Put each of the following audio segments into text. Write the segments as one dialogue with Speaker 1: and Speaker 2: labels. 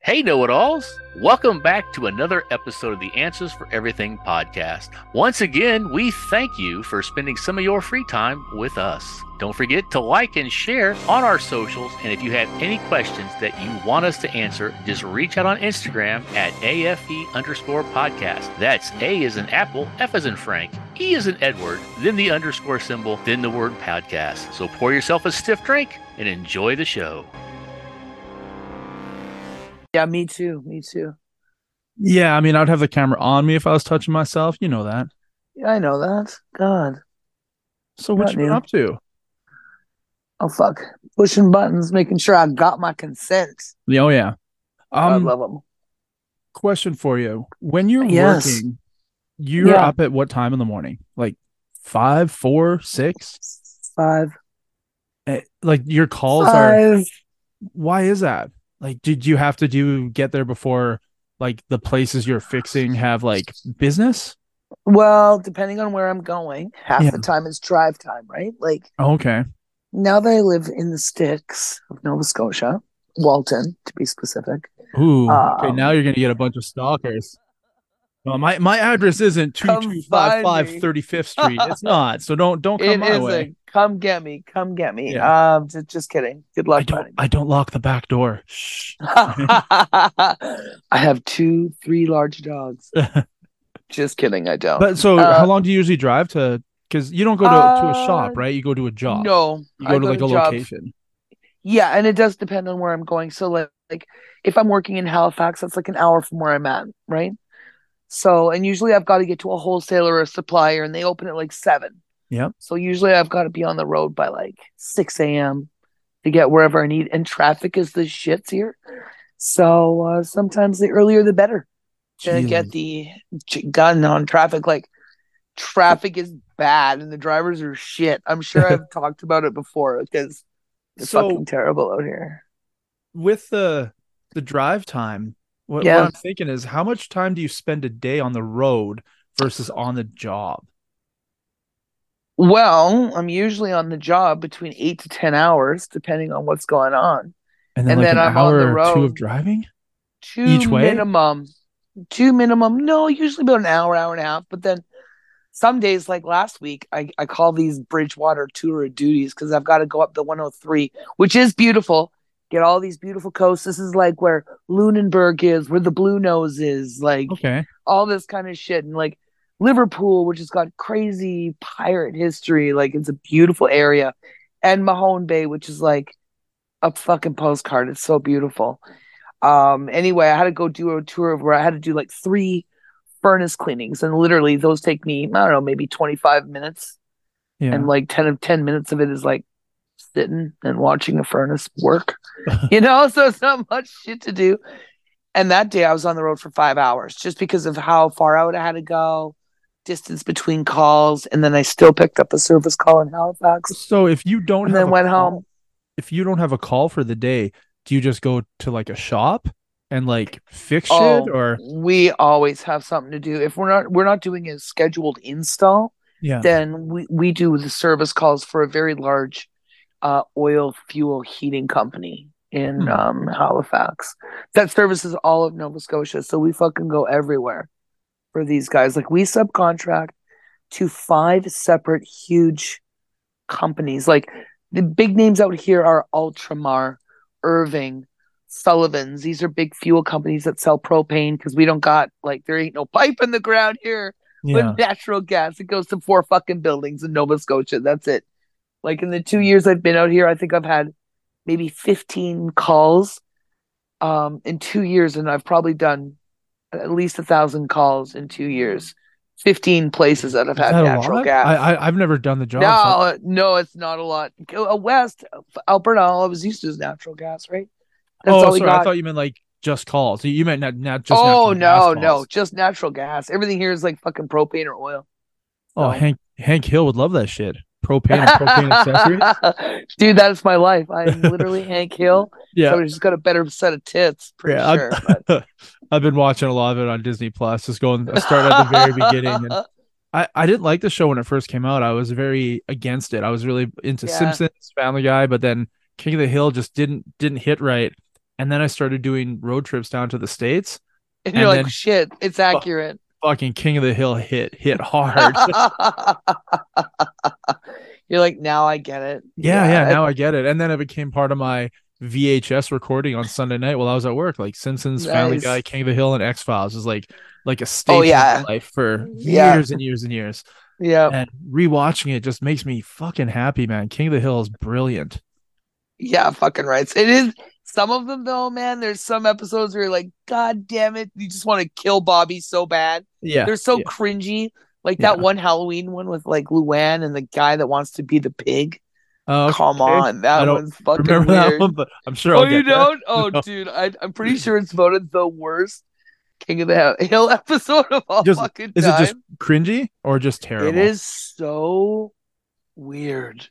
Speaker 1: Hey, know it alls! Welcome back to another episode of the Answers for Everything podcast. Once again, we thank you for spending some of your free time with us. Don't forget to like and share on our socials. And if you have any questions that you want us to answer, just reach out on Instagram at AFE underscore podcast. That's A is in Apple, F is in Frank, E is in Edward, then the underscore symbol, then the word podcast. So pour yourself a stiff drink and enjoy the show.
Speaker 2: Yeah, me too. Me too.
Speaker 3: Yeah, I mean, I'd have the camera on me if I was touching myself. You know that.
Speaker 2: Yeah, I know that. God.
Speaker 3: So what
Speaker 2: Not
Speaker 3: you been
Speaker 2: new.
Speaker 3: up to?
Speaker 2: Oh fuck. Pushing buttons, making sure I got my consent.
Speaker 3: Yeah, Oh yeah.
Speaker 2: I
Speaker 3: Um,
Speaker 2: love them.
Speaker 3: question for you: When you're
Speaker 2: Yes.
Speaker 3: working, you're
Speaker 2: Yeah.
Speaker 3: up at what time in the morning? Like five, four, six?
Speaker 2: Five.
Speaker 3: Eh, Like your calls are.
Speaker 2: five.
Speaker 3: Why is that? Like, did you have to do get there before? Like the places you're fixing have like business.
Speaker 2: Well, depending on where I'm going, half
Speaker 3: Yeah.
Speaker 2: the time it's drive time, right? Like
Speaker 3: Okay.
Speaker 2: now that I live in the sticks of Nova Scotia, Walton to be specific.
Speaker 3: Ooh. okay.
Speaker 2: Um,
Speaker 3: Now you're gonna get a bunch of stalkers. Well, my my address isn't two
Speaker 2: Come
Speaker 3: two five five
Speaker 2: find me.
Speaker 3: thirty fifth Street. It's not. So don't don't come
Speaker 2: It
Speaker 3: my way.
Speaker 2: isn't. Come get me. Come get me. Um, ju- just kidding. Good
Speaker 3: I
Speaker 2: luck.
Speaker 3: don't. I don't lock the back door. Shh.
Speaker 2: Oh, I have two, three large dogs. Just kidding. I don't.
Speaker 3: But so,
Speaker 2: Uh,
Speaker 3: how long do you usually drive to? Because you don't go to, to a shop,
Speaker 2: Uh,
Speaker 3: right? You go to a job.
Speaker 2: No,
Speaker 3: you
Speaker 2: I
Speaker 3: go to like a
Speaker 2: job-
Speaker 3: location.
Speaker 2: Yeah, and it does depend on where I'm going. So like, like if I'm working in Halifax, that's like an hour from where I'm at, right? So and usually I've got to get to a wholesaler or a supplier, and they open at like seven.
Speaker 3: Yep.
Speaker 2: So usually I've got to be on the road by like six a.m. to get wherever I need. And traffic is the shits here, so uh, sometimes the earlier the better to get the ch- gun on traffic. Like traffic is bad, and the drivers are shit. I'm sure I've talked about it before because. It's
Speaker 3: So-
Speaker 2: fucking terrible out here.
Speaker 3: with the the drive time. What,
Speaker 2: Yeah.
Speaker 3: what I'm thinking is, how much time do you spend a day on the road versus on the job?
Speaker 2: Well, I'm usually on the job between eight to ten hours, depending on what's going on. And
Speaker 3: like
Speaker 2: then
Speaker 3: an
Speaker 2: I'm on
Speaker 3: hour
Speaker 2: the
Speaker 3: or two of
Speaker 2: road.
Speaker 3: driving.
Speaker 2: Two
Speaker 3: Each way?
Speaker 2: minimum. Two minimum. No, usually about an hour, hour and a half. But then some days, like last week, I, I call these Bridgewater tour of duties because I've got to go up the 103, which is beautiful. Get all these beautiful coasts. This is like where Lunenburg is, where the Blue Nose is, like
Speaker 3: Okay.
Speaker 2: all this kind of shit and like Liverpool, which has got crazy pirate history, like it's a beautiful area, and Mahone Bay, which is like a fucking postcard. It's so beautiful. Um, anyway, I had to go do a tour of where I had to do like three furnace cleanings, and literally those take me I don't know maybe twenty five minutes,
Speaker 3: Yeah.
Speaker 2: and like ten of ten minutes of it is like sitting and watching a furnace work, you know. So it's not much shit to do. And that day I was on the road for five hours just because of how far out I had to go, distance between calls, and then I still picked up a service call in Halifax
Speaker 3: so if you don't
Speaker 2: and
Speaker 3: have
Speaker 2: then
Speaker 3: a
Speaker 2: went
Speaker 3: call-
Speaker 2: home.
Speaker 3: if you don't have a call for the day, do you just go to like a shop and like fix
Speaker 2: Oh.
Speaker 3: shit or
Speaker 2: We always have something to do. If we're not we're not doing a scheduled install,
Speaker 3: yeah?
Speaker 2: then we, we do the service calls for a very large uh, oil fuel heating company in
Speaker 3: Hmm.
Speaker 2: um, Halifax that services all of Nova Scotia. So we fucking go everywhere for these guys. Like we subcontract to five separate huge companies. Like the big names out here are Ultramar, Irving, Sullivan's. These are big fuel companies that sell propane because we don't got like there ain't no pipe in the ground here
Speaker 3: yeah.
Speaker 2: with natural gas. It goes to four fucking buildings in Nova Scotia. That's it. Like in the two years I've been out here, I think I've had maybe 15 calls um, in two years, and I've probably done at least a thousand calls in two years. 15 places that have
Speaker 3: Is
Speaker 2: had
Speaker 3: that a
Speaker 2: natural
Speaker 3: lot?
Speaker 2: gas.
Speaker 3: I, I I've never done the job. so-
Speaker 2: no, no, it's not a lot. Go- uh, West Alberta, all I was used to is natural gas, right? That's
Speaker 3: oh,
Speaker 2: all we
Speaker 3: sorry. I
Speaker 2: got.
Speaker 3: thought you meant like just calls. You meant not not just.
Speaker 2: oh
Speaker 3: natural
Speaker 2: no,
Speaker 3: gas
Speaker 2: no,
Speaker 3: calls.
Speaker 2: just natural gas. Everything here is like fucking propane or oil.
Speaker 3: Oh,
Speaker 2: So-
Speaker 3: Hank Hank Hill would love that shit. Propane and propane accessories.
Speaker 2: Dude, that is my life. I am literally Hank Hill.
Speaker 3: Yeah,
Speaker 2: Somebody's just got a better set of tits, pretty
Speaker 3: Yeah, I'm-
Speaker 2: sure. But...
Speaker 3: I've been watching a lot of it on Disney Plus. Just going, I started at the very beginning. And I I didn't like the show when it first came out. I was very against it. I was really into
Speaker 2: Yeah.
Speaker 3: Simpsons, Family Guy, but then King of the Hill just didn't didn't hit right. And then I started doing road trips down to the states.
Speaker 2: And,
Speaker 3: And
Speaker 2: you're like,
Speaker 3: then-
Speaker 2: shit, it's accurate.
Speaker 3: Fucking King of the Hill hit hit hard.
Speaker 2: you're like, now I get it.
Speaker 3: yeah, yeah,
Speaker 2: I-
Speaker 3: now I get it. And then it became part of my VHS recording on Sunday night while I was at work, like Simpsons, Family
Speaker 2: Nice. Oh,
Speaker 3: Guy, King of the Hill, and X Files is like like a staple in
Speaker 2: yeah.
Speaker 3: my life for
Speaker 2: Yeah.
Speaker 3: years and years and years.
Speaker 2: yeah.
Speaker 3: And rewatching it just makes me fucking happy, man. King of the Hill is brilliant.
Speaker 2: Yeah, fucking rights. It is some of them though, man. There's some episodes where you're like, God damn it, you just want to kill Bobby so bad.
Speaker 3: Yeah.
Speaker 2: They're so
Speaker 3: yeah.
Speaker 2: cringy. Like that
Speaker 3: Yeah.
Speaker 2: one Halloween one with like Luann and the guy that wants to be the pig.
Speaker 3: Oh, okay.
Speaker 2: Come on, that
Speaker 3: I don't
Speaker 2: one's fucking
Speaker 3: remember
Speaker 2: weird.
Speaker 3: that one, but I'm sure
Speaker 2: Oh,
Speaker 3: I'll
Speaker 2: you
Speaker 3: get there.
Speaker 2: don't? Oh,
Speaker 3: No.
Speaker 2: dude, I, I'm pretty sure it's voted the worst King of the Hill episode of all
Speaker 3: Just-
Speaker 2: fucking
Speaker 3: Is it
Speaker 2: time.
Speaker 3: just cringy or just
Speaker 2: It
Speaker 3: terrible?
Speaker 2: is so weird.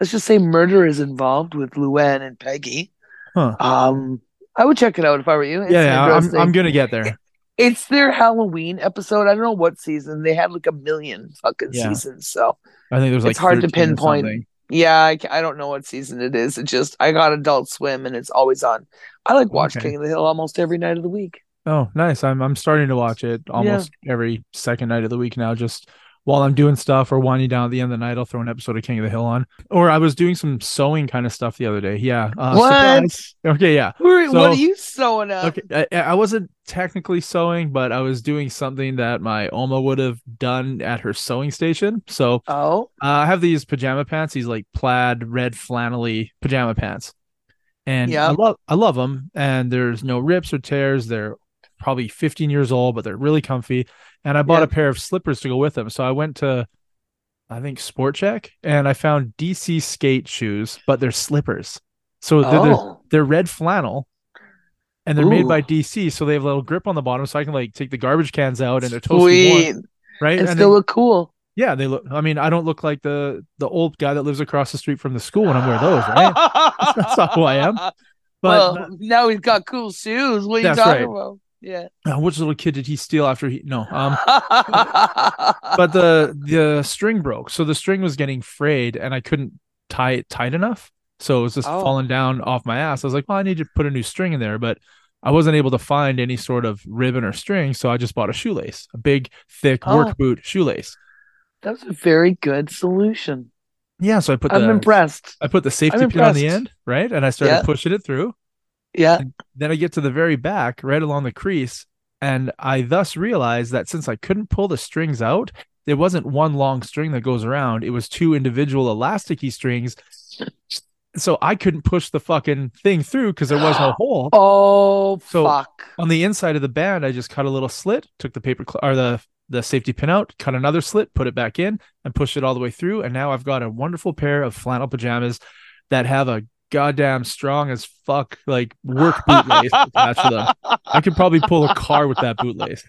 Speaker 2: Let's just say murder is involved with Luann and Peggy.
Speaker 3: Huh.
Speaker 2: Um, I would check it out if I were you. It's
Speaker 3: Yeah, yeah. I'm,
Speaker 2: interesting.
Speaker 3: I'm gonna get there.
Speaker 2: It's their Halloween episode. I don't know what season. They had like a million fucking
Speaker 3: Yeah.
Speaker 2: seasons. So
Speaker 3: I think there's like
Speaker 2: It's hard to
Speaker 3: 13 or
Speaker 2: pinpoint.
Speaker 3: something.
Speaker 2: yeah, I, ca- I don't know what season it is. It just I got Adult Swim and it's always on. I like watch
Speaker 3: Okay.
Speaker 2: King of the Hill almost every night of the week.
Speaker 3: Oh, nice. I'm I'm starting to watch it almost every second night of the week now, just while I'm doing stuff or winding down at the end of the night, I'll throw an episode of King of the Hill on. Or I was doing some sewing kind of stuff the other day. Yeah. Uh,
Speaker 2: what? Uh,
Speaker 3: surprise. Okay. Yeah.
Speaker 2: Who are- what
Speaker 3: So-
Speaker 2: are you sewing up?
Speaker 3: Okay. I, I wasn't technically sewing, but I was doing something that my Oma would have done at her sewing station. So
Speaker 2: Oh,
Speaker 3: uh, I have these pajama pants. These like plaid red flannelly pajama pants, and
Speaker 2: Yeah.
Speaker 3: I love I love them. And there's no rips or tears. They're probably 15 years old, but they're really comfy. And I bought
Speaker 2: Yeah.
Speaker 3: a pair of slippers to go with them. So I went to I think Sport Check, and I found DC skate shoes, but they're slippers. So they're, they're
Speaker 2: oh,
Speaker 3: they're red flannel and they're made by
Speaker 2: Ooh.
Speaker 3: DC. So they have a little grip on the bottom. So I can like take the garbage cans out and they're totally warm,
Speaker 2: sweet.
Speaker 3: right?
Speaker 2: And
Speaker 3: then-
Speaker 2: still look cool.
Speaker 3: yeah, they look. I mean, I don't look like the the old guy that lives across the street from the school when I'm wearing those, right? That's not who I am. But
Speaker 2: well, now he's got cool shoes. What are you
Speaker 3: That's
Speaker 2: talking
Speaker 3: right.
Speaker 2: about? Yeah.
Speaker 3: uh, which little kid did he steal after he? No. Um. But the the string broke, so the string was getting frayed, and I couldn't tie it tight enough, so it was just
Speaker 2: Oh.
Speaker 3: falling down off my ass. I was like, well, I need to put a new string in there, but I wasn't able to find any sort of ribbon or string, so I just bought a shoelace, a big, thick work
Speaker 2: Oh.
Speaker 3: boot shoelace.
Speaker 2: that's a very good solution.
Speaker 3: Yeah, so I put
Speaker 2: I'm
Speaker 3: the
Speaker 2: impressed.
Speaker 3: I put the safety
Speaker 2: I'm
Speaker 3: pin on the
Speaker 2: impressed.
Speaker 3: end, right, and I started
Speaker 2: Yeah.
Speaker 3: pushing it through.
Speaker 2: Yeah.
Speaker 3: Then I get to the very back, right along the crease, and I thus realized that since I couldn't pull the strings out, there wasn't one long string that goes around. It was two individual elasticy strings. So I couldn't push the fucking thing through because there was no hole.
Speaker 2: Oh
Speaker 3: So-
Speaker 2: fuck.
Speaker 3: On the inside of the band, I just cut a little slit, took the paper cl- or the the safety pin out, cut another slit, put it back in, and pushed it all the way through. And now I've got a wonderful pair of flannel pajamas that have a goddamn strong as fuck like work boot lace attached to them. I could probably pull a car with that bootlace.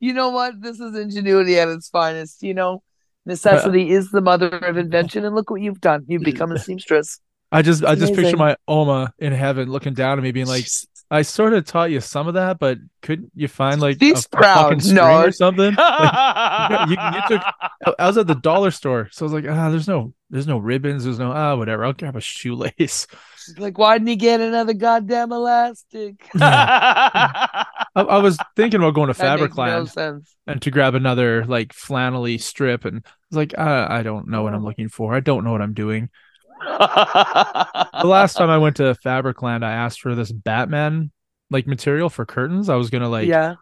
Speaker 2: You know what? This is ingenuity at its finest. You know, necessity is the mother of invention, and look what you've done. You've become a seamstress.
Speaker 3: I just, I just picture
Speaker 2: Amazing.
Speaker 3: my Oma in heaven looking down at me, being like, "I sort of taught you some of that, but couldn't you find like
Speaker 2: She's
Speaker 3: a, a fucking
Speaker 2: proud.
Speaker 3: string
Speaker 2: No.
Speaker 3: or something?" Like, you- you took- I- I was at the dollar store, so I was like, "Ah, there's no, there's no ribbons, there's no ah, whatever. I'll grab a shoelace."
Speaker 2: She's like, why didn't he get another goddamn elastic?
Speaker 3: I, I was thinking about going to
Speaker 2: That makes no
Speaker 3: Fabricland
Speaker 2: sense.
Speaker 3: and to grab another like flannelly strip, and I was like, uh, "I don't know what
Speaker 2: Oh.
Speaker 3: I'm looking for. I don't know what I'm doing." the last time I went to Fabricland, I asked for this Batman like material for curtains. I was gonna like
Speaker 2: yeah.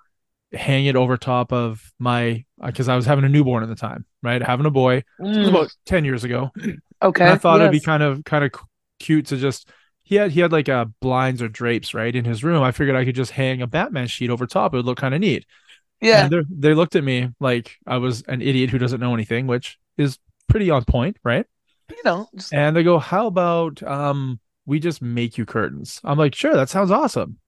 Speaker 3: hang it over top of my because I was having a newborn at the time, right? Having a boy It was
Speaker 2: Mm,
Speaker 3: about ten years ago.
Speaker 2: okay.
Speaker 3: And I thought it'd be
Speaker 2: yes.
Speaker 3: kind of kind of cute to just he had he had like uh blinds or drapes right in his room. I figured I could just hang a Batman sheet over top. It would look kind of neat.
Speaker 2: yeah.
Speaker 3: And they're- they looked at me like I was an idiot who doesn't know anything, which is pretty on point, right?
Speaker 2: You know, just
Speaker 3: And they go, "How about um we just make you curtains?" I'm like, "Sure, that sounds awesome."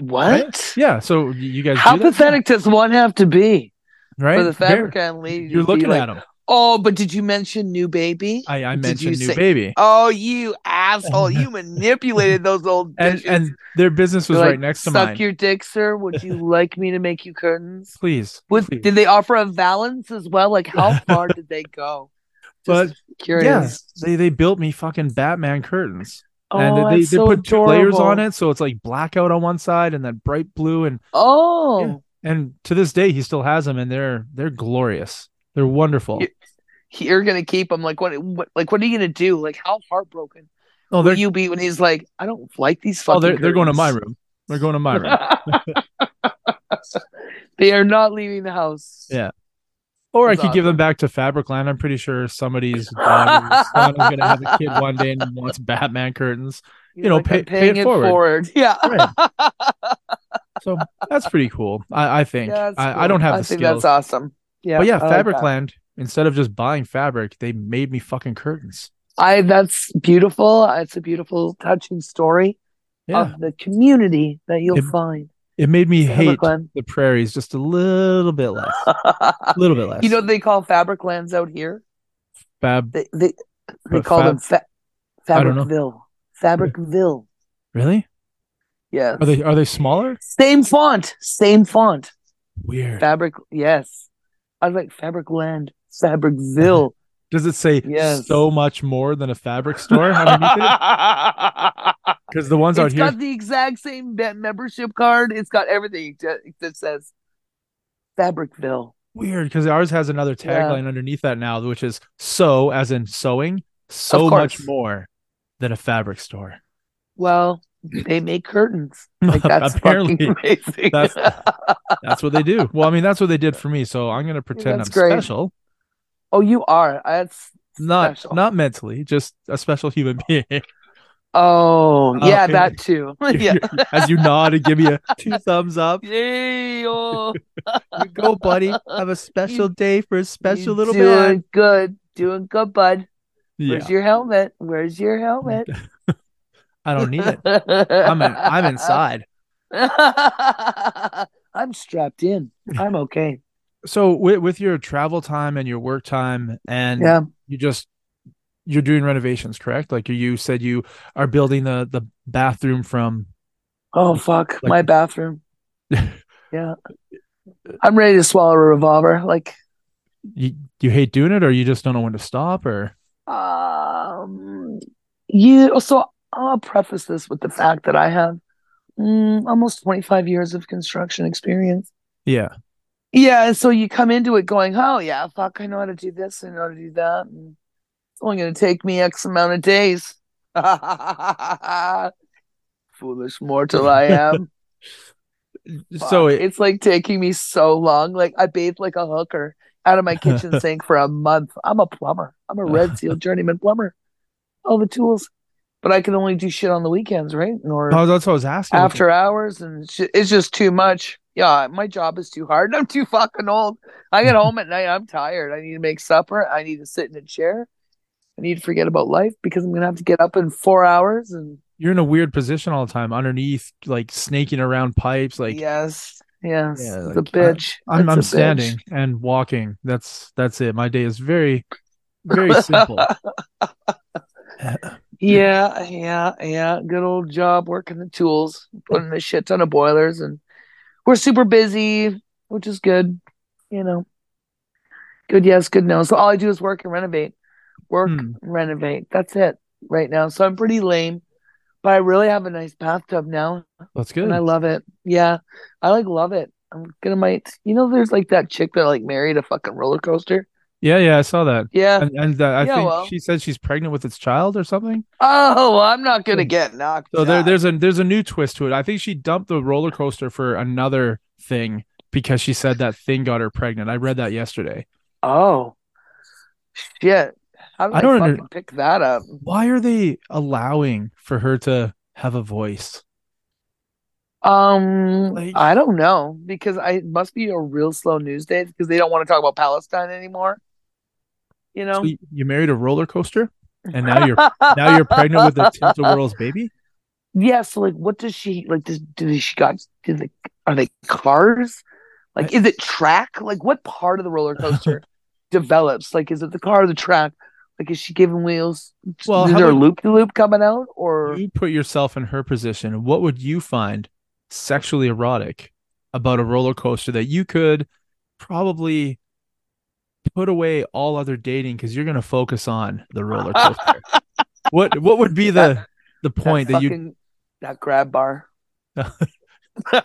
Speaker 2: what?
Speaker 3: Yeah, so y- you guys
Speaker 2: How
Speaker 3: do that?
Speaker 2: pathetic does one have to be
Speaker 3: right?
Speaker 2: for the
Speaker 3: Here,
Speaker 2: Fabricand lady?
Speaker 3: you're looking at them.
Speaker 2: Oh, but did you mention new baby?
Speaker 3: I, I
Speaker 2: did you
Speaker 3: mentioned new
Speaker 2: say-
Speaker 3: baby,
Speaker 2: oh, you asshole! you manipulated those old
Speaker 3: and
Speaker 2: bitches.
Speaker 3: and their business was
Speaker 2: You're like,
Speaker 3: right next to
Speaker 2: Suck
Speaker 3: mine.
Speaker 2: your dick, sir. Would you like me to make you curtains?
Speaker 3: Please,
Speaker 2: Would,
Speaker 3: please.
Speaker 2: did they offer a valance as well? Like, how far did they go? Just
Speaker 3: But,
Speaker 2: curious.
Speaker 3: they they built me fucking Batman curtains.
Speaker 2: Oh,
Speaker 3: and they, they
Speaker 2: that's so
Speaker 3: put two layers on
Speaker 2: adorable.
Speaker 3: it, so it's like blackout on one side and then bright blue and
Speaker 2: Oh,
Speaker 3: and to this day he still has them and they're they're glorious. They're wonderful.
Speaker 2: You- you're gonna keep him. Like what, what? Like what are you gonna do? Like how heartbroken
Speaker 3: oh,
Speaker 2: will
Speaker 3: they're
Speaker 2: you be when he's like, I don't like these fucking.
Speaker 3: oh, they're they're going to my
Speaker 2: curtains."
Speaker 3: room. They're going to my room.
Speaker 2: they are not leaving the house.
Speaker 3: Yeah. Or I
Speaker 2: That's
Speaker 3: could give them back to Fabricland. I'm pretty sure somebody's daughter or son is going to have a kid one day and wants Batman curtains.
Speaker 2: He's
Speaker 3: You know,
Speaker 2: like,
Speaker 3: pay-
Speaker 2: "I'm
Speaker 3: pay it
Speaker 2: paying
Speaker 3: forward."
Speaker 2: Yeah.
Speaker 3: Right. So that's pretty cool. I, I think
Speaker 2: Yeah, that's
Speaker 3: I, I
Speaker 2: cool.
Speaker 3: don't have the
Speaker 2: I think
Speaker 3: skills,
Speaker 2: that's awesome. Yeah.
Speaker 3: but yeah,
Speaker 2: I like that.
Speaker 3: Fabricland. instead of just buying fabric, they made me fucking curtains.
Speaker 2: I that's beautiful. It's a beautiful, touching story
Speaker 3: Yeah,
Speaker 2: of the community that you'll
Speaker 3: It-
Speaker 2: find.
Speaker 3: it made me hate
Speaker 2: Fabricland.
Speaker 3: the prairies just a little bit less, a little bit less.
Speaker 2: you know what they call fabric lands out here?
Speaker 3: Fab,
Speaker 2: They they, they
Speaker 3: But
Speaker 2: call them fa-
Speaker 3: I don't know.
Speaker 2: Fabricville. Fabricville.
Speaker 3: really?
Speaker 2: Yes.
Speaker 3: Are they are they smaller?
Speaker 2: same font. Same font.
Speaker 3: Weird.
Speaker 2: Fabric. Yes. I like Fabric Land. Fabricville.
Speaker 3: Does it say
Speaker 2: Yes.
Speaker 3: so much more than a fabric store underneath it? Because the ones
Speaker 2: It's
Speaker 3: out here,
Speaker 2: got the exact same be- membership card. It's got everything ju- that says Fabricville.
Speaker 3: weird because ours has another
Speaker 2: Yeah.
Speaker 3: tagline underneath that now, which is so as in sewing, so much
Speaker 2: course.
Speaker 3: more than a fabric store.
Speaker 2: Well, they make curtains. Like that's
Speaker 3: Apparently,
Speaker 2: fucking amazing.
Speaker 3: that's- that's what they do. Well, I mean, that's what they did for me. So I'm gonna pretend
Speaker 2: That's
Speaker 3: I'm
Speaker 2: great.
Speaker 3: special,
Speaker 2: oh, you are. That's
Speaker 3: not
Speaker 2: Special.
Speaker 3: not mentally, just a special human being.
Speaker 2: oh
Speaker 3: Oh,
Speaker 2: yeah,
Speaker 3: yeah.
Speaker 2: that too. yeah.
Speaker 3: As you nod and give me a two thumbs up,
Speaker 2: Yay, oh,
Speaker 3: you go, buddy. Have a special day for a
Speaker 2: you
Speaker 3: special little
Speaker 2: doing
Speaker 3: man.
Speaker 2: good, doing good, bud.
Speaker 3: Yeah,
Speaker 2: Where's your helmet? Where's your helmet?
Speaker 3: I don't need it. I'm in, I'm inside.
Speaker 2: I'm strapped in. I'm okay.
Speaker 3: So with with your travel time and your work time, and
Speaker 2: Yeah.
Speaker 3: you just you're doing renovations, correct? Like you said, you are building the the bathroom from.
Speaker 2: Oh fuck,
Speaker 3: Like-
Speaker 2: my bathroom. yeah. I'm ready to swallow a revolver. Like,
Speaker 3: You, you hate doing it, or you just don't know when to stop, or
Speaker 2: um, you. So I'll preface this with the fact that I have mm, almost 25 years of construction experience.
Speaker 3: yeah,
Speaker 2: Yeah, and so you come into it going, oh yeah, fuck, I know how to do this, I know how to do that, and it's only going to take me X amount of days. Foolish mortal I am.
Speaker 3: so
Speaker 2: Fuck,
Speaker 3: it,
Speaker 2: it's like taking me so long. Like I bathed like a hooker out of my kitchen sink for a month. I'm a plumber. I'm a red seal journeyman plumber. All the tools, but I can only do shit on the weekends, right? Or
Speaker 3: Oh, that's what I was asking. Like,
Speaker 2: after hours, and sh- it's just too much. Yeah, my job is too hard. I'm too fucking old. I get home at night. I'm tired. I need to make supper. I need to sit in a chair. I need to forget about life because I'm gonna have to get up in four hours. And
Speaker 3: you're in a weird position all the time, underneath, like snaking around pipes. Like
Speaker 2: yes, yes,
Speaker 3: Yeah,
Speaker 2: the
Speaker 3: like, I-
Speaker 2: bitch.
Speaker 3: I'm,
Speaker 2: It's
Speaker 3: I'm
Speaker 2: a bitch.
Speaker 3: standing and walking. That's that's it. My day is very, very simple.
Speaker 2: Yeah, yeah, yeah. Good old job working the tools, putting a shit ton of boilers, and we're super busy, which is good, you know. Good yes, good no. So all I do is work and renovate, work,
Speaker 3: Hmm.
Speaker 2: renovate. That's it right now. So I'm pretty lame, but I really have a nice bathtub now,
Speaker 3: That's
Speaker 2: and I
Speaker 3: good.
Speaker 2: love it. Yeah, I like love it. I'm gonna might, you know, there's like that chick that like married a fucking roller coaster.
Speaker 3: Yeah, yeah, I saw that.
Speaker 2: Yeah.
Speaker 3: And, and uh, I
Speaker 2: Yeah,
Speaker 3: think
Speaker 2: well.
Speaker 3: she said she's pregnant with its child or something.
Speaker 2: Oh, well, I'm not gonna get knocked.
Speaker 3: Hmm. So there,
Speaker 2: out.
Speaker 3: there's a there's a new twist to it. I think she dumped the roller coaster for another thing because she said that thing got her pregnant. I read that yesterday.
Speaker 2: Oh, shit. How did
Speaker 3: I
Speaker 2: I
Speaker 3: don't under-
Speaker 2: fucking pick that up?
Speaker 3: Why are they allowing for her to have a voice?
Speaker 2: Um,
Speaker 3: Like-
Speaker 2: I don't know because I it must be a real slow news day because they don't want to talk about Palestine anymore. You know?
Speaker 3: So you, you married a roller coaster, and now you're now you're pregnant with the tilt world's baby.
Speaker 2: Yeah, so like what does she like does do she got do the are they cars? Like is it track? Like what part of the roller coaster develops? Like is it the car or the track? Like is she giving wheels?
Speaker 3: Well,
Speaker 2: is
Speaker 3: how
Speaker 2: there a
Speaker 3: about-
Speaker 2: loop de loop coming out or
Speaker 3: You put yourself in her position. What would you find sexually erotic about a roller coaster that you could probably put away all other dating because you're going to focus on the roller coaster? what What would be the the point that, you
Speaker 2: fucking- that grab bar.
Speaker 3: the,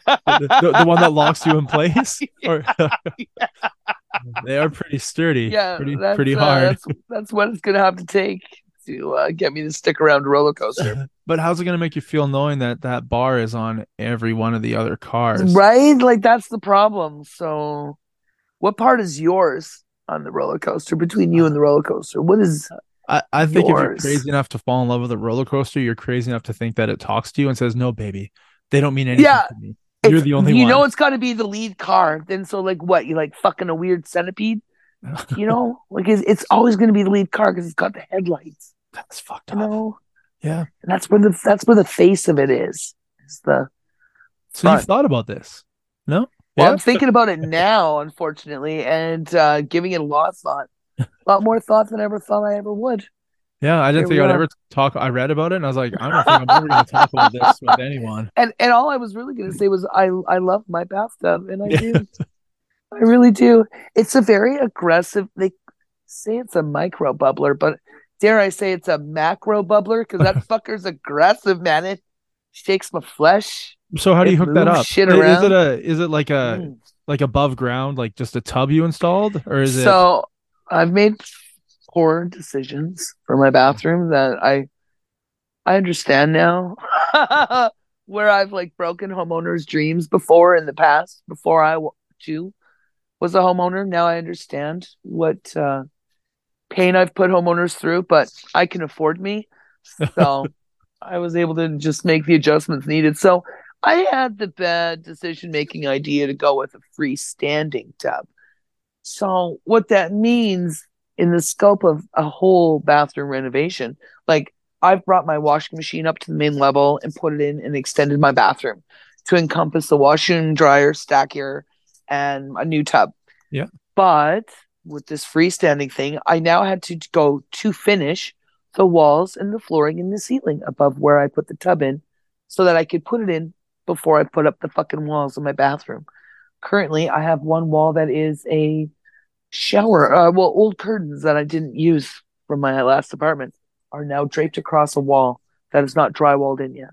Speaker 3: the- the one that locks you in place. Or they are pretty sturdy.
Speaker 2: yeah,
Speaker 3: pretty
Speaker 2: that's,
Speaker 3: pretty
Speaker 2: uh,
Speaker 3: hard.
Speaker 2: that's, that's what it's gonna have to take to uh, get me to stick around roller coaster.
Speaker 3: But how's it gonna make you feel knowing that that bar is on every one of the other cars?
Speaker 2: Right? Like that's the problem. So what part is yours on the roller coaster between you and the roller coaster? What is
Speaker 3: I, I think if you're
Speaker 2: Yours.
Speaker 3: crazy enough to fall in love with a roller coaster, you're crazy enough to think that it talks to you and says, "No, baby, they don't mean anything
Speaker 2: Yeah,
Speaker 3: to me." You're
Speaker 2: it's-
Speaker 3: the only
Speaker 2: you
Speaker 3: one.
Speaker 2: know it's gotta be the lead car. Then so like what, you like fucking a weird centipede? You know? like it's, it's always gonna be the lead car because it's got the headlights,
Speaker 3: That's fucked
Speaker 2: you
Speaker 3: up.
Speaker 2: know?
Speaker 3: Yeah.
Speaker 2: And that's where the that's where the face of it is. It's the
Speaker 3: So you've
Speaker 2: Fun.
Speaker 3: thought about this? No.
Speaker 2: Well,
Speaker 3: Yeah?
Speaker 2: I'm thinking about it now, unfortunately, and uh, giving it a lot of thought. A lot more thought than I ever thought I ever would.
Speaker 3: Yeah, I
Speaker 2: Here
Speaker 3: didn't think
Speaker 2: we
Speaker 3: I'd
Speaker 2: are.
Speaker 3: ever talk. I read about it and I was like, I don't think I'm ever going to talk about this with anyone.
Speaker 2: And and all I was really gonna say was I I love my bathtub and I
Speaker 3: Yeah.
Speaker 2: do. I really do. It's a very aggressive they say it's a micro bubbler, but dare I say it's a macro bubbler because that fucker's aggressive, man. It shakes my flesh.
Speaker 3: So how do
Speaker 2: It
Speaker 3: you hook that
Speaker 2: moves
Speaker 3: up?
Speaker 2: shit
Speaker 3: I- Is
Speaker 2: around.
Speaker 3: it a is it like a
Speaker 2: Mm.
Speaker 3: like above ground, like just a tub you installed, or is it?
Speaker 2: so I've made poor decisions for my bathroom that I I understand now. Where I've like broken homeowners' dreams before in the past, before I wa- too was a homeowner. Now I understand what uh, pain I've put homeowners through, but I can afford me, so I was able to just make the adjustments needed. So I had the bad decision-making idea to go with a freestanding tub. So what that means in the scope of a whole bathroom renovation, like I've brought my washing machine up to the main level and put it in and extended my bathroom to encompass the washing dryer, stacker, and a new tub.
Speaker 3: Yeah.
Speaker 2: But with this freestanding thing, I now had to go to finish the walls and the flooring and the ceiling above where I put the tub in so that I could put it in before I put up the fucking walls in my bathroom. Currently, I have one wall that is a shower. Uh, well, old curtains that I didn't use from my last apartment are now draped across a wall that is not drywalled in yet.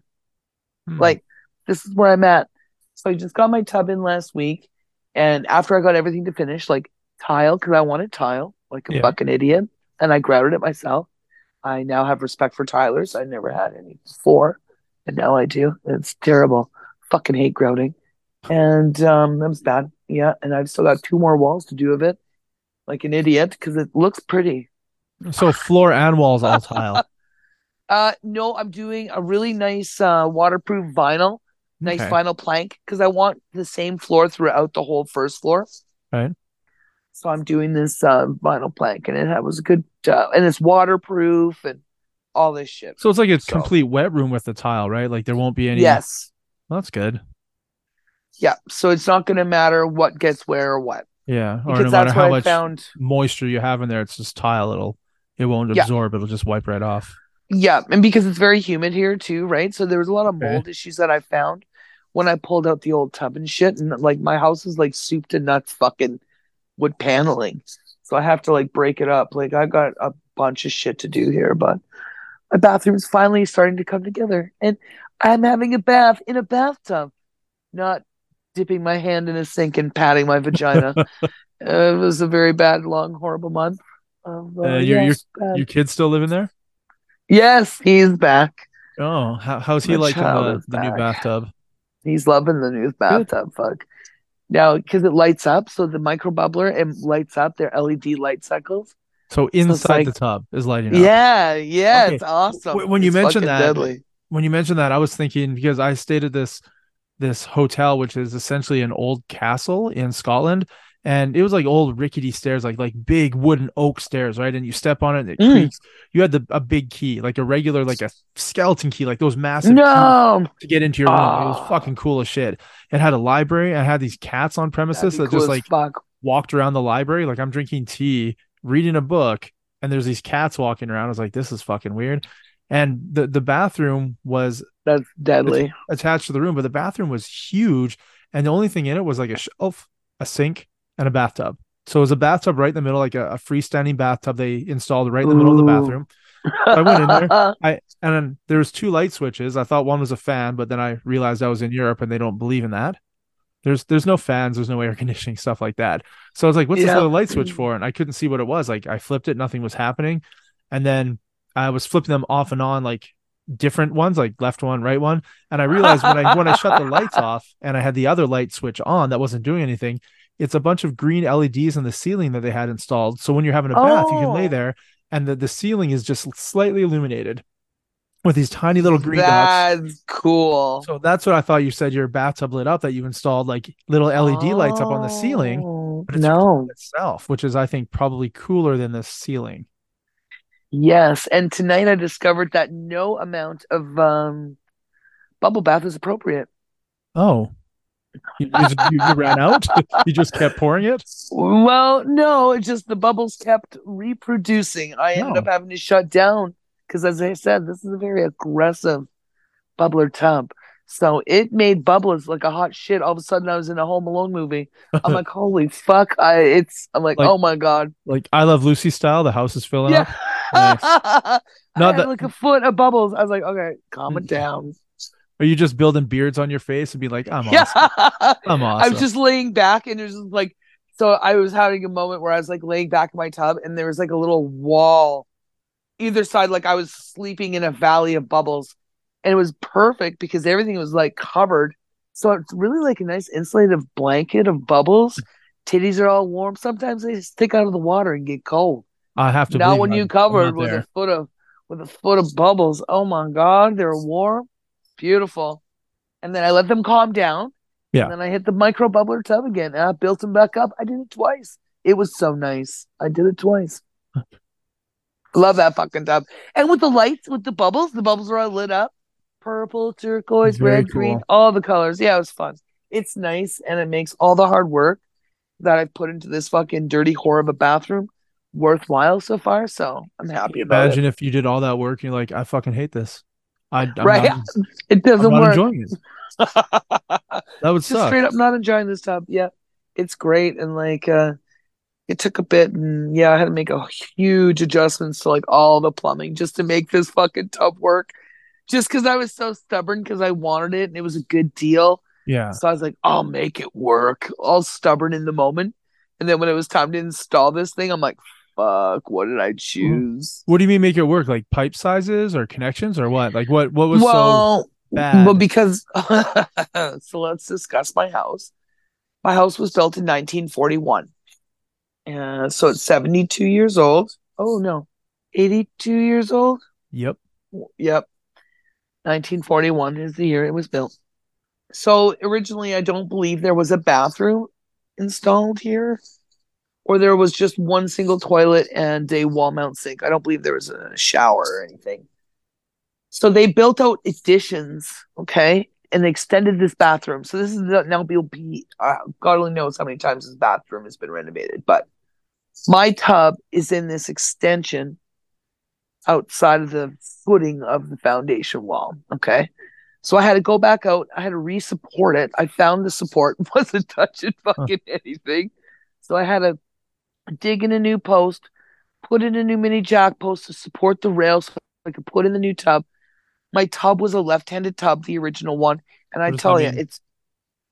Speaker 3: Hmm.
Speaker 2: Like, this is where I'm at. So I just got my tub in last week. And after I got everything to finish, like tile, because I wanted tile, like a
Speaker 3: Yeah.
Speaker 2: fucking idiot. And I grouted it myself. I now have respect for tilers. I never had any before. And now I do. It's terrible. Fucking hate grouting. And um, that was bad. Yeah. And I've still got two more walls to do of it, like an idiot, because it looks pretty.
Speaker 3: so floor and walls all tile.
Speaker 2: Uh, no, I'm doing a really nice uh, waterproof vinyl, nice
Speaker 3: Okay.
Speaker 2: vinyl plank because I want the same floor throughout the whole first floor.
Speaker 3: Right.
Speaker 2: So I'm doing this uh, vinyl plank, and it had- was a good, uh, and it's waterproof and all this shit.
Speaker 3: So it's like a
Speaker 2: So-
Speaker 3: complete wet room with the tile, right? Like there won't be any.
Speaker 2: yes,
Speaker 3: Well, that's good.
Speaker 2: yeah. So it's not going to matter what gets where or what
Speaker 3: Yeah, or
Speaker 2: because
Speaker 3: no matter
Speaker 2: that's
Speaker 3: how
Speaker 2: what I
Speaker 3: much
Speaker 2: found.
Speaker 3: moisture you have in there, it's just tile. It'll it won't
Speaker 2: Yeah.
Speaker 3: absorb. It'll just wipe right off.
Speaker 2: Yeah, and because it's very humid here too, right? So there was a lot of
Speaker 3: Okay.
Speaker 2: mold issues that I found when I pulled out the old tub and shit. And like my house is like soup to nuts fucking wood paneling. So I have to like break it up. Like I got a bunch of shit to do here, but my bathroom's finally starting to come together. And I'm having a bath in a bathtub, not dipping my hand in a sink and patting my vagina. Uh, it was a very bad, long, horrible month. Of, uh,
Speaker 3: Uh, you're-
Speaker 2: yes, bad.
Speaker 3: Your kids still living there?
Speaker 2: yes, he's back.
Speaker 3: Oh, how, how's he
Speaker 2: My
Speaker 3: liking
Speaker 2: child
Speaker 3: the,
Speaker 2: is
Speaker 3: the new
Speaker 2: back.
Speaker 3: bathtub?
Speaker 2: He's loving the new bathtub. Fuck. Now, because it lights up, so the micro bubbler it lights up. They're LED light cycles.
Speaker 3: So inside
Speaker 2: like-
Speaker 3: the tub is lighting up.
Speaker 2: Yeah, yeah,
Speaker 3: Okay.
Speaker 2: it's awesome.
Speaker 3: Wh- when you
Speaker 2: It's
Speaker 3: mentioned
Speaker 2: fucking
Speaker 3: that-
Speaker 2: deadly.
Speaker 3: When you mentioned that, I was thinking because I stayed at this this hotel, which is essentially an old castle in Scotland, and it was like old rickety stairs, like like big wooden oak stairs, right? And you step on it, and it
Speaker 2: Mm.
Speaker 3: creaks. You had the a big key, like a regular, like a skeleton key, like those massive keys
Speaker 2: No,
Speaker 3: to get into your room. It was
Speaker 2: Ah.
Speaker 3: fucking cool as shit. It had a library. I had these cats on
Speaker 2: that'd
Speaker 3: premises
Speaker 2: be
Speaker 3: that
Speaker 2: cool
Speaker 3: just
Speaker 2: as
Speaker 3: like
Speaker 2: fuck.
Speaker 3: walked around the library like i'm drinking tea reading a book and there's these cats walking around i was like this is fucking weird and the the bathroom was
Speaker 2: That's deadly.
Speaker 3: attached to the room but the bathroom was huge and the only thing in it was like a shelf a sink and a bathtub so it was a bathtub right in the middle like a, a freestanding bathtub they installed right in the middle of the
Speaker 2: Ooh.
Speaker 3: bathroom I went in there. And then there was two light switches. I thought one was a fan, but then I realized I was in Europe and they don't believe in that. There's there's no fans, there's no air conditioning, stuff like that. So I was like, what's this
Speaker 2: Yeah.
Speaker 3: other light switch for? And I couldn't see what it was. Like I flipped it, nothing was happening. And then I was flipping them off and on like different ones, like left one, right one. And I realized when I when I shut the lights off and I had the other light switch on that wasn't doing anything, it's a bunch of green LEDs in the ceiling that they had installed. So when you're having a bath, you can lay
Speaker 2: Oh.
Speaker 3: there and the, the ceiling is just slightly illuminated with these tiny little green
Speaker 2: That's cool.
Speaker 3: dots. So that's what I thought you said your bathtub lit up that you installed like little LED E lights up on the ceiling
Speaker 2: Oh,
Speaker 3: but it's-
Speaker 2: No.
Speaker 3: itself, which is I think probably cooler than the ceiling.
Speaker 2: Yes, and tonight I discovered that no amount of um, bubble bath is appropriate.
Speaker 3: Oh. You, you- you ran out? you just kept pouring it?
Speaker 2: Well, no, it's just the bubbles kept reproducing. I ended
Speaker 3: No.
Speaker 2: up having to shut down because, as I said, this is a very aggressive bubbler tub. So it made bubbles like a hot shit. All of a sudden, I was in a Home Alone movie. I'm like, holy fuck! I it's. I'm like,
Speaker 3: Like-
Speaker 2: oh my god,
Speaker 3: Like I love Lucy style, the house is filling up.
Speaker 2: yeah.
Speaker 3: Nice.
Speaker 2: I
Speaker 3: Not
Speaker 2: had
Speaker 3: that-
Speaker 2: like a foot of bubbles. I was like, okay, calm
Speaker 3: Hmm.
Speaker 2: it down.
Speaker 3: Are you just building beards on your face and be like, I'm
Speaker 2: Yeah.
Speaker 3: awesome. I'm
Speaker 2: I
Speaker 3: awesome.
Speaker 2: was just laying back and there's just like so I was having a moment where I was like laying back in my tub and there was like a little wall either side like I was sleeping in a valley of bubbles and it was perfect because everything was like covered so it's really like a nice insulative blanket of bubbles titties are all warm sometimes they stick out of the water and get cold
Speaker 3: I have to
Speaker 2: now
Speaker 3: believe
Speaker 2: when
Speaker 3: I'm-
Speaker 2: you
Speaker 3: I'm
Speaker 2: covered
Speaker 3: not
Speaker 2: with
Speaker 3: there.
Speaker 2: a foot of with a foot of bubbles oh my god they're warm beautiful and then i let them calm down
Speaker 3: Yeah.
Speaker 2: and then i hit the micro bubbler tub again and i built them back up i did it twice it was so nice i did it twice love that fucking tub and with the lights with the bubbles the bubbles were all lit up purple turquoise
Speaker 3: Very
Speaker 2: red green
Speaker 3: cool.
Speaker 2: all the colors yeah it was fun it's nice and it makes all the hard work that i've put into this fucking dirty whore of a bathroom worthwhile so far, so I'm happy about
Speaker 3: Imagine if you did all that work and you're like, I fucking hate this. I, I'm
Speaker 2: Right.
Speaker 3: not,
Speaker 2: it. It
Speaker 3: I'm
Speaker 2: doesn't
Speaker 3: not
Speaker 2: work.
Speaker 3: enjoying it. That would
Speaker 2: Just
Speaker 3: suck.
Speaker 2: straight up not enjoying this tub. Yeah. It's great and like uh it took a bit and yeah, I had to make a huge adjustments to like all the plumbing just to make this fucking tub work. Just because I was so stubborn because I wanted it and it was a good deal.
Speaker 3: yeah.
Speaker 2: So I was like, I'll make it work. All stubborn in the moment. And then when it was time to install this thing, I'm like, fuck, what did I choose?
Speaker 3: What do you mean make it work? Like pipe sizes or connections or what? Like what what was so
Speaker 2: Well,
Speaker 3: bad?
Speaker 2: Well, because so let's discuss my house. My house was built in 1941. Uh, so it's 72 years old. Oh, no, 82 years old.
Speaker 3: Yep.
Speaker 2: Yep. 1941 is the year it was built. So originally, I don't believe there was a bathroom installed here, or there was just one single toilet and a wall mount sink. I don't believe there was a shower or anything. So they built out additions, okay, and they extended this bathroom. So this is the, now will be uh, God only knows how many times this bathroom has been renovated, but my tub is in this extension outside of the footing of the foundation wall. Okay. So I had to go back out. I had to re-support it. I found the support wasn't touching fucking anything. So I had to dig in a new post, put in a new mini jack post to support the rail so I could put in the new tub. My tub was a left-handed tub, the original one. And
Speaker 3: What
Speaker 2: I
Speaker 3: does that
Speaker 2: tell you,
Speaker 3: mean?
Speaker 2: it's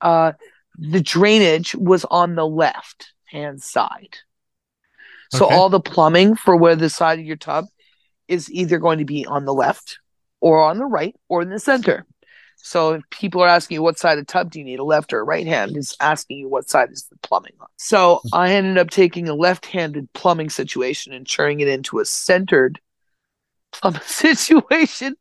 Speaker 2: uh the drainage was on the left hand side. So
Speaker 3: Okay.
Speaker 2: all the plumbing for where the side of your tub is either going to be on the left or on the right or in the center. So if people are asking you what side of the tub do you need, a left or a right hand, is asking you what side is the plumbing on. So I ended up taking a left-handed plumbing situation and turning it into a centered plumbing situation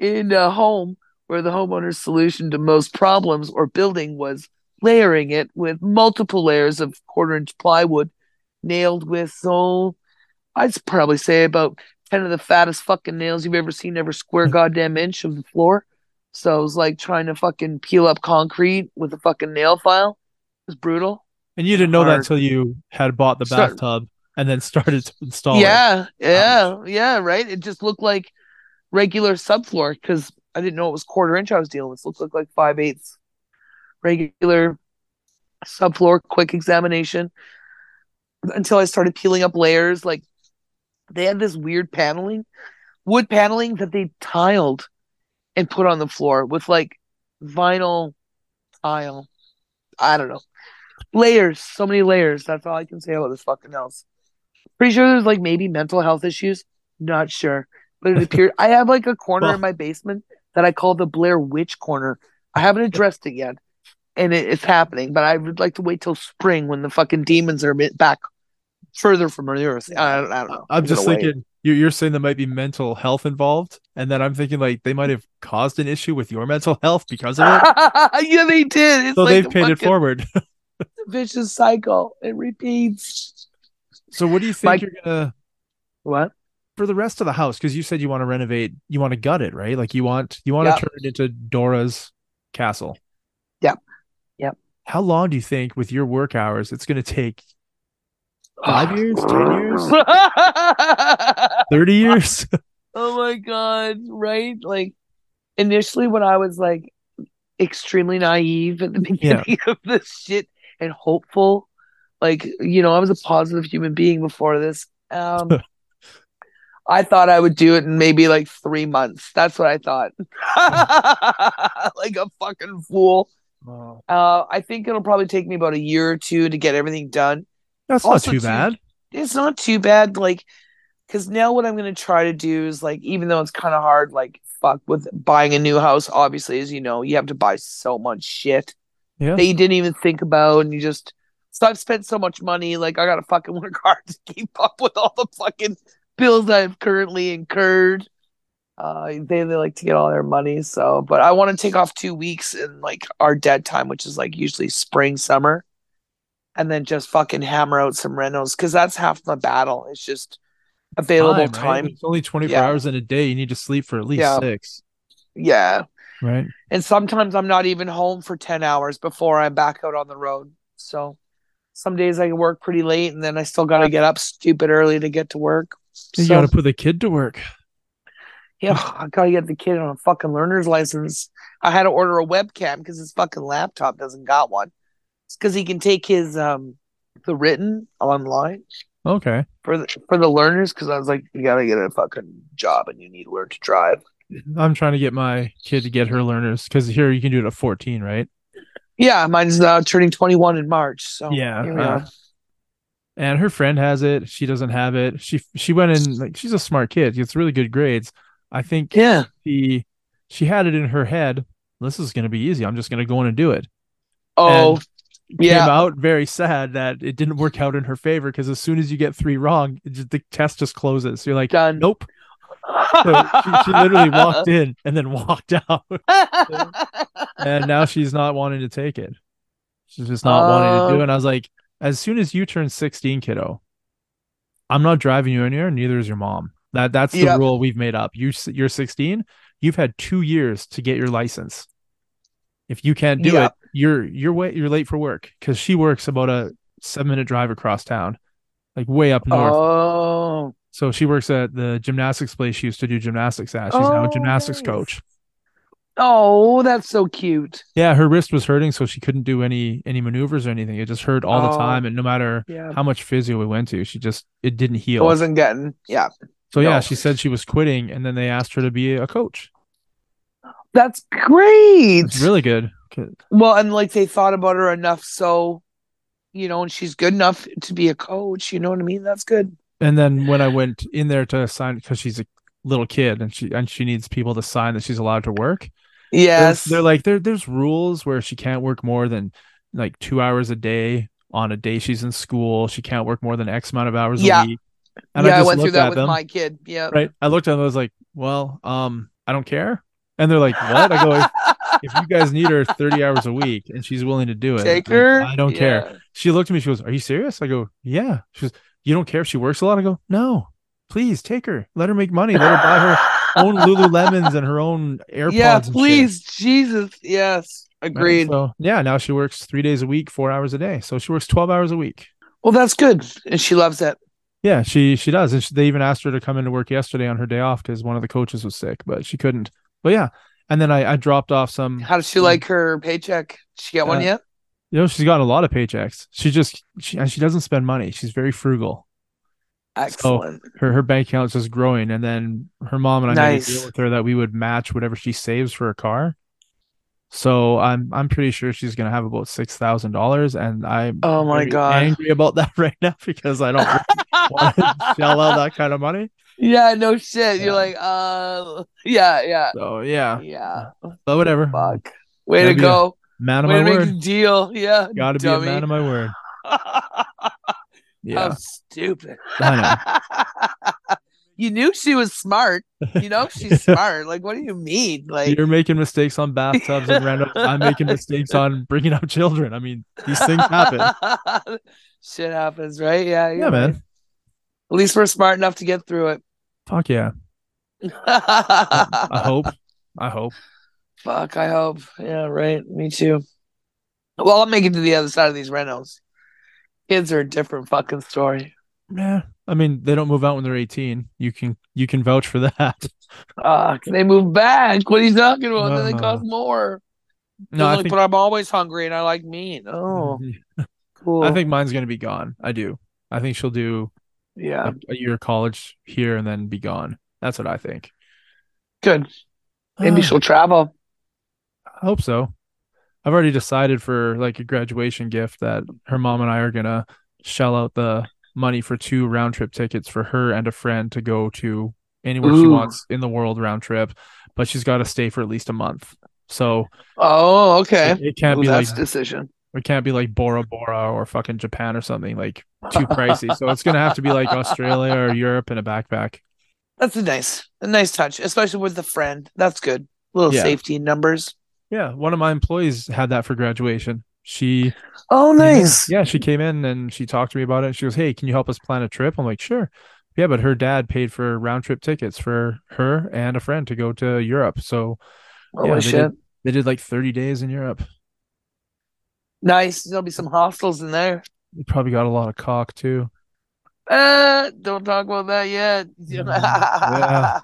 Speaker 2: in a home where the homeowner's solution to most problems or building was layering it with multiple layers of quarter-inch plywood nailed with so I'd probably say about 10 of the fattest fucking nails you've ever seen every square goddamn inch of the floor. So it was like trying to fucking peel up concrete with a fucking nail file. It was brutal.
Speaker 3: And you didn't know that
Speaker 2: hard.
Speaker 3: until you had bought the
Speaker 2: So-
Speaker 3: bathtub and then started to install it.
Speaker 2: Yeah, yeah, yeah, right. It just looked like regular subfloor because I didn't know it was quarter inch I was dealing with. So it looked like five eighths regular subfloor quick examination until I started peeling up layers. Like they had this weird paneling wood paneling that they tiled and put on the floor with like vinyl tile. I don't know. Layers, so many layers. That's all I can say about this fucking house. Pretty sure there's like maybe mental health issues. Not sure. But it appeared I have like a corner
Speaker 3: Well-
Speaker 2: in my basement that I call the Blair Witch Corner. I haven't addressed it yet. And it, it's happening, but I would like to wait till spring when the fucking demons are a bit back further from the earth. I, I don't know.
Speaker 3: I'm just
Speaker 2: gonna wait.
Speaker 3: thinking you- you're saying there might be mental health involved, and then I'm thinking like they might have caused an issue with your mental health because of it.
Speaker 2: yeah, they did. It's
Speaker 3: so
Speaker 2: like
Speaker 3: they've paid it
Speaker 2: for
Speaker 3: forward.
Speaker 2: vicious cycle. It repeats.
Speaker 3: so what do you think
Speaker 2: Mike-
Speaker 3: you're gonna
Speaker 2: What?
Speaker 3: for the rest of the house? Because you said you want to renovate, you want to gut it, right? Like you want you want
Speaker 2: Yep.
Speaker 3: to turn it into Dora's castle.
Speaker 2: Yep. Yep.
Speaker 3: How long do you think with your work hours it's gonna take? Five years, ten years,
Speaker 2: oh
Speaker 3: thirty years?
Speaker 2: my god! Right? Like initially, when I was like extremely naive at the beginning of this shit and hopeful, like you know, I was a positive human being before this. Um, I thought I would do it in maybe like three months. That's what I thought. like a fucking fool. Uh, I think it'll probably take me about a year or two to get everything done.
Speaker 3: That's
Speaker 2: Also,
Speaker 3: not too
Speaker 2: too,
Speaker 3: bad.
Speaker 2: It's not too bad, like, because now what I'm gonna try to do is like, even though it's kind of hard, like, fuck with buying a new house. Obviously, as you know, you have to buy so much shit
Speaker 3: Yeah.
Speaker 2: that you didn't even think about, and you just. So I've spent so much money, like I gotta fucking work hard to keep up with all the fucking bills I've currently incurred. Uh, they they like to get all their money, so but I want to take off two weeks in like our dead time, which is like usually spring summer, and then just fucking hammer out some rentals because that's half the battle. It's just available
Speaker 3: right?
Speaker 2: time.
Speaker 3: It's only 24
Speaker 2: Yeah.
Speaker 3: hours in a day. You need to sleep for at least
Speaker 2: Yeah.
Speaker 3: six,
Speaker 2: Yeah,
Speaker 3: right?
Speaker 2: and sometimes I'm not even home for ten hours before I'm back out on the road. So some days I can work pretty late, and then I still gotta get up stupid early to get to work.
Speaker 3: You
Speaker 2: So-
Speaker 3: got to put the kid to work.
Speaker 2: Yeah, I gotta get the kid on a fucking learner's license. I had to order a webcam because his fucking laptop doesn't got one. It's because he can take his um the written online
Speaker 3: Okay.
Speaker 2: for the for the learners. Because I was like, you gotta get a fucking job and you need where to drive.
Speaker 3: I'm trying to get my kid to get her learners because here you can do it at 14, right?
Speaker 2: Yeah, mine's now turning twenty one in March. So
Speaker 3: Yeah,
Speaker 2: here we
Speaker 3: uh,
Speaker 2: are.
Speaker 3: And her friend has it. She doesn't have it. She she went in like she's a smart kid. She gets really good grades. I think
Speaker 2: yeah,
Speaker 3: she she had it in her head. This is going to be easy. I'm just going to go in and do it.
Speaker 2: oh
Speaker 3: Came
Speaker 2: yeah,
Speaker 3: out very sad that it didn't work out in her favor because as soon as you get three wrong, it just, the test just closes. You're like,
Speaker 2: done.
Speaker 3: nope. So she, she literally walked in and then walked out, and now she's not wanting to take it. She's just not wanting to do it.
Speaker 2: Um,
Speaker 3: And I was like, as soon as you turn 16, kiddo, I'm not driving you anywhere. Neither is your mom. That that's the
Speaker 2: Yep.
Speaker 3: rule we've made up. You s- you're 16. You've had two years to get your license. If you can't do
Speaker 2: Yep.
Speaker 3: it, you're you're way you're late for work because she works about a seven minute drive across town, like way up north.
Speaker 2: Oh,
Speaker 3: So she works at the gymnastics place she used to do gymnastics at. She's now a
Speaker 2: Oh,
Speaker 3: gymnastics
Speaker 2: nice.
Speaker 3: coach.
Speaker 2: oh, that's so cute.
Speaker 3: Yeah, her wrist was hurting, so she couldn't do any any maneuvers or anything. It just hurt all the
Speaker 2: Oh.
Speaker 3: time, and no matter
Speaker 2: Yeah,
Speaker 3: how much physio we went to, she just it didn't
Speaker 2: it
Speaker 3: heal.
Speaker 2: wasn't getting. Yeah.
Speaker 3: so yeah,
Speaker 2: no.
Speaker 3: she said she was quitting, and then they asked her to be a coach.
Speaker 2: That's great.
Speaker 3: It's really good. 'Cause-
Speaker 2: well, and like they thought about her enough, so you know, and she's good enough to be a coach. You know what I mean? That's good.
Speaker 3: And then when I went in there to sign, because she's a little kid and she and she needs people to sign that she's allowed to work.
Speaker 2: Yes.
Speaker 3: There's- They're like there there's rules where she can't work more than like two hours a day on a day she's in school. She can't work more than X amount of hours
Speaker 2: Yeah.
Speaker 3: a week.
Speaker 2: yeah, I,
Speaker 3: just
Speaker 2: went through
Speaker 3: looked
Speaker 2: that
Speaker 3: at
Speaker 2: with
Speaker 3: them,
Speaker 2: my kid. Yeah.
Speaker 3: Right. I looked at them, I was like, Well, um, I don't care. And they're like, What? I go, if, if you guys need her 30 hours a week and she's willing to do it,
Speaker 2: Take
Speaker 3: like,
Speaker 2: her.
Speaker 3: I don't care. She looked at me. She goes, "Are you serious?" I go, "Yeah." She goes, "You don't care if she works a lot?" I go, "No. Please take her. Let her make money. Let her buy her own Lululemons and her own AirPods."
Speaker 2: yeah,
Speaker 3: and shit."
Speaker 2: please, Jesus. Yes.
Speaker 3: Right?
Speaker 2: Agreed.
Speaker 3: So yeah, now she works three days a week, four hours a day. So she works twelve hours a week.
Speaker 2: well, that's good. And she loves it.
Speaker 3: Yeah, she she does. And she, they even asked her to come into work yesterday on her day off because one of the coaches was sick, but she couldn't. But yeah, and then I I dropped off some.
Speaker 2: How does she
Speaker 3: Mm.
Speaker 2: like her paycheck? Did she get one
Speaker 3: Uh,
Speaker 2: yet?
Speaker 3: You know, she's gotten a lot of paychecks. She just she and she doesn't spend money. She's very frugal.
Speaker 2: Excellent.
Speaker 3: her her bank account is just growing, and then her mom and I made a
Speaker 2: Nice.
Speaker 3: deal with her that we would match whatever she saves for her car. So I'm I'm pretty sure she's gonna have about six thousand dollars, and I'm
Speaker 2: oh my
Speaker 3: pretty
Speaker 2: god.
Speaker 3: angry about that right now because I don't want to shell out that kind of money.
Speaker 2: yeah, no shit.
Speaker 3: Yeah.
Speaker 2: You're like, uh, yeah, yeah,
Speaker 3: So yeah,
Speaker 2: yeah.
Speaker 3: but whatever.
Speaker 2: Fuck. Way
Speaker 3: Gotta
Speaker 2: to
Speaker 3: be a
Speaker 2: go.
Speaker 3: Man of
Speaker 2: Way to
Speaker 3: my
Speaker 2: make
Speaker 3: word.
Speaker 2: a deal. Yeah.
Speaker 3: Gotta
Speaker 2: dummy.
Speaker 3: be a man of my word. Yeah,
Speaker 2: How stupid.
Speaker 3: I
Speaker 2: you knew she was smart. You know she's smart. Like, what do you mean? Like,
Speaker 3: you're making mistakes on bathtubs and random. I'm making mistakes on bringing up children. I mean, these things happen.
Speaker 2: Shit happens, right? Yeah.
Speaker 3: Yeah, man.
Speaker 2: At least we're smart enough to get through it.
Speaker 3: Fuck yeah. I
Speaker 2: I
Speaker 3: hope. I hope.
Speaker 2: Fuck, I hope. Yeah, right. Me too. Well, I'll make it to the other side of these renos. Kids are a different fucking story.
Speaker 3: Yeah. I mean, they don't move out when they're 18. You can you can vouch for that.
Speaker 2: Fuck, they move back. What are you talking about? then
Speaker 3: Uh,
Speaker 2: they cost more.
Speaker 3: No,
Speaker 2: They're
Speaker 3: I
Speaker 2: like,
Speaker 3: think Mm-hmm.
Speaker 2: but I'm always hungry and I like meat. Oh, cool.
Speaker 3: I think mine's gonna be gone. I do. I think she'll do
Speaker 2: yeah,
Speaker 3: a, a year of college here and then be gone. That's what I think.
Speaker 2: good. Maybe
Speaker 3: Uh,
Speaker 2: she'll travel.
Speaker 3: I hope so. I've already decided for like a graduation gift that her mom and I are gonna shell out the money for two round trip tickets for her and a friend to go to anywhere she
Speaker 2: Ooh.
Speaker 3: wants in the world round trip, but she's got to stay for at least a month. So
Speaker 2: Oh, okay.
Speaker 3: it, it can't
Speaker 2: Ooh,
Speaker 3: be like
Speaker 2: that's decision.
Speaker 3: it can't be like Bora Bora or fucking Japan or something like too pricey. so it's gonna have to be like Australia or Europe in a backpack.
Speaker 2: That's a nice, a nice touch, especially with the friend. That's good. Little
Speaker 3: Yeah.
Speaker 2: safety in numbers.
Speaker 3: Yeah, one of my employees had that for graduation. She
Speaker 2: Oh, nice.
Speaker 3: yeah, she came in and she talked to me about it. She goes, "Hey, can you help us plan a trip?" I'm like, "Sure." Yeah, but her dad paid for round trip tickets for her and a friend to go to Europe. So
Speaker 2: Holy
Speaker 3: yeah, they
Speaker 2: shit.
Speaker 3: Did, they did like 30 days in Europe.
Speaker 2: Nice. There'll be some hostels in there.
Speaker 3: They probably got a lot of cock too.
Speaker 2: Uh, don't talk about that yet.
Speaker 3: Mm, yeah.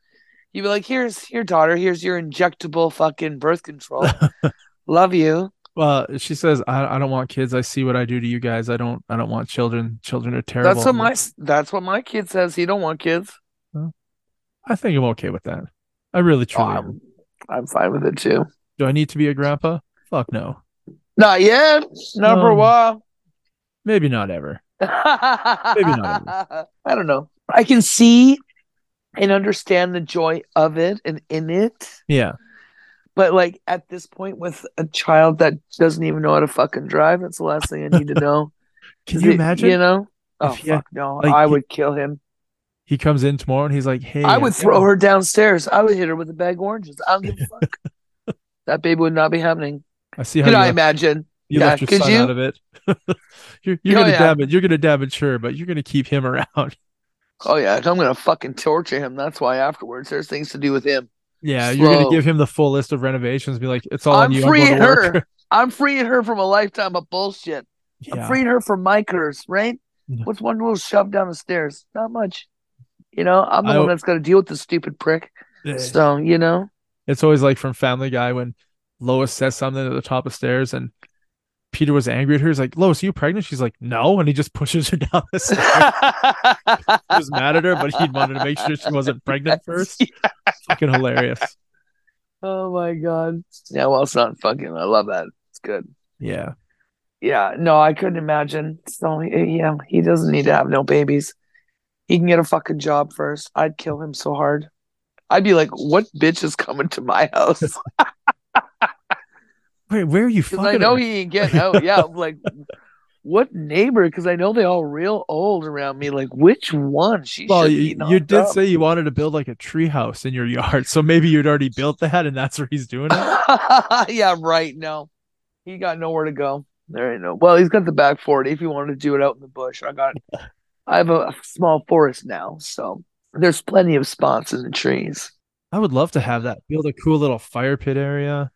Speaker 2: You'd be like, here's here, daughter, here's your injectable fucking birth control. Love you.
Speaker 3: Well, she says, I, I don't want kids. I see what I do to you guys. I don't I don't want children. Children are terrible.
Speaker 2: That's what
Speaker 3: I'm like,
Speaker 2: my that's what my kid says. He don't want kids.
Speaker 3: I think I'm okay with that. I really
Speaker 2: Oh,
Speaker 3: truly. am.
Speaker 2: I'm, I'm fine with it too.
Speaker 3: Do I need to be a grandpa? Fuck no.
Speaker 2: Not yet. Not for a
Speaker 3: Um,
Speaker 2: while.
Speaker 3: Maybe not ever.
Speaker 2: I don't know. I can see and understand the joy of it and in it.
Speaker 3: Yeah.
Speaker 2: But like at this point with a child that doesn't even know how to fucking drive, that's the last thing I need to know.
Speaker 3: Can
Speaker 2: Is
Speaker 3: you
Speaker 2: it-
Speaker 3: imagine?
Speaker 2: You know? Oh
Speaker 3: If he had-
Speaker 2: fuck no.
Speaker 3: like,
Speaker 2: I
Speaker 3: he-
Speaker 2: would kill him.
Speaker 3: He comes in tomorrow and he's like, Hey,
Speaker 2: I would throw her downstairs. I would hit her with a bag of oranges. I don't give a fuck. that baby would not be happening.
Speaker 3: I see how
Speaker 2: Could
Speaker 3: you,
Speaker 2: I
Speaker 3: left,
Speaker 2: imagine?
Speaker 3: you
Speaker 2: yeah,
Speaker 3: left your
Speaker 2: could
Speaker 3: son
Speaker 2: you?
Speaker 3: out of it. you're you're
Speaker 2: Oh,
Speaker 3: gonna
Speaker 2: yeah.
Speaker 3: damage you're gonna damage her, but you're gonna keep him around.
Speaker 2: Oh yeah, I'm gonna fucking torture him. That's why afterwards there's things to do with him.
Speaker 3: Yeah, you're gonna
Speaker 2: Slow.
Speaker 3: give him the full list of renovations, be like, It's all
Speaker 2: I'm
Speaker 3: on you, I'm going
Speaker 2: freeing
Speaker 3: to work.
Speaker 2: her. I'm freeing her from a lifetime of bullshit. I'm
Speaker 3: Yeah.
Speaker 2: freeing her from my curse, right?
Speaker 3: Yeah.
Speaker 2: What's one little shove down the stairs? Not much. You know, I'm the
Speaker 3: I-
Speaker 2: one that's got to deal with this stupid prick.
Speaker 3: Yeah.
Speaker 2: So, you know,
Speaker 3: It's always like from Family Guy when Lois says something at the top of stairs and Peter was angry at her. He's like, Lois, are you pregnant? She's like, No. And he just pushes her down the stairs. he was mad at her, but he wanted to make sure she wasn't pregnant first. Fucking hilarious.
Speaker 2: oh my God. Yeah, well, it's not fucking. I love that. It's good.
Speaker 3: Yeah.
Speaker 2: Yeah, no, I couldn't imagine. So, yeah, he doesn't need to have no babies. He can get a fucking job first. I'd kill him so hard. I'd be like, what bitch is coming to my house?
Speaker 3: Wait, where are you
Speaker 2: Because I
Speaker 3: fucking?
Speaker 2: know
Speaker 3: her?
Speaker 2: he ain't getting out. Yeah, I'm like, what neighbor? Because I know they all real old around me. Like, which one? She
Speaker 3: well,
Speaker 2: should
Speaker 3: you,
Speaker 2: be
Speaker 3: you
Speaker 2: knocked
Speaker 3: did
Speaker 2: up.
Speaker 3: say you wanted to build like a tree house in your yard, so maybe you'd already built that, and that's where he's doing it.
Speaker 2: yeah, right. No, he got nowhere to go. There ain't no. Well, he's got the back forty. If you wanted to do it out in the bush, I got. I have a small forest now, so there's plenty of spots in the trees.
Speaker 3: I would love to have that. Build a cool little fire pit area.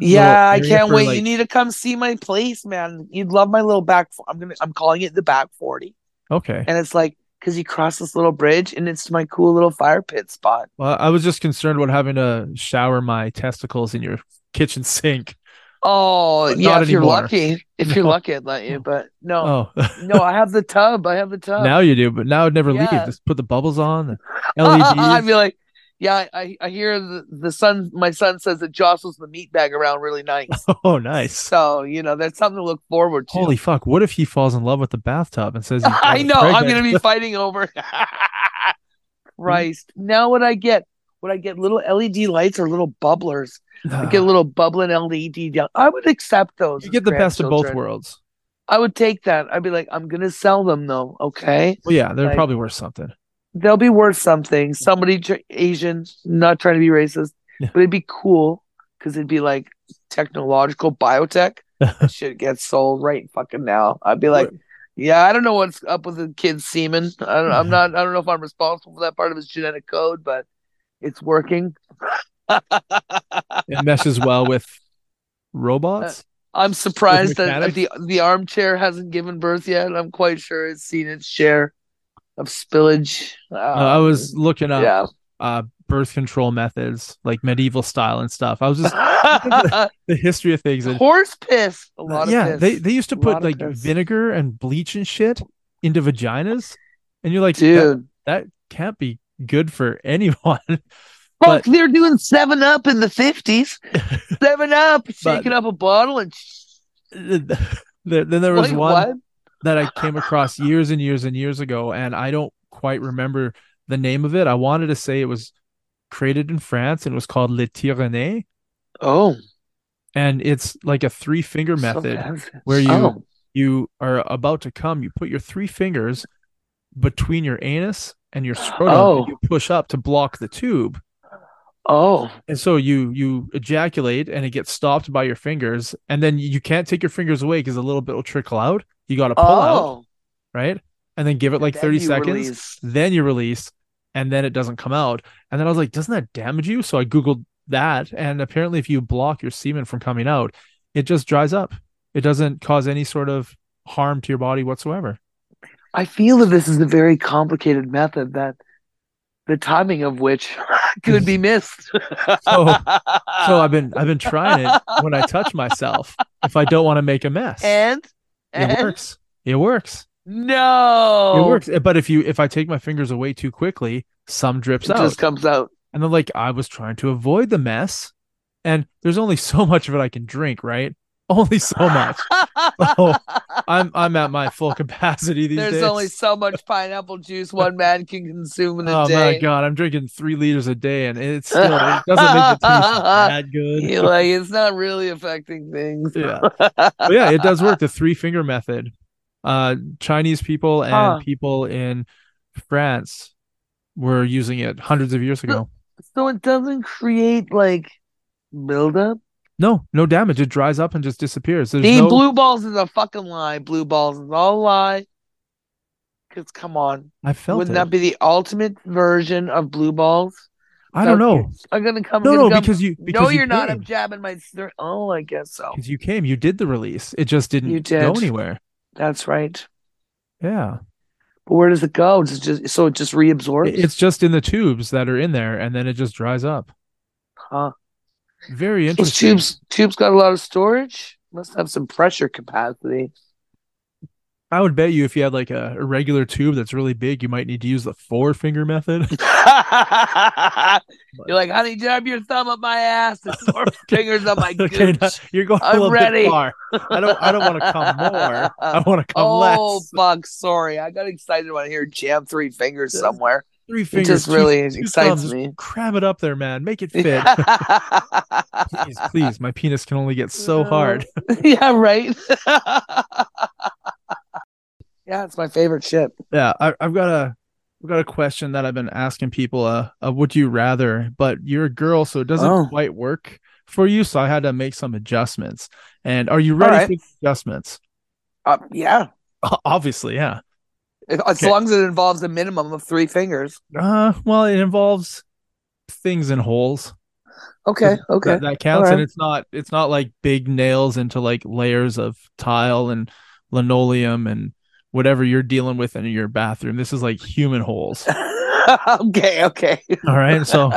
Speaker 2: Yeah, I
Speaker 3: area
Speaker 2: can't
Speaker 3: for,
Speaker 2: wait.
Speaker 3: like-
Speaker 2: You need to come see my place, man. You'd love my little back. fo- I'm gonna. I'm calling it the back forty,
Speaker 3: Okay.
Speaker 2: and it's like because you cross this little bridge, and it's my cool little fire pit spot.
Speaker 3: Well, I was just concerned about having to shower my testicles in your kitchen sink.
Speaker 2: Oh,
Speaker 3: But
Speaker 2: yeah.
Speaker 3: not
Speaker 2: If you're
Speaker 3: anymore.
Speaker 2: lucky, if you're lucky, I'd let you. But no,
Speaker 3: Oh,
Speaker 2: no, I have the tub. I have the tub.
Speaker 3: now you do, but now I'd never
Speaker 2: Yeah.
Speaker 3: leave. Just put the bubbles on, the E
Speaker 2: I'd
Speaker 3: LEDs.
Speaker 2: be like, yeah, I, I hear the, the son. My son says it jostles the meat bag around really nice.
Speaker 3: oh, nice.
Speaker 2: So you know that's something to look forward to.
Speaker 3: Holy fuck! What if he falls in love with the bathtub and says,
Speaker 2: I know. I'm going to be fighting over. Christ.
Speaker 3: Hmm?
Speaker 2: Now what I get? Would I get little LED lights or little bubblers? I get little bubbling LED. down. I would accept those.
Speaker 3: Ah. You
Speaker 2: as
Speaker 3: get the best of both
Speaker 2: grandchildren.
Speaker 3: worlds.
Speaker 2: I would take that. I'd be like, I'm going to sell them though. Okay.
Speaker 3: Well, yeah, they're
Speaker 2: Like-
Speaker 3: probably worth something.
Speaker 2: They'll be worth something. Somebody tr- Asian, not trying to be racist,
Speaker 3: Yeah.
Speaker 2: but it'd be cool because it'd be like technological biotech. That Shit gets sold right fucking now. I'd be like, Yeah, I don't know what's up with the kid's semen. I don't, I'm not. I don't know if I'm responsible for that part of his genetic code, but it's working.
Speaker 3: it meshes well with robots.
Speaker 2: I'm surprised that
Speaker 3: mechanics?
Speaker 2: the the armchair hasn't given birth yet. I'm quite sure it's seen its share of spillage. Uh,
Speaker 3: Uh, I was looking up
Speaker 2: yeah.
Speaker 3: uh, birth control methods, like medieval style and stuff. I was just the history of things. And,
Speaker 2: Horse piss. A lot of
Speaker 3: Uh, yeah,
Speaker 2: piss.
Speaker 3: they they used to
Speaker 2: A
Speaker 3: put
Speaker 2: lot of
Speaker 3: like
Speaker 2: piss.
Speaker 3: vinegar and bleach and shit into vaginas, and you're like, that,
Speaker 2: Dude,
Speaker 3: that can't be good for anyone.
Speaker 2: fuck!
Speaker 3: but-
Speaker 2: They're doing Seven Up in the fifties. Seven Up, shaking up a bottle and
Speaker 3: There- then there was
Speaker 2: like,
Speaker 3: one.
Speaker 2: what?
Speaker 3: that I came across years and years and years ago, and I don't quite remember the name of it. I wanted to say it was created in France and it was called Le Tyranné,
Speaker 2: Oh,
Speaker 3: and it's like a three finger
Speaker 2: so
Speaker 3: method.
Speaker 2: fancy.
Speaker 3: where you-
Speaker 2: Oh.
Speaker 3: You are about to come. You put your three fingers between your anus and your scrotum,
Speaker 2: Oh.
Speaker 3: and you push up to block the tube,
Speaker 2: Oh,
Speaker 3: and so you you ejaculate, and it gets stopped by your fingers, and then you can't take your fingers away because a little bit will trickle out. You got to pull out,
Speaker 2: oh,
Speaker 3: right? And then give it like
Speaker 2: Then
Speaker 3: thirty
Speaker 2: you
Speaker 3: seconds.
Speaker 2: release.
Speaker 3: then you release and then it doesn't come out and then i was like doesn't that damage you so i googled that and apparently if you block your semen from coming out it just dries up it doesn't cause any sort of harm to your body whatsoever
Speaker 2: I feel that this is a very complicated method that the timing of which could be missed.
Speaker 3: So- Oh. so i've been i've been trying it when i touch myself if i don't want to make a mess
Speaker 2: and and
Speaker 3: it works it works
Speaker 2: no,
Speaker 3: it works but if you if i take my fingers away too quickly some
Speaker 2: It
Speaker 3: drips out
Speaker 2: just comes out.
Speaker 3: And then like I was trying to avoid the mess, and there's only so much of it I can drink, right? Only so much. So I'm I'm at my full capacity these
Speaker 2: There's
Speaker 3: days.
Speaker 2: only so much pineapple juice one man can consume in a
Speaker 3: oh
Speaker 2: day.
Speaker 3: my god, I'm drinking three liters a day, and it's still it doesn't make the taste that good.
Speaker 2: You like it's not really affecting things.
Speaker 3: Yeah, But yeah, it does work. The three finger method. Uh, Chinese people and
Speaker 2: Huh.
Speaker 3: people in France were using it hundreds of
Speaker 2: Hmm.
Speaker 3: years ago.
Speaker 2: So it doesn't create like buildup.
Speaker 3: No, no damage. It dries up and just disappears. There's
Speaker 2: The
Speaker 3: no
Speaker 2: blue balls is a fucking lie. Blue balls is all a lie. Cause come on,
Speaker 3: I felt
Speaker 2: wouldn't
Speaker 3: it.
Speaker 2: that be the ultimate version of blue balls?
Speaker 3: I don't know.
Speaker 2: I'm gonna come.
Speaker 3: No,
Speaker 2: gonna
Speaker 3: no,
Speaker 2: come-
Speaker 3: because you because
Speaker 2: no,
Speaker 3: you
Speaker 2: you're not.
Speaker 3: came.
Speaker 2: I'm jabbing my. Throat. Oh, I guess so.
Speaker 3: Because you came, you did the release. It just didn't
Speaker 2: You did.
Speaker 3: go anywhere.
Speaker 2: That's right.
Speaker 3: Yeah,
Speaker 2: But where does it go? Does it just so it just reabsorbs.
Speaker 3: It- it's just in the tubes that are in there, and then it just dries up.
Speaker 2: Huh.
Speaker 3: Very
Speaker 2: Those
Speaker 3: interesting.
Speaker 2: tubes tubes got a lot of storage. Must have some pressure capacity.
Speaker 3: I would bet you if you had like a, a regular tube that's really big, you might need to use the four finger method.
Speaker 2: You're like, honey, jab your thumb up my ass and four fingers up my gooch.
Speaker 3: Okay, now you're going
Speaker 2: I'm
Speaker 3: a little
Speaker 2: ready.
Speaker 3: bit far. I don't. I don't want to come more. I want to come
Speaker 2: Oh
Speaker 3: less.
Speaker 2: fuck! Sorry, I got excited when I hear jam three fingers
Speaker 3: Yeah.
Speaker 2: somewhere.
Speaker 3: Three
Speaker 2: It
Speaker 3: fingers.
Speaker 2: just
Speaker 3: two-
Speaker 2: really
Speaker 3: two
Speaker 2: excites
Speaker 3: thumbs.
Speaker 2: me.
Speaker 3: Cram it up there, man. Make it fit. please,
Speaker 2: yeah,
Speaker 3: please. My penis can only get so hard.
Speaker 2: right. yeah, it's my favorite shit.
Speaker 3: Yeah, I, I've got a I've got a question that I've been asking people. Uh, uh, would you rather? But you're a girl, so it doesn't
Speaker 2: Oh.
Speaker 3: quite work for you. So I had to make some adjustments. And are you ready
Speaker 2: Alright.
Speaker 3: for the adjustments?
Speaker 2: Uh, yeah,
Speaker 3: Obviously, yeah.
Speaker 2: as long as it involves a minimum of three fingers.
Speaker 3: Uh, well, it involves things in holes.
Speaker 2: Okay, okay.
Speaker 3: That, that counts, and
Speaker 2: Alright.
Speaker 3: it's not it's not like big nails into like layers of tile and linoleum and whatever you're dealing with in your bathroom. This is like human holes.
Speaker 2: okay, okay.
Speaker 3: All right, so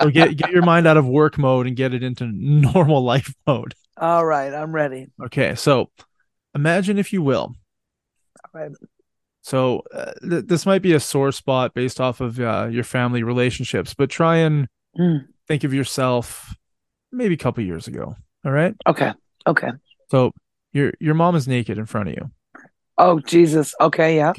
Speaker 3: so get get your mind out of work mode and get it into normal life mode.
Speaker 2: All right, I'm ready.
Speaker 3: Okay, so imagine if you will.
Speaker 2: right.
Speaker 3: So uh, th- this might be a sore spot based off of uh, your family relationships, but try and
Speaker 2: Mm.
Speaker 3: think of yourself maybe a couple years ago. All right.
Speaker 2: Okay. Okay.
Speaker 3: So your your mom is naked in front of you,
Speaker 2: Oh Jesus. Okay. Yeah.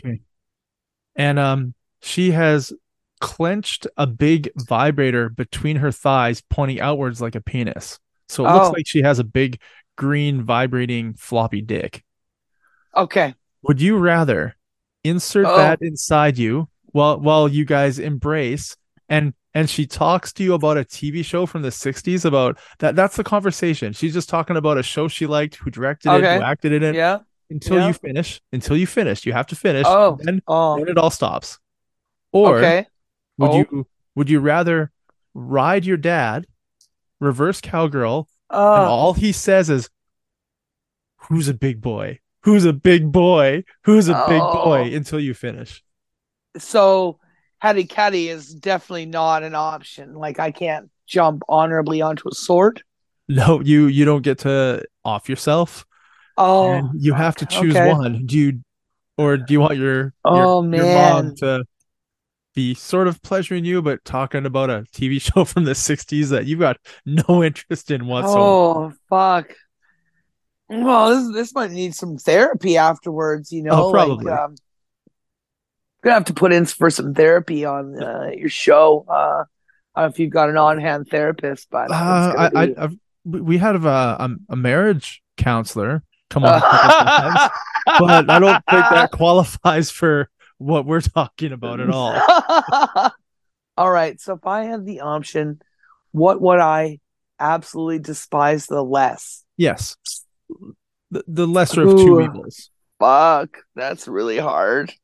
Speaker 3: and um she has clenched a big vibrator between her thighs, pointing outwards like a penis. So it
Speaker 2: Oh.
Speaker 3: looks like she has a big green vibrating floppy dick.
Speaker 2: Okay.
Speaker 3: Would you rather insert
Speaker 2: Oh.
Speaker 3: that inside you while while you guys embrace and and she talks to you about a TV show from the 60s about that that's the conversation. She's just talking about a show she liked, who directed it,
Speaker 2: Okay.
Speaker 3: who acted in it
Speaker 2: Yeah.
Speaker 3: until
Speaker 2: yeah.
Speaker 3: you finish, until you finish. You have to finish
Speaker 2: Oh.
Speaker 3: and then,
Speaker 2: Oh.
Speaker 3: then it all stops. Or
Speaker 2: Okay.
Speaker 3: would
Speaker 2: Oh.
Speaker 3: you would you rather ride your dad, reverse cowgirl, and
Speaker 2: Oh.
Speaker 3: all he says is, "Who's a big boy? Who's a big boy? Who's a big boy?"
Speaker 2: Oh.
Speaker 3: Until you finish.
Speaker 2: So, Hattie Catty is definitely not an option. Like I can't jump honorably onto a sword.
Speaker 3: No, you you don't get to off yourself.
Speaker 2: Oh.
Speaker 3: and you have to choose
Speaker 2: okay.
Speaker 3: one. Do you, or do you want your
Speaker 2: Oh,
Speaker 3: your, your mom
Speaker 2: man.
Speaker 3: to be sort of pleasuring you, but talking about a TV show from the '60s that you've got no interest in whatsoever?
Speaker 2: Oh fuck. Well, this this might need some therapy afterwards. You know,
Speaker 3: Oh,
Speaker 2: like,
Speaker 3: probably.
Speaker 2: um, gonna have to put in for some therapy on uh, your show. Uh, I don't know if you've got an on-hand therapist, but it's
Speaker 3: Uh,
Speaker 2: gonna
Speaker 3: I,
Speaker 2: be-
Speaker 3: I, I've, we we had a, a a marriage counselor come on. a couple times. but I don't think that qualifies for what we're talking about at all.
Speaker 2: all right. So if I had the option, what would I absolutely despise the less?
Speaker 3: Yes. The, the lesser of two
Speaker 2: Ooh.
Speaker 3: evils.
Speaker 2: Fuck, that's really hard.
Speaker 3: That-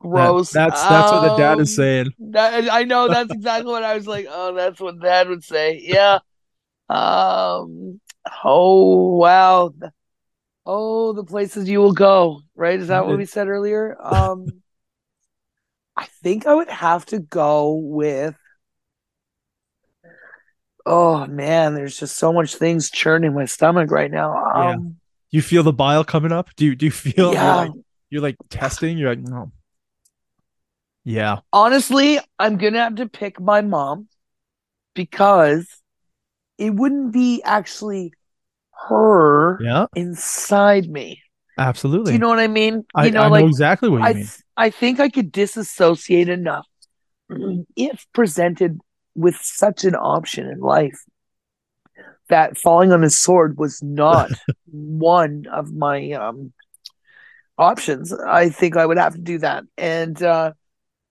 Speaker 2: Gross.
Speaker 3: that's that's what the dad is
Speaker 2: Um,
Speaker 3: saying.
Speaker 2: That, I know that's exactly what I was like. Oh, that's what Dad would say. Yeah. Um. Oh wow. Oh, the places you will go. Right? Is that what we said earlier? Um. I think I would have to go with. Oh man, there's just so much things churning my stomach right now.
Speaker 3: Yeah.
Speaker 2: Um.
Speaker 3: You feel the bile coming up? Do you do you feel
Speaker 2: yeah.
Speaker 3: you're, like, you're like testing? You're like, no. Yeah.
Speaker 2: honestly, I'm gonna have to pick my mom because it wouldn't be actually her
Speaker 3: Yeah.
Speaker 2: inside me.
Speaker 3: Absolutely.
Speaker 2: Do you know what I mean? You
Speaker 3: I,
Speaker 2: know,
Speaker 3: I
Speaker 2: like
Speaker 3: know exactly what you
Speaker 2: I,
Speaker 3: mean.
Speaker 2: I think I could disassociate enough if presented with such an option in life that falling on his sword was not one of my um, options. I think I would have to do that. And uh,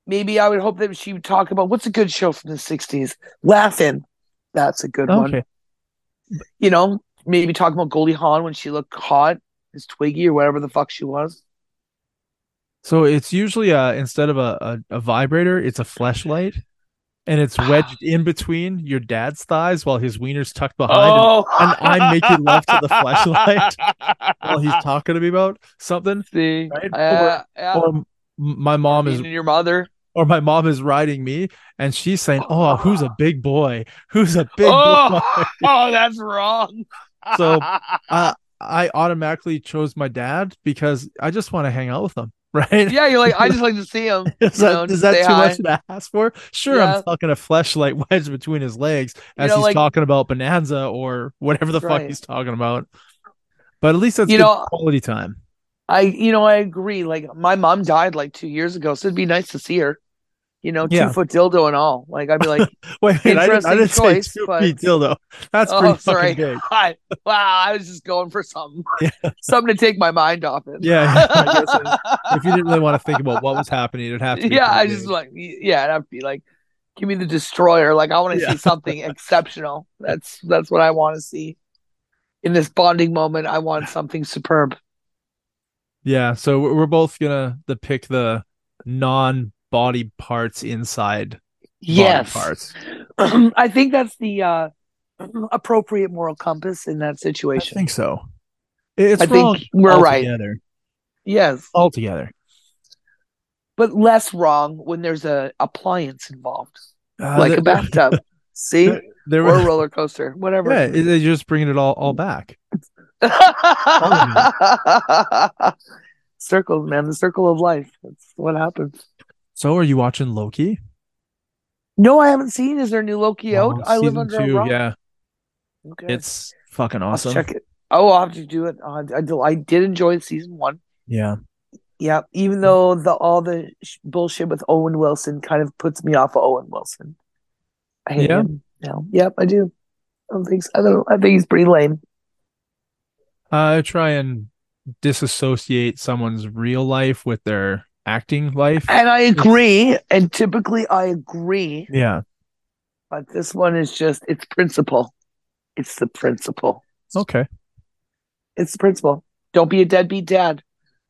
Speaker 2: maybe I would hope that she would talk about what's a good show from the 60s? Laughing. That's a good one.
Speaker 3: Okay.
Speaker 2: You know, maybe talk about Goldie Hawn when she looked hot as Twiggy or whatever the fuck she was.
Speaker 3: So it's usually uh instead of a, a, a vibrator, it's a flashlight. And it's wedged in between your dad's thighs while his wiener's tucked behind.
Speaker 1: Oh.
Speaker 3: and
Speaker 2: Oh.
Speaker 3: and I'm making love to the flashlight while he's talking to me about something
Speaker 2: See,
Speaker 3: Right?
Speaker 2: uh, yeah.
Speaker 3: or m- my mom is
Speaker 2: Meaning your mother.
Speaker 3: or my mom is riding me and she's saying oh who's a big boy who's a big boy
Speaker 2: oh, oh, that's wrong.
Speaker 3: So- i automatically chose my dad because i just want to hang out with him right
Speaker 2: yeah, you're like, I just like to see him.
Speaker 3: is
Speaker 2: you
Speaker 3: that,
Speaker 2: know,
Speaker 3: is
Speaker 2: just
Speaker 3: that
Speaker 2: say
Speaker 3: too
Speaker 2: hi.
Speaker 3: much to ask for sure
Speaker 2: Yeah.
Speaker 3: i'm fucking a fleshlight wedged between his legs as
Speaker 2: know,
Speaker 3: he's
Speaker 2: like-
Speaker 3: talking about bonanza or whatever the fuck
Speaker 2: Right.
Speaker 3: he's talking about but at least that's
Speaker 2: You
Speaker 3: good
Speaker 2: know-
Speaker 3: quality time
Speaker 2: I, you know, I agree. Like, my mom died like two years ago, so it'd be nice to see her. You know, two
Speaker 3: Yeah.
Speaker 2: foot dildo and all. Like, I'd be like,
Speaker 3: wait, wait i didn't, I
Speaker 2: Interesting
Speaker 3: didn't
Speaker 2: choice,
Speaker 3: say two
Speaker 2: but-
Speaker 3: feet dildo that's
Speaker 2: oh,
Speaker 3: pretty
Speaker 2: sorry.
Speaker 3: fucking big
Speaker 2: I, wow, I was just going for something, something to take my mind off it.
Speaker 3: yeah I guess it- if you didn't really want to think about what was happening, it'd have to. Be
Speaker 2: yeah, I
Speaker 3: pretty
Speaker 2: just
Speaker 3: big.
Speaker 2: like yeah, and I'd be like, give me the destroyer. Like I want to
Speaker 3: Yeah.
Speaker 2: see something exceptional. That's that's what I want to see. In this bonding moment, I want something superb.
Speaker 3: yeah. So we're we're both gonna the pick the non-body parts inside
Speaker 2: Yes,
Speaker 3: body parts.
Speaker 2: I think that's the uh, appropriate moral compass in that
Speaker 3: I
Speaker 2: situation.
Speaker 3: think so. It- It's
Speaker 2: I think
Speaker 3: wrong
Speaker 2: we're right.
Speaker 3: altogether.
Speaker 2: Yes,
Speaker 3: Altogether.
Speaker 2: but less wrong when there's a appliance involved,
Speaker 3: Uh,
Speaker 2: like
Speaker 3: there-
Speaker 2: a bathtub. See,
Speaker 3: There- there
Speaker 2: or
Speaker 3: were-
Speaker 2: a roller coaster, whatever.
Speaker 3: yeah, it- they're just bringing it all all back.
Speaker 2: Circles, man, the circle of life. That's what happens.
Speaker 3: So, are you watching Loki?
Speaker 2: No, I haven't seen. Is there a new Loki out?
Speaker 3: Oh,
Speaker 2: I live
Speaker 3: season
Speaker 2: under a
Speaker 3: two,
Speaker 2: rock.
Speaker 3: Yeah,
Speaker 2: Okay.
Speaker 3: it's fucking
Speaker 2: I'll
Speaker 3: awesome.
Speaker 2: check it. Oh, I'll have to do it. Uh, I, do- I did enjoy season one.
Speaker 3: Yeah,
Speaker 2: Yeah,
Speaker 3: Mm.
Speaker 2: even though the all the sh- bullshit with Owen Wilson kind of puts me off of Owen Wilson. I hate
Speaker 3: Yeah.
Speaker 2: him now. Yep, I do. I don't think so. I don't. I think he's pretty lame.
Speaker 3: Uh, I try and disassociate someone's real life with their acting life.
Speaker 2: And I agree. And typically, I agree.
Speaker 3: Yeah.
Speaker 2: But this one is just it's principle. It's the principle.
Speaker 3: Okay.
Speaker 2: It's the principle. Don't be a deadbeat dad.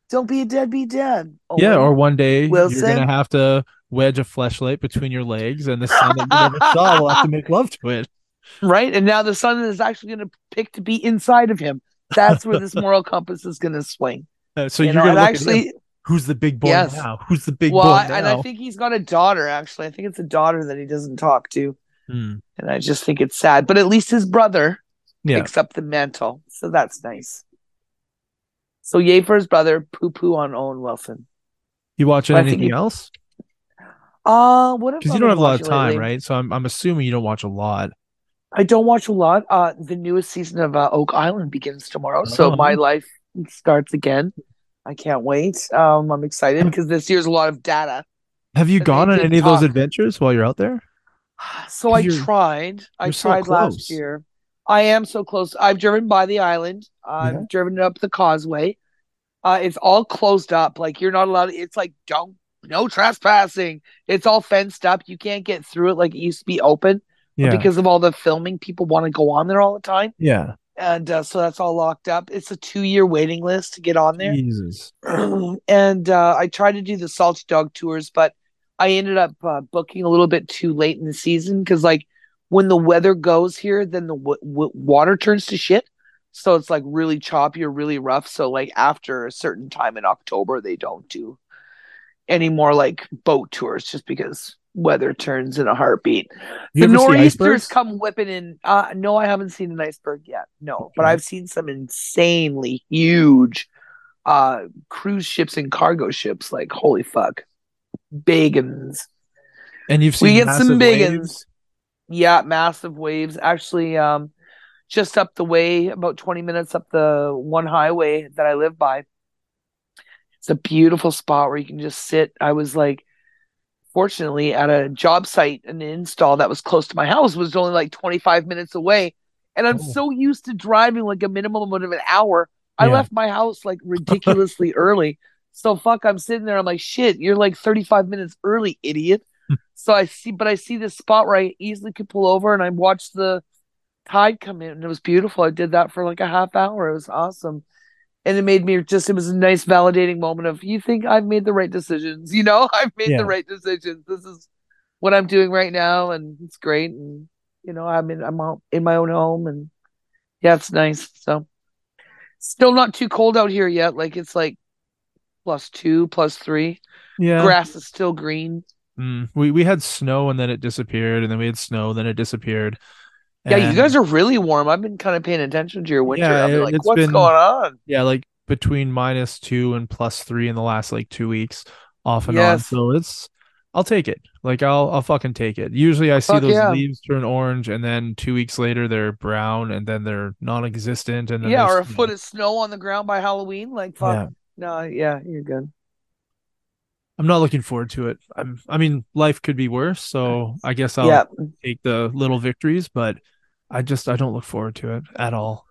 Speaker 2: Don't be a deadbeat dad. Owen.
Speaker 3: Yeah. Or one day
Speaker 2: Wilson?
Speaker 3: you're gonna have to wedge a fleshlight between your legs, and the son that you never saw will have to make love to it.
Speaker 2: right. And now the son is actually going to pick to be inside of him. That's where this moral compass is going to swing.
Speaker 3: Uh, so
Speaker 2: you
Speaker 3: you are
Speaker 2: know,
Speaker 3: gonna
Speaker 2: and
Speaker 3: look
Speaker 2: actually,
Speaker 3: at him. Who's the big boy
Speaker 2: Yes.
Speaker 3: now? Who's the big
Speaker 2: well,
Speaker 3: boy
Speaker 2: I,
Speaker 3: now?
Speaker 2: and I think he's got a daughter. Actually, I think it's a daughter that he doesn't talk to,
Speaker 3: Hmm.
Speaker 2: and I just think it's sad. But at least his brother
Speaker 3: Yeah.
Speaker 2: picks up the mantle, so that's nice. So yay for his brother. Poo poo on Owen Wilson.
Speaker 3: You watching
Speaker 2: I think
Speaker 3: anything
Speaker 2: you-
Speaker 3: else?
Speaker 2: Uh what have
Speaker 3: Because
Speaker 2: I
Speaker 3: you don't
Speaker 2: been
Speaker 3: have a lot of
Speaker 2: watching
Speaker 3: time,
Speaker 2: lately?
Speaker 3: right? So I'm I'm assuming you don't watch a lot.
Speaker 2: I don't watch a lot. Uh, the newest season of uh, Oak Island begins tomorrow, so
Speaker 3: Oh,
Speaker 2: my
Speaker 3: nice.
Speaker 2: life starts again. I can't wait. Um, I'm excited because this year's a lot of data.
Speaker 3: Have you
Speaker 2: But they
Speaker 3: gone on
Speaker 2: did
Speaker 3: any of those
Speaker 2: talk. Oh,
Speaker 3: adventures while you're out there?
Speaker 2: So I
Speaker 3: You're-
Speaker 2: tried. I
Speaker 3: you're so
Speaker 2: tried
Speaker 3: close.
Speaker 2: last year. I am so close. I've driven by the island. I've
Speaker 3: Yeah.
Speaker 2: driven up the causeway. Uh, it's all closed up. Like you're not allowed. It's like don't no trespassing. It's all fenced up. You can't get through it like it used to be open
Speaker 3: Yeah.
Speaker 2: because of all the filming. People want to go on there all the time,
Speaker 3: yeah.
Speaker 2: and uh, so that's all locked up. It's a two year waiting list to get on there.
Speaker 3: Jesus.
Speaker 2: and uh, I tried to do the salty dog tours, but I ended up uh, booking a little bit too late in the season because, like, when the weather goes here, then the w- w- water turns to shit. So it's like really choppy or really rough. So like after a certain time in October, they don't do any more like boat tours just because weather turns in a heartbeat.
Speaker 3: You
Speaker 2: the
Speaker 3: ever see
Speaker 2: nor'easters
Speaker 3: icebergs?
Speaker 2: come whipping in. Uh, no, I haven't seen an iceberg yet. No, but
Speaker 3: Okay.
Speaker 2: I've seen some insanely huge uh, cruise ships and cargo ships. Like holy fuck, big uns.
Speaker 3: And you've
Speaker 2: We
Speaker 3: seen
Speaker 2: get some
Speaker 3: massive
Speaker 2: big
Speaker 3: waves?
Speaker 2: uns. Yeah, massive waves. Actually, um, just up the way, about 20 minutes up the one highway that I live by. It's a beautiful spot where you can just sit. I was like, fortunately, at a job site, an install that was close to my house was only like 25 minutes away. And I'm
Speaker 3: Oh.
Speaker 2: so used to driving like a minimum of an hour. I
Speaker 3: Yeah.
Speaker 2: left my house like ridiculously early. So fuck, I'm sitting there. I'm like, shit, you're like 35 minutes early, idiot.
Speaker 3: Hmm.
Speaker 2: so I see, but I see this spot where I easily could pull over and I watch the tide come in and it was beautiful. I did that for like a half hour. It was awesome. And it made me just it was a nice validating moment of you think I've made the right decisions. You know, I've made
Speaker 3: Yeah.
Speaker 2: the right decisions. This is what I'm doing right now and it's great and you know, I'm in I'm out in my own home and yeah, it's nice. So still not too cold out here yet. Like it's like plus two, plus three.
Speaker 3: Yeah.
Speaker 2: Grass is still green.
Speaker 3: Mm. We we had snow and then it disappeared, and then we had snow, then it disappeared.
Speaker 2: Yeah, you
Speaker 3: And-
Speaker 2: guys are really warm. I've been kind of paying attention to your winter.
Speaker 3: Yeah,
Speaker 2: I've been
Speaker 3: it-
Speaker 2: like,
Speaker 3: it's
Speaker 2: what's
Speaker 3: been-
Speaker 2: going on?
Speaker 3: yeah, like between minus two and plus three in the last like two weeks, off and on.
Speaker 2: Yes.
Speaker 3: So it's I'll take it. Like I'll I'll fucking take it. Usually I see
Speaker 2: Fuck
Speaker 3: those
Speaker 2: yeah.
Speaker 3: leaves turn orange and then two weeks later they're brown and then they're non existent and then
Speaker 2: Yeah,
Speaker 3: they
Speaker 2: or a
Speaker 3: smell.
Speaker 2: foot of snow on the ground by Halloween. Like, fuck.
Speaker 3: Yeah.
Speaker 2: No, yeah, you're good.
Speaker 3: I'm not looking forward to it. I'm I mean life could be worse, so I guess I'll
Speaker 2: yeah.
Speaker 3: take the little victories, but I just I don't look forward to it at all.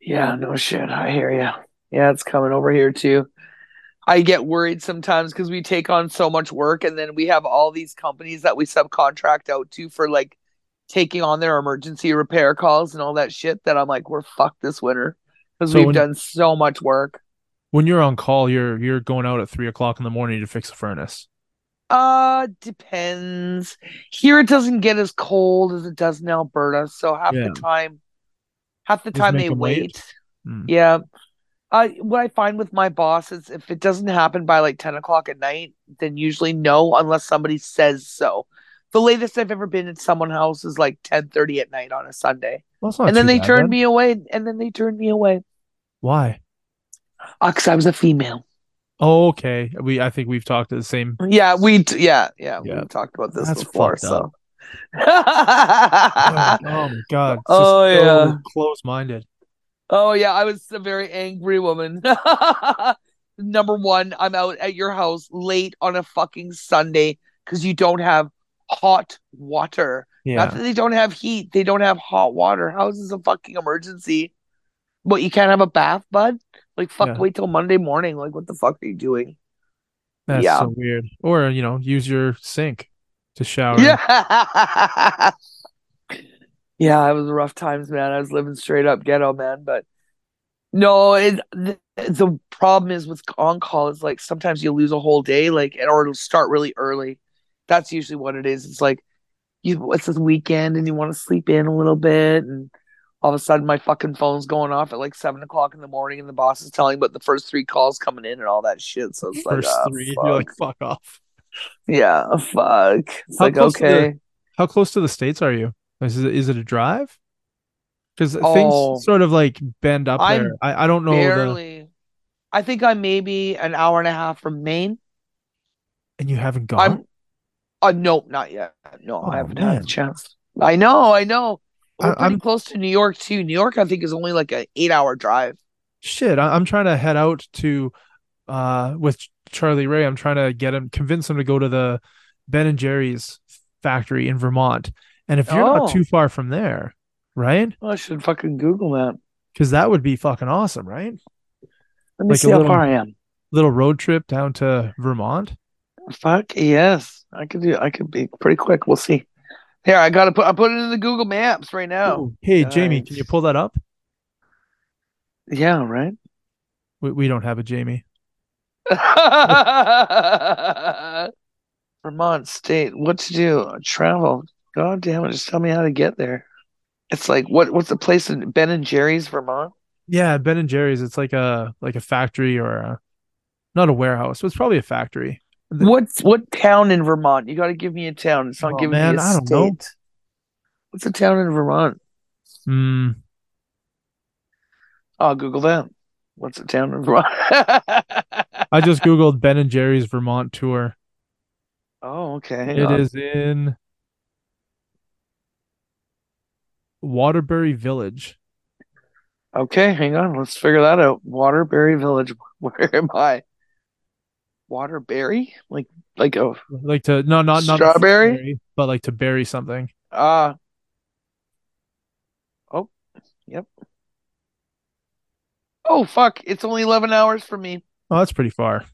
Speaker 2: Yeah, no shit. I hear you. Yeah, it's coming over here too. I get worried sometimes because we take on so much work and then we have all these companies that we subcontract out to for like taking on their emergency repair calls and all that shit that I'm like, we're fucked this winter because
Speaker 3: So
Speaker 2: we've
Speaker 3: when-
Speaker 2: done so much work.
Speaker 3: When you're on call, you're you're going out at three o'clock in the morning to fix a furnace.
Speaker 2: Uh, depends. Here it doesn't get as cold as it does in Alberta, so half
Speaker 3: Yeah.
Speaker 2: the time, half the
Speaker 3: Just
Speaker 2: time
Speaker 3: make
Speaker 2: they
Speaker 3: 'em wait?
Speaker 2: wait.
Speaker 3: Hmm.
Speaker 2: Yeah. I what I find with my boss is if it doesn't happen by like 10 o'clock at night, then usually no, unless somebody says so. the latest I've ever been at someone else is like ten thirty at night on a Sunday,
Speaker 3: Well, that's not
Speaker 2: and then
Speaker 3: too
Speaker 2: they
Speaker 3: bad,
Speaker 2: turned
Speaker 3: then.
Speaker 2: me away, and then they turned me away
Speaker 3: Why?
Speaker 2: because I was a female.
Speaker 3: Oh, okay. We I think we've talked to the same.
Speaker 2: Yeah, we t- yeah, yeah
Speaker 3: Yeah.
Speaker 2: we've talked about this
Speaker 3: That's
Speaker 2: before.
Speaker 3: fucked up.
Speaker 2: So,
Speaker 3: oh, my god. It's just
Speaker 2: Oh,
Speaker 3: so
Speaker 2: yeah.
Speaker 3: Close-minded.
Speaker 2: oh yeah, I was a very angry woman. Number one, I'm out at your house late on a fucking Sunday because you don't have hot water. Not
Speaker 3: Yeah.
Speaker 2: that they don't have heat, they don't have hot water. How is this a fucking emergency? What you can't have a bath, bud? Like fuck,
Speaker 3: Yeah.
Speaker 2: wait till Monday morning. Like what the fuck are you doing?
Speaker 3: That's
Speaker 2: yeah.
Speaker 3: so weird. Or, you know, use your sink to shower.
Speaker 2: Yeah. yeah, it was rough times, man. I was living straight up ghetto, man. But no, it, the, the problem is with on call is like sometimes you lose a whole day, like, or it'll start really early. That's usually what it is. It's like you, it's this weekend and you want to sleep in a little bit, and all of a sudden my fucking phone's going off at like seven o'clock in the morning, and the boss is telling about the first three calls coming in and all that shit. So it's like,
Speaker 3: First
Speaker 2: ah,
Speaker 3: three,
Speaker 2: fuck.
Speaker 3: you're like, fuck off.
Speaker 2: yeah, fuck. It's
Speaker 3: How
Speaker 2: like
Speaker 3: close to the-
Speaker 2: okay.
Speaker 3: How close to the states are you? Is it, is it a drive? Because
Speaker 2: Oh.
Speaker 3: things sort of like bend up
Speaker 2: I'm
Speaker 3: there. I, I don't know. The,
Speaker 2: barely. I think I'm maybe an hour and a half from Maine.
Speaker 3: and you haven't gone.
Speaker 2: I'm. Uh, nope, not yet. No,
Speaker 3: Oh,
Speaker 2: I haven't had
Speaker 3: man.
Speaker 2: a chance. I know, I know. We're
Speaker 3: I-
Speaker 2: pretty
Speaker 3: I'm-
Speaker 2: close to New York too. New York, I think, is only like an eight-hour drive.
Speaker 3: Shit, I, I'm trying to head out to uh with Ch- Charlie Ray. I'm trying to get him convince him to go to the Ben and Jerry's factory in Vermont. And if you're
Speaker 2: Oh.
Speaker 3: not too far from there, right?
Speaker 2: Well, I should fucking Google that.
Speaker 3: Because that would be fucking awesome, right?
Speaker 2: Let me
Speaker 3: Like a
Speaker 2: see how
Speaker 3: little-
Speaker 2: far I am.
Speaker 3: Little road trip down to Vermont.
Speaker 2: Fuck yes, I could do. I could be pretty quick. We'll see. Here, I gotta put. I put it in the Google Maps right now.
Speaker 3: Ooh, Hey Jamie, can
Speaker 2: Oh,
Speaker 3: you
Speaker 2: nice.
Speaker 3: pull that up?
Speaker 2: Yeah, right.
Speaker 3: We, we don't have a Jamie.
Speaker 2: Vermont State. What to do? Travel. God damn it! Just tell me how to get there. It's like what? What's the place in Ben and Jerry's, Vermont?
Speaker 3: Yeah, Ben and Jerry's. It's like a like a factory or a not a warehouse. But it's probably a factory. The-
Speaker 2: What's what town in Vermont? You got to give me a town. It's not
Speaker 3: Oh,
Speaker 2: giving
Speaker 3: man,
Speaker 2: me a
Speaker 3: I
Speaker 2: state.
Speaker 3: don't know.
Speaker 2: What's a town in Vermont?
Speaker 3: Hmm.
Speaker 2: I'll Google that. What's a town in Vermont?
Speaker 3: I just googled Ben and Jerry's Vermont tour.
Speaker 2: oh, okay. hang
Speaker 3: It
Speaker 2: on.
Speaker 3: is in Waterbury Village.
Speaker 2: Okay, hang on. Let's figure that out. Waterbury Village. Where am I? Waterbury? Like like a
Speaker 3: Like to no not not
Speaker 2: Strawberry?
Speaker 3: berry, but like to bury something.
Speaker 2: Uh oh, yep. Oh fuck, it's only 11 hours for me.
Speaker 3: Oh, that's pretty far.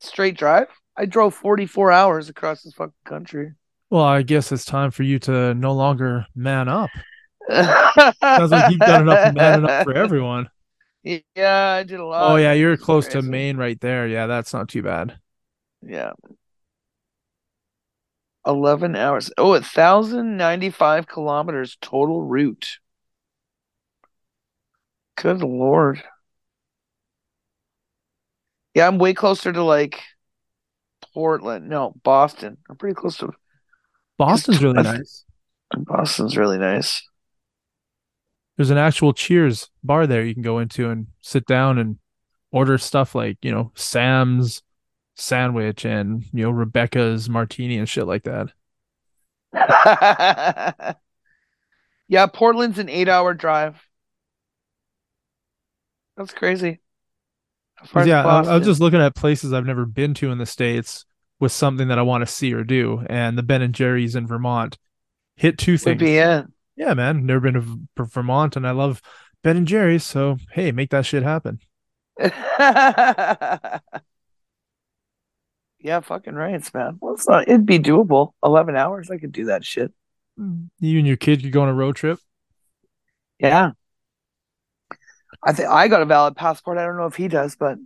Speaker 2: Straight drive. I drove 44 hours across this fucking country.
Speaker 3: Well, I guess it's time for you to no longer man up.
Speaker 2: Sounds
Speaker 3: Sounds like you've done enough man up for everyone.
Speaker 2: Yeah, I did a lot.
Speaker 3: Oh yeah, you're close to
Speaker 2: Uh, crazy.
Speaker 3: Maine right there. Yeah, that's not too bad.
Speaker 2: Yeah. 11 hours. Oh, 1,095 kilometers total route. Good lord. Yeah, I'm way closer to like Portland. No, Boston. I'm pretty close to
Speaker 3: Boston's really
Speaker 2: I th-
Speaker 3: nice.
Speaker 2: Boston's really nice.
Speaker 3: There's an actual Cheers bar there you can go into and sit down and order stuff like, you know, Sam's sandwich and, you know, Rebecca's martini and shit like that.
Speaker 2: Yeah, Portland's an eight hour drive. That's crazy. How far's
Speaker 3: 'Cause, yeah, I, I was
Speaker 2: Boston?
Speaker 3: just looking at places I've never been to in the states with something that I want to see or do, and the Ben and Jerry's in Vermont hit two
Speaker 2: would
Speaker 3: things.
Speaker 2: be in.
Speaker 3: Yeah, man, never been to V- Ver- Vermont, and I love Ben and Jerry's, so hey, make that shit happen.
Speaker 2: yeah, fucking rights, man. Well, it's not, it'd be doable. 11 hours, I could do that shit. Hmm.
Speaker 3: You and your kid could go on a road trip.
Speaker 2: Yeah. I think I got a valid passport. I don't know if he does, but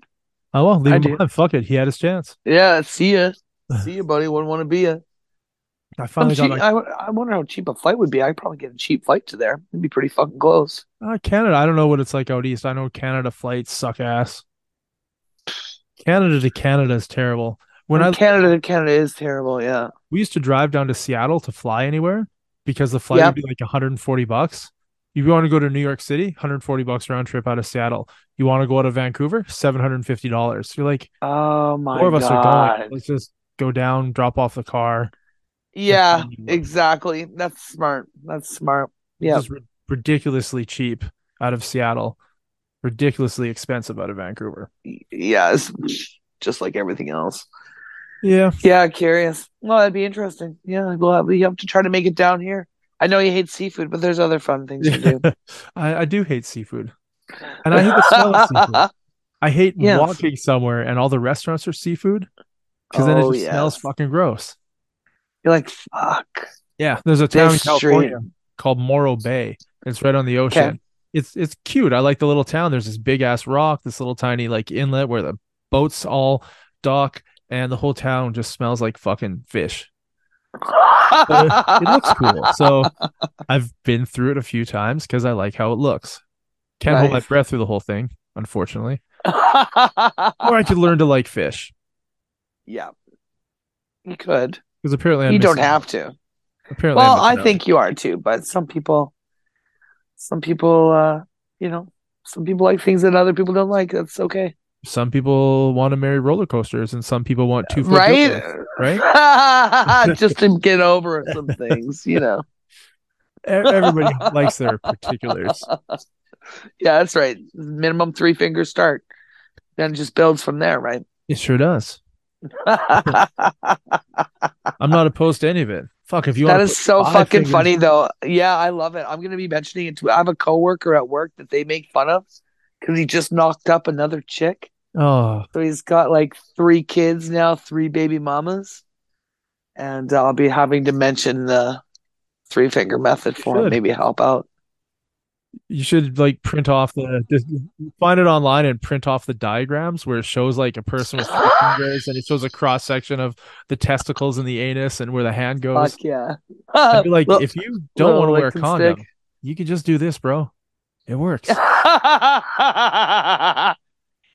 Speaker 3: Oh well, leave
Speaker 2: I
Speaker 3: him
Speaker 2: do.
Speaker 3: alone. Fuck it, he had his chance.
Speaker 2: yeah, see ya. See ya, buddy. Wouldn't want to be ya.
Speaker 3: I finally
Speaker 2: How cheap,
Speaker 3: got
Speaker 2: I, I wonder how cheap a flight would be. I'd probably get a cheap flight to there. It'd be pretty fucking close.
Speaker 3: my uh, Canada. I don't know what it's like out east. I know Canada flights suck ass. Canada to Canada is terrible. when I
Speaker 2: Canada to Canada is terrible. Yeah.
Speaker 3: we used to drive down to Seattle to fly anywhere because the flight
Speaker 2: Yeah.
Speaker 3: would be like 140 bucks. You want to go to New York City, 140 bucks round trip out of Seattle. You want to go out of Vancouver, 750 dollars. You're like
Speaker 2: Oh my
Speaker 3: four of us are
Speaker 2: god.
Speaker 3: going. Let's just go down, drop off the car.
Speaker 2: Yeah,
Speaker 3: Mhm.
Speaker 2: exactly. That's smart. That's smart. Yeah.
Speaker 3: Just ri- ridiculously cheap out of Seattle, ridiculously expensive out of Vancouver.
Speaker 2: Yeah, it's just like everything else.
Speaker 3: Yeah,
Speaker 2: Yeah, curious. Well, that'd be interesting. Yeah, we'll have, we have to try to make it down here. I know you hate seafood, but there's other fun things to do.
Speaker 3: I, I do hate seafood, and I hate the smell of seafood. I hate
Speaker 2: Yes.
Speaker 3: walking somewhere and all the restaurants are seafood because then it
Speaker 2: Oh,
Speaker 3: just smells
Speaker 2: yes.
Speaker 3: fucking gross.
Speaker 2: You're like, fuck.
Speaker 3: Yeah, there's a town in
Speaker 2: This street.
Speaker 3: California called Morro Bay. It's right on the ocean. It's it's cute. I like the little town. There's this big ass rock, this little tiny like inlet where the boats all dock, and the whole town just smells like fucking fish. It looks cool. So I've been through it a few times because I like how it looks. Can't hold my
Speaker 2: Nice.
Speaker 3: breath through the whole thing, unfortunately. Or I could learn to like fish
Speaker 2: yeah. You could.
Speaker 3: because apparently I'm
Speaker 2: You don't
Speaker 3: missing-
Speaker 2: have to.
Speaker 3: Apparently, I'm
Speaker 2: Well, I
Speaker 3: missing out.
Speaker 2: think you are too, but some people, some people, uh, you know, some people like things that other people don't like. That's okay,
Speaker 3: some people want to marry roller coasters and some people want two foot
Speaker 2: right?
Speaker 3: right?
Speaker 2: Just to get over some things, you know.
Speaker 3: E- Everybody likes their particulars.
Speaker 2: Yeah, that's right. Minimum three finger start, then it just builds from there, right?
Speaker 3: It sure does. I'm not opposed to any of it. Fuck, if you
Speaker 2: that
Speaker 3: want
Speaker 2: is so
Speaker 3: five
Speaker 2: fucking
Speaker 3: fingers-
Speaker 2: funny though yeah i love it i'm gonna be mentioning it to i have a coworker at work that they make fun of because he just knocked up another chick
Speaker 3: oh,
Speaker 2: so he's got like three kids now three baby mamas and i'll be having to mention the three finger method for him
Speaker 3: should.
Speaker 2: maybe help out
Speaker 3: you should like print off the just find it online and print off the diagrams where it shows like a person with three fingers and it shows a cross section of the testicles and the anus and where the hand goes.
Speaker 2: fuck yeah
Speaker 3: I'd be like,
Speaker 2: Well-
Speaker 3: if you don't
Speaker 2: little
Speaker 3: want to wear a
Speaker 2: lick and
Speaker 3: condom,
Speaker 2: stick.
Speaker 3: you can just do this, bro. It works.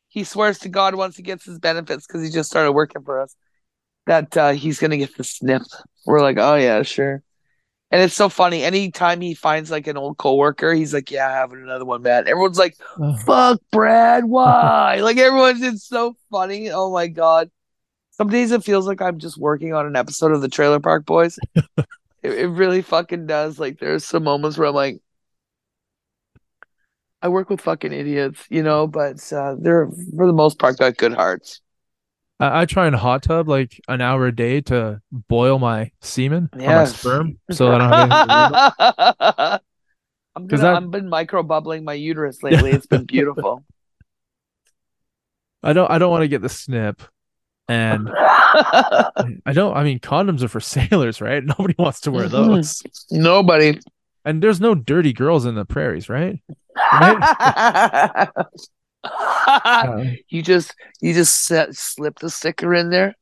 Speaker 2: he swears to god once he gets his benefits because he just started working for us that uh, he's gonna get the snip we're like oh yeah sure and it's so funny anytime he finds like an old coworker he's like yeah having another one man everyone's like
Speaker 3: Oh,
Speaker 2: fuck brad why like everyone's it's so funny oh my god some days it feels like i'm just working on an episode of the trailer park boys it, it really fucking does like there's some moments where i'm like i work with fucking idiots you know but uh, they're for the most part got good hearts
Speaker 3: I, I try and hot tub like an hour a day to boil my semen or my
Speaker 2: Yes.
Speaker 3: sperm so I don't have anything to worry about.
Speaker 2: I'm gonna,
Speaker 3: 'Cause that-
Speaker 2: I've been micro bubbling my uterus lately. It's been beautiful.
Speaker 3: I don't I don't want to get the snip. And I don't I mean condoms are for sailors, right? Nobody wants to wear
Speaker 2: Mhm.
Speaker 3: those.
Speaker 2: Nobody.
Speaker 3: And there's no dirty girls in the prairies, right? Right? Uh,
Speaker 2: You just you just set, slip the sticker in there.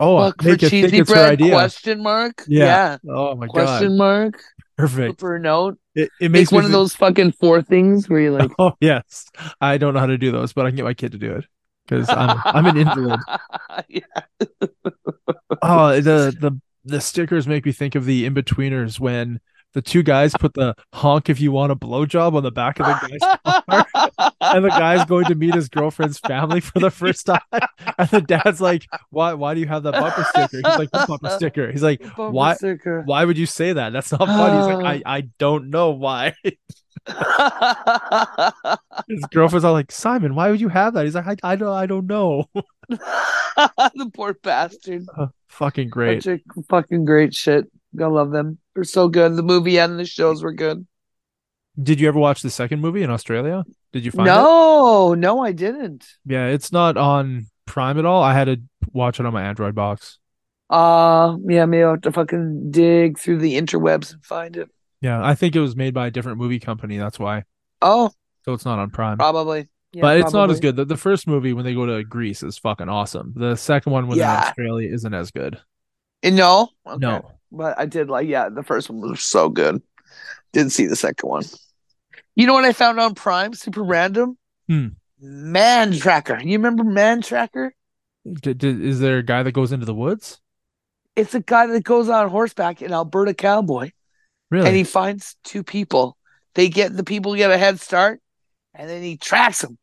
Speaker 3: oh,
Speaker 2: Fuck for
Speaker 3: make it think
Speaker 2: cheesy
Speaker 3: it's her
Speaker 2: bread?
Speaker 3: idea.
Speaker 2: Question mark.
Speaker 3: Yeah. oh my
Speaker 2: question
Speaker 3: god.
Speaker 2: mark. Flip
Speaker 3: Perfect.
Speaker 2: her a note.
Speaker 3: It, it
Speaker 2: Make
Speaker 3: makes me
Speaker 2: one of
Speaker 3: think-
Speaker 2: those fucking four things where you're like,
Speaker 3: Oh yes. I don't know how to do those, but I can get my kid to do it. Because I'm I'm an invalid.
Speaker 2: Yeah.
Speaker 3: Oh, the the the stickers make me think of the in betweeners when the two guys put the honk if you want a blowjob on the back of the guy's car, and the guy's going to meet his girlfriend's family for the first time, and the dad's like, "Why? Why do you have that bumper sticker?" He's like, "The bumper sticker." He's like,
Speaker 2: Bumper
Speaker 3: Why-
Speaker 2: sticker.
Speaker 3: "Why would you say that? That's not funny." He's like,
Speaker 2: Oh.
Speaker 3: "I I don't know why." His girlfriend's all like, "Simon, why would you have that?" He's like, "I I don't I don't know."
Speaker 2: the poor bastard.
Speaker 3: Fucking great.
Speaker 2: Such a fucking great shit. I love them. They're so good. The movie and the shows were good.
Speaker 3: Did you ever watch the second movie in Australia? Did you find it?
Speaker 2: No, no, I didn't.
Speaker 3: Yeah, it's not on Prime at all. I had to watch it on my Android box.
Speaker 2: Uh yeah, maybe I'll have to fucking dig through the interwebs and find it.
Speaker 3: Yeah, I think it was made by a different movie company. That's why.
Speaker 2: Oh,
Speaker 3: So it's not on Prime.
Speaker 2: probably. Yeah,
Speaker 3: but it's not as
Speaker 2: probably.
Speaker 3: good. The, the first movie when they go to Greece is fucking awesome. The second one when they're in
Speaker 2: Yeah.
Speaker 3: Australia isn't as good.
Speaker 2: Eh, No, Okay.
Speaker 3: No.
Speaker 2: But I did like yeah, the first one was so good. Didn't see the second one. You know what I found on Prime? Super random.
Speaker 3: Hmm.
Speaker 2: Man Tracker. You remember Man Tracker?
Speaker 3: D- d- is there a guy that goes into the woods?
Speaker 2: It's a guy that goes on horseback, an Alberta cowboy,
Speaker 3: Really?
Speaker 2: and he finds two people. They get the people get a head start, and then he tracks them,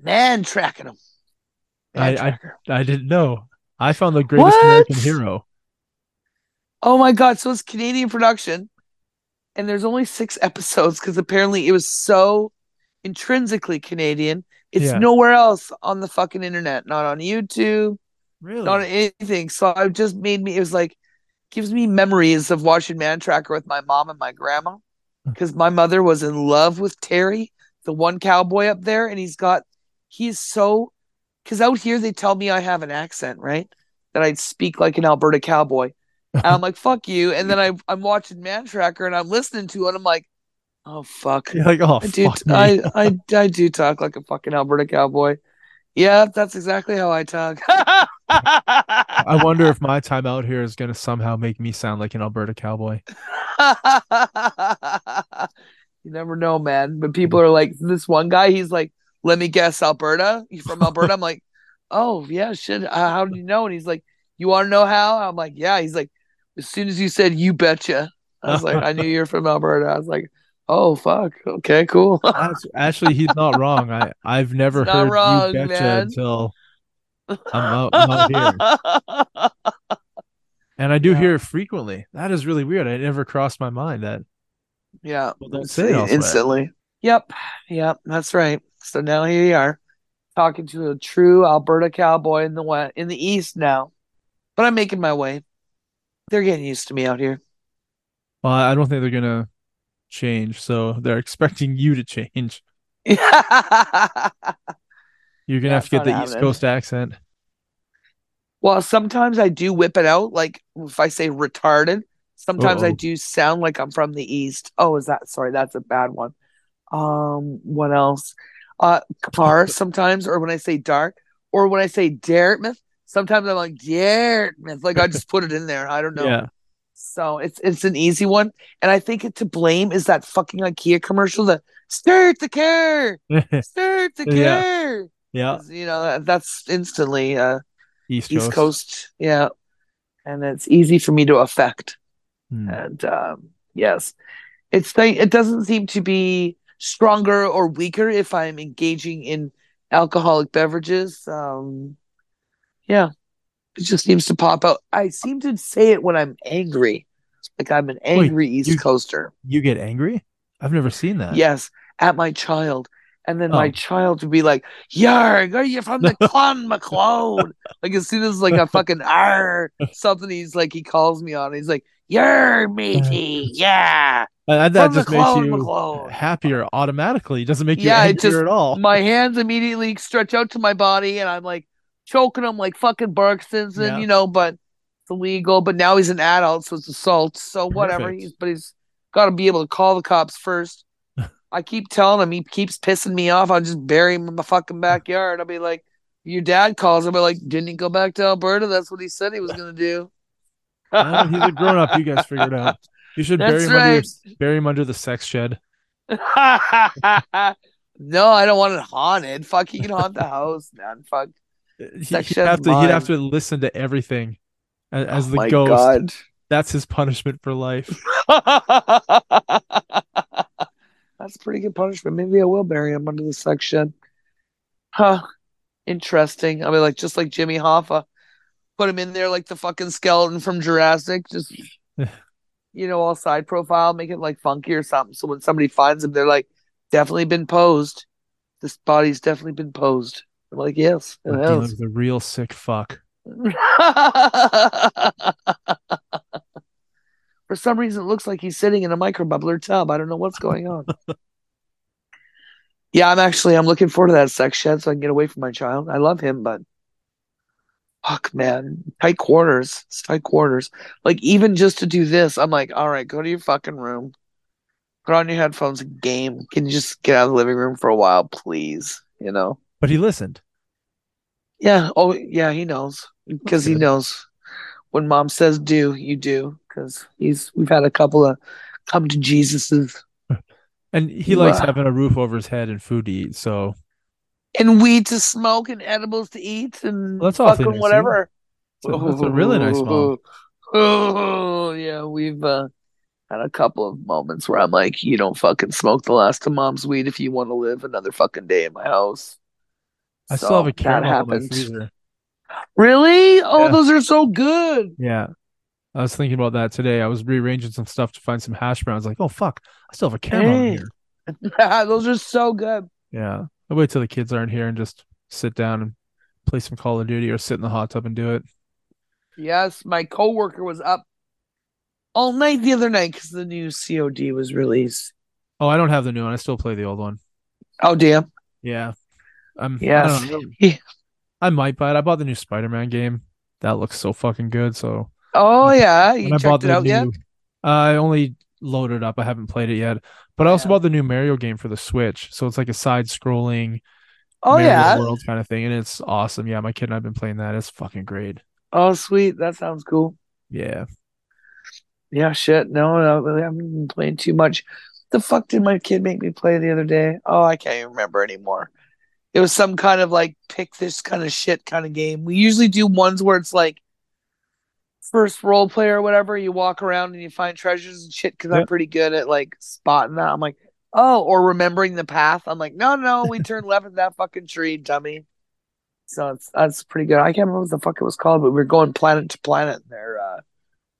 Speaker 2: man tracking them.
Speaker 3: I-
Speaker 2: tracker.
Speaker 3: I didn't know. I found the greatest
Speaker 2: What?
Speaker 3: American hero.
Speaker 2: Oh my god! So it's Canadian production, and there's only six episodes because apparently it was so intrinsically Canadian. It's
Speaker 3: Yeah.
Speaker 2: nowhere else on the fucking internet, not on YouTube,
Speaker 3: Really?
Speaker 2: not on anything. So it just made me. It was like gives me memories of watching Man Tracker with my mom and my grandma because my mother was in love with Terry, the one cowboy up there, and he's got he's so because out here they tell me I have an accent, right? That I'd speak like an Alberta cowboy. And I'm like, fuck you. And then I, I'm watching Man Tracker and I'm listening to it. I'm like, oh, fuck.
Speaker 3: You're like, oh,
Speaker 2: I, do,
Speaker 3: fuck me.
Speaker 2: I, I, I do talk like a fucking Alberta cowboy. Yeah, that's exactly how I talk.
Speaker 3: I wonder if my time out here is going to somehow make me sound like an Alberta cowboy.
Speaker 2: you never know, man. But people are like, this one guy, he's like, let me guess, Alberta. You from Alberta? I'm like, oh yeah, shit. Uh, how do you know? And he's like, you want to know how? I'm like, yeah. He's like, as soon as you said you betcha, I was like, I knew you're from Alberta. I was like, oh fuck, okay, cool.
Speaker 3: That's- Actually, he's not wrong. I, I've never
Speaker 2: He's not
Speaker 3: heard
Speaker 2: wrong,
Speaker 3: you betcha
Speaker 2: man.
Speaker 3: until I'm out, I'm out here. And I do
Speaker 2: Yeah.
Speaker 3: hear it frequently. That is really weird. I never crossed my mind that.
Speaker 2: yeah,
Speaker 3: Well, don't say it elsewhere.
Speaker 2: instantly. Yep, yep, that's right. So now here you are, talking to a true Alberta cowboy in the west, in the east now. But I'm making my way. They're getting used to me out here.
Speaker 3: Well, I don't think they're going to change. So they're expecting you to change. You're going to
Speaker 2: Yeah,
Speaker 3: have
Speaker 2: it's
Speaker 3: to get the
Speaker 2: not
Speaker 3: East
Speaker 2: happening.
Speaker 3: Coast accent.
Speaker 2: well, sometimes I do whip it out. Like if I say retarded, sometimes I
Speaker 3: Uh-oh.
Speaker 2: do sound like I'm from the east. Oh, is that sorry? That's a bad one. Um, what else? Uh, car sometimes, or when I say dark, or when I say Dartmouth. Sometimes I'm like Dartmouth, like I just put it in there. I don't know.
Speaker 3: Yeah.
Speaker 2: So it's it's an easy one, and I think it to blame is that fucking IKEA commercial that start the care, start the
Speaker 3: Yeah. Uh,
Speaker 2: care.
Speaker 3: yeah.
Speaker 2: 'Cause, You know that- that's instantly uh,
Speaker 3: East,
Speaker 2: East Coast, yeah, and it's easy for me to affect.
Speaker 3: Hmm.
Speaker 2: And um, yes, it's th- it doesn't seem to be stronger or weaker if I'm engaging in alcoholic beverages. Um, yeah, it just seems to pop out. I seem to say it when I'm angry, like I'm an angry East
Speaker 3: you-
Speaker 2: Coaster.
Speaker 3: You get angry? I've never seen that.
Speaker 2: Yes, at my child. And then
Speaker 3: Uh, Oh.
Speaker 2: my child would be like, Yarg, are you from the Clan McLeod? like as soon as like a fucking R something he's like he calls me on, he's like, Yarg matey, yeah.
Speaker 3: Uh, that
Speaker 2: from the
Speaker 3: just makes
Speaker 2: clone,
Speaker 3: you
Speaker 2: McClone.
Speaker 3: happier automatically. It doesn't make you
Speaker 2: Yeah, it
Speaker 3: angrier
Speaker 2: just-
Speaker 3: at all.
Speaker 2: My hands immediately stretch out to my body and I'm like choking him like fucking Barksons and
Speaker 3: Yeah.
Speaker 2: you know, but it's illegal. But now he's an adult, so it's assault. So whatever.
Speaker 3: Perfect.
Speaker 2: He's but he's gotta be able to call the cops first. I keep telling him he keeps pissing me off. I'll just bury him in my fucking backyard. I'll be like, Your dad calls him, I'll be like, Didn't he go back to Alberta? That's what he said he was gonna do.
Speaker 3: Uh, he's a grown up. You guys figured out. You should bury
Speaker 2: That's
Speaker 3: him, under your, bury him under the sex shed.
Speaker 2: no, I don't want it haunted. Fuck, he can haunt the house, man. Fuck.
Speaker 3: He-
Speaker 2: Sex
Speaker 3: He'd
Speaker 2: shed's
Speaker 3: have, to, he'd have
Speaker 2: mine.
Speaker 3: to listen to everything as, as
Speaker 2: Oh
Speaker 3: the
Speaker 2: my
Speaker 3: ghost.
Speaker 2: God.
Speaker 3: That's his punishment for life.
Speaker 2: That's a pretty good punishment. Maybe I will bury him under the sex shed. Huh. Interesting. I mean, like just like Jimmy Hoffa, put him in there like the fucking skeleton from Jurassic. Just you know, all side profile, make it like funky or something. So when somebody finds him, they're like, definitely been posed. This body's definitely been posed. I'm like, yes, it
Speaker 3: Like, he
Speaker 2: has.
Speaker 3: was a real sick fuck.
Speaker 2: For some reason, it looks like he's sitting in a microbubbler tub. I don't know what's going on. yeah, I'm actually I'm looking forward to that sex shed so I can get away from my child. I love him, but fuck, man, tight quarters. It's tight quarters. Like even just to do this, I'm like, all right, go to your fucking room, put on your headphones, and game. Can you just get out of the living room for a while, please? You know.
Speaker 3: But he listened.
Speaker 2: Yeah. Oh, yeah. He knows because he
Speaker 3: good.
Speaker 2: knows when mom says do, you do because he's. We've had a couple of come to Jesus's.
Speaker 3: And he likes
Speaker 2: Wow.
Speaker 3: having a roof over his head and food to eat. So
Speaker 2: and weed to smoke and edibles to eat and
Speaker 3: Well, that's awfully
Speaker 2: fucking
Speaker 3: nice of you.
Speaker 2: whatever.
Speaker 3: That's a, that's a really nice mom.
Speaker 2: Oh yeah, we've uh, had a couple of moments where I'm like, you don't fucking smoke the last of mom's weed if you want to live another fucking day in my house.
Speaker 3: I
Speaker 2: So
Speaker 3: still have a
Speaker 2: that
Speaker 3: caramel in my
Speaker 2: happened.
Speaker 3: freezer.
Speaker 2: Really? Oh,
Speaker 3: Yeah.
Speaker 2: those are so good.
Speaker 3: Yeah. I was thinking about that today. I was rearranging some stuff to find some hash browns. Like, oh fuck, I still have a caramel in
Speaker 2: Hey.
Speaker 3: here.
Speaker 2: those are so good.
Speaker 3: Yeah. I wait till the kids aren't here and just sit down and play some Call of Duty or sit in the hot tub and do it.
Speaker 2: Yes, my coworker was up all night the other night because the new COD was released.
Speaker 3: Oh, I don't have the new one. I still play the old one.
Speaker 2: Oh damn!
Speaker 3: Yeah. I'm yeah. I,
Speaker 2: Yes,
Speaker 3: don't know.
Speaker 2: He-
Speaker 3: I might buy it. I bought the new Spider Man game. That looks so fucking good. So
Speaker 2: Oh yeah,
Speaker 3: when
Speaker 2: you
Speaker 3: I bought
Speaker 2: checked it
Speaker 3: the
Speaker 2: out
Speaker 3: new,
Speaker 2: yet?
Speaker 3: uh, I only loaded it up. I haven't played it yet. But I also
Speaker 2: Yeah.
Speaker 3: bought the new Mario game for the Switch. So it's like a side scrolling
Speaker 2: Oh
Speaker 3: Mario
Speaker 2: yeah.
Speaker 3: world kind of thing. And it's awesome. Yeah, my kid and I've been playing that. It's fucking great.
Speaker 2: Oh sweet, that sounds cool.
Speaker 3: Yeah.
Speaker 2: Yeah, shit. No, no, I haven't been playing too much. The fuck did my kid make me play the other day? Oh, I can't even remember anymore. It was some kind of like pick this kind of shit kind of game. We usually do ones where it's like first role player or whatever. You walk around and you find treasures and shit because
Speaker 3: Yeah.
Speaker 2: I'm pretty good at like spotting that. I'm like, oh, or remembering the path. I'm like, no, no, we turned left at that fucking tree, dummy. So it's that's pretty good. I can't remember what the fuck it was called, but we were going planet to planet. and There, uh,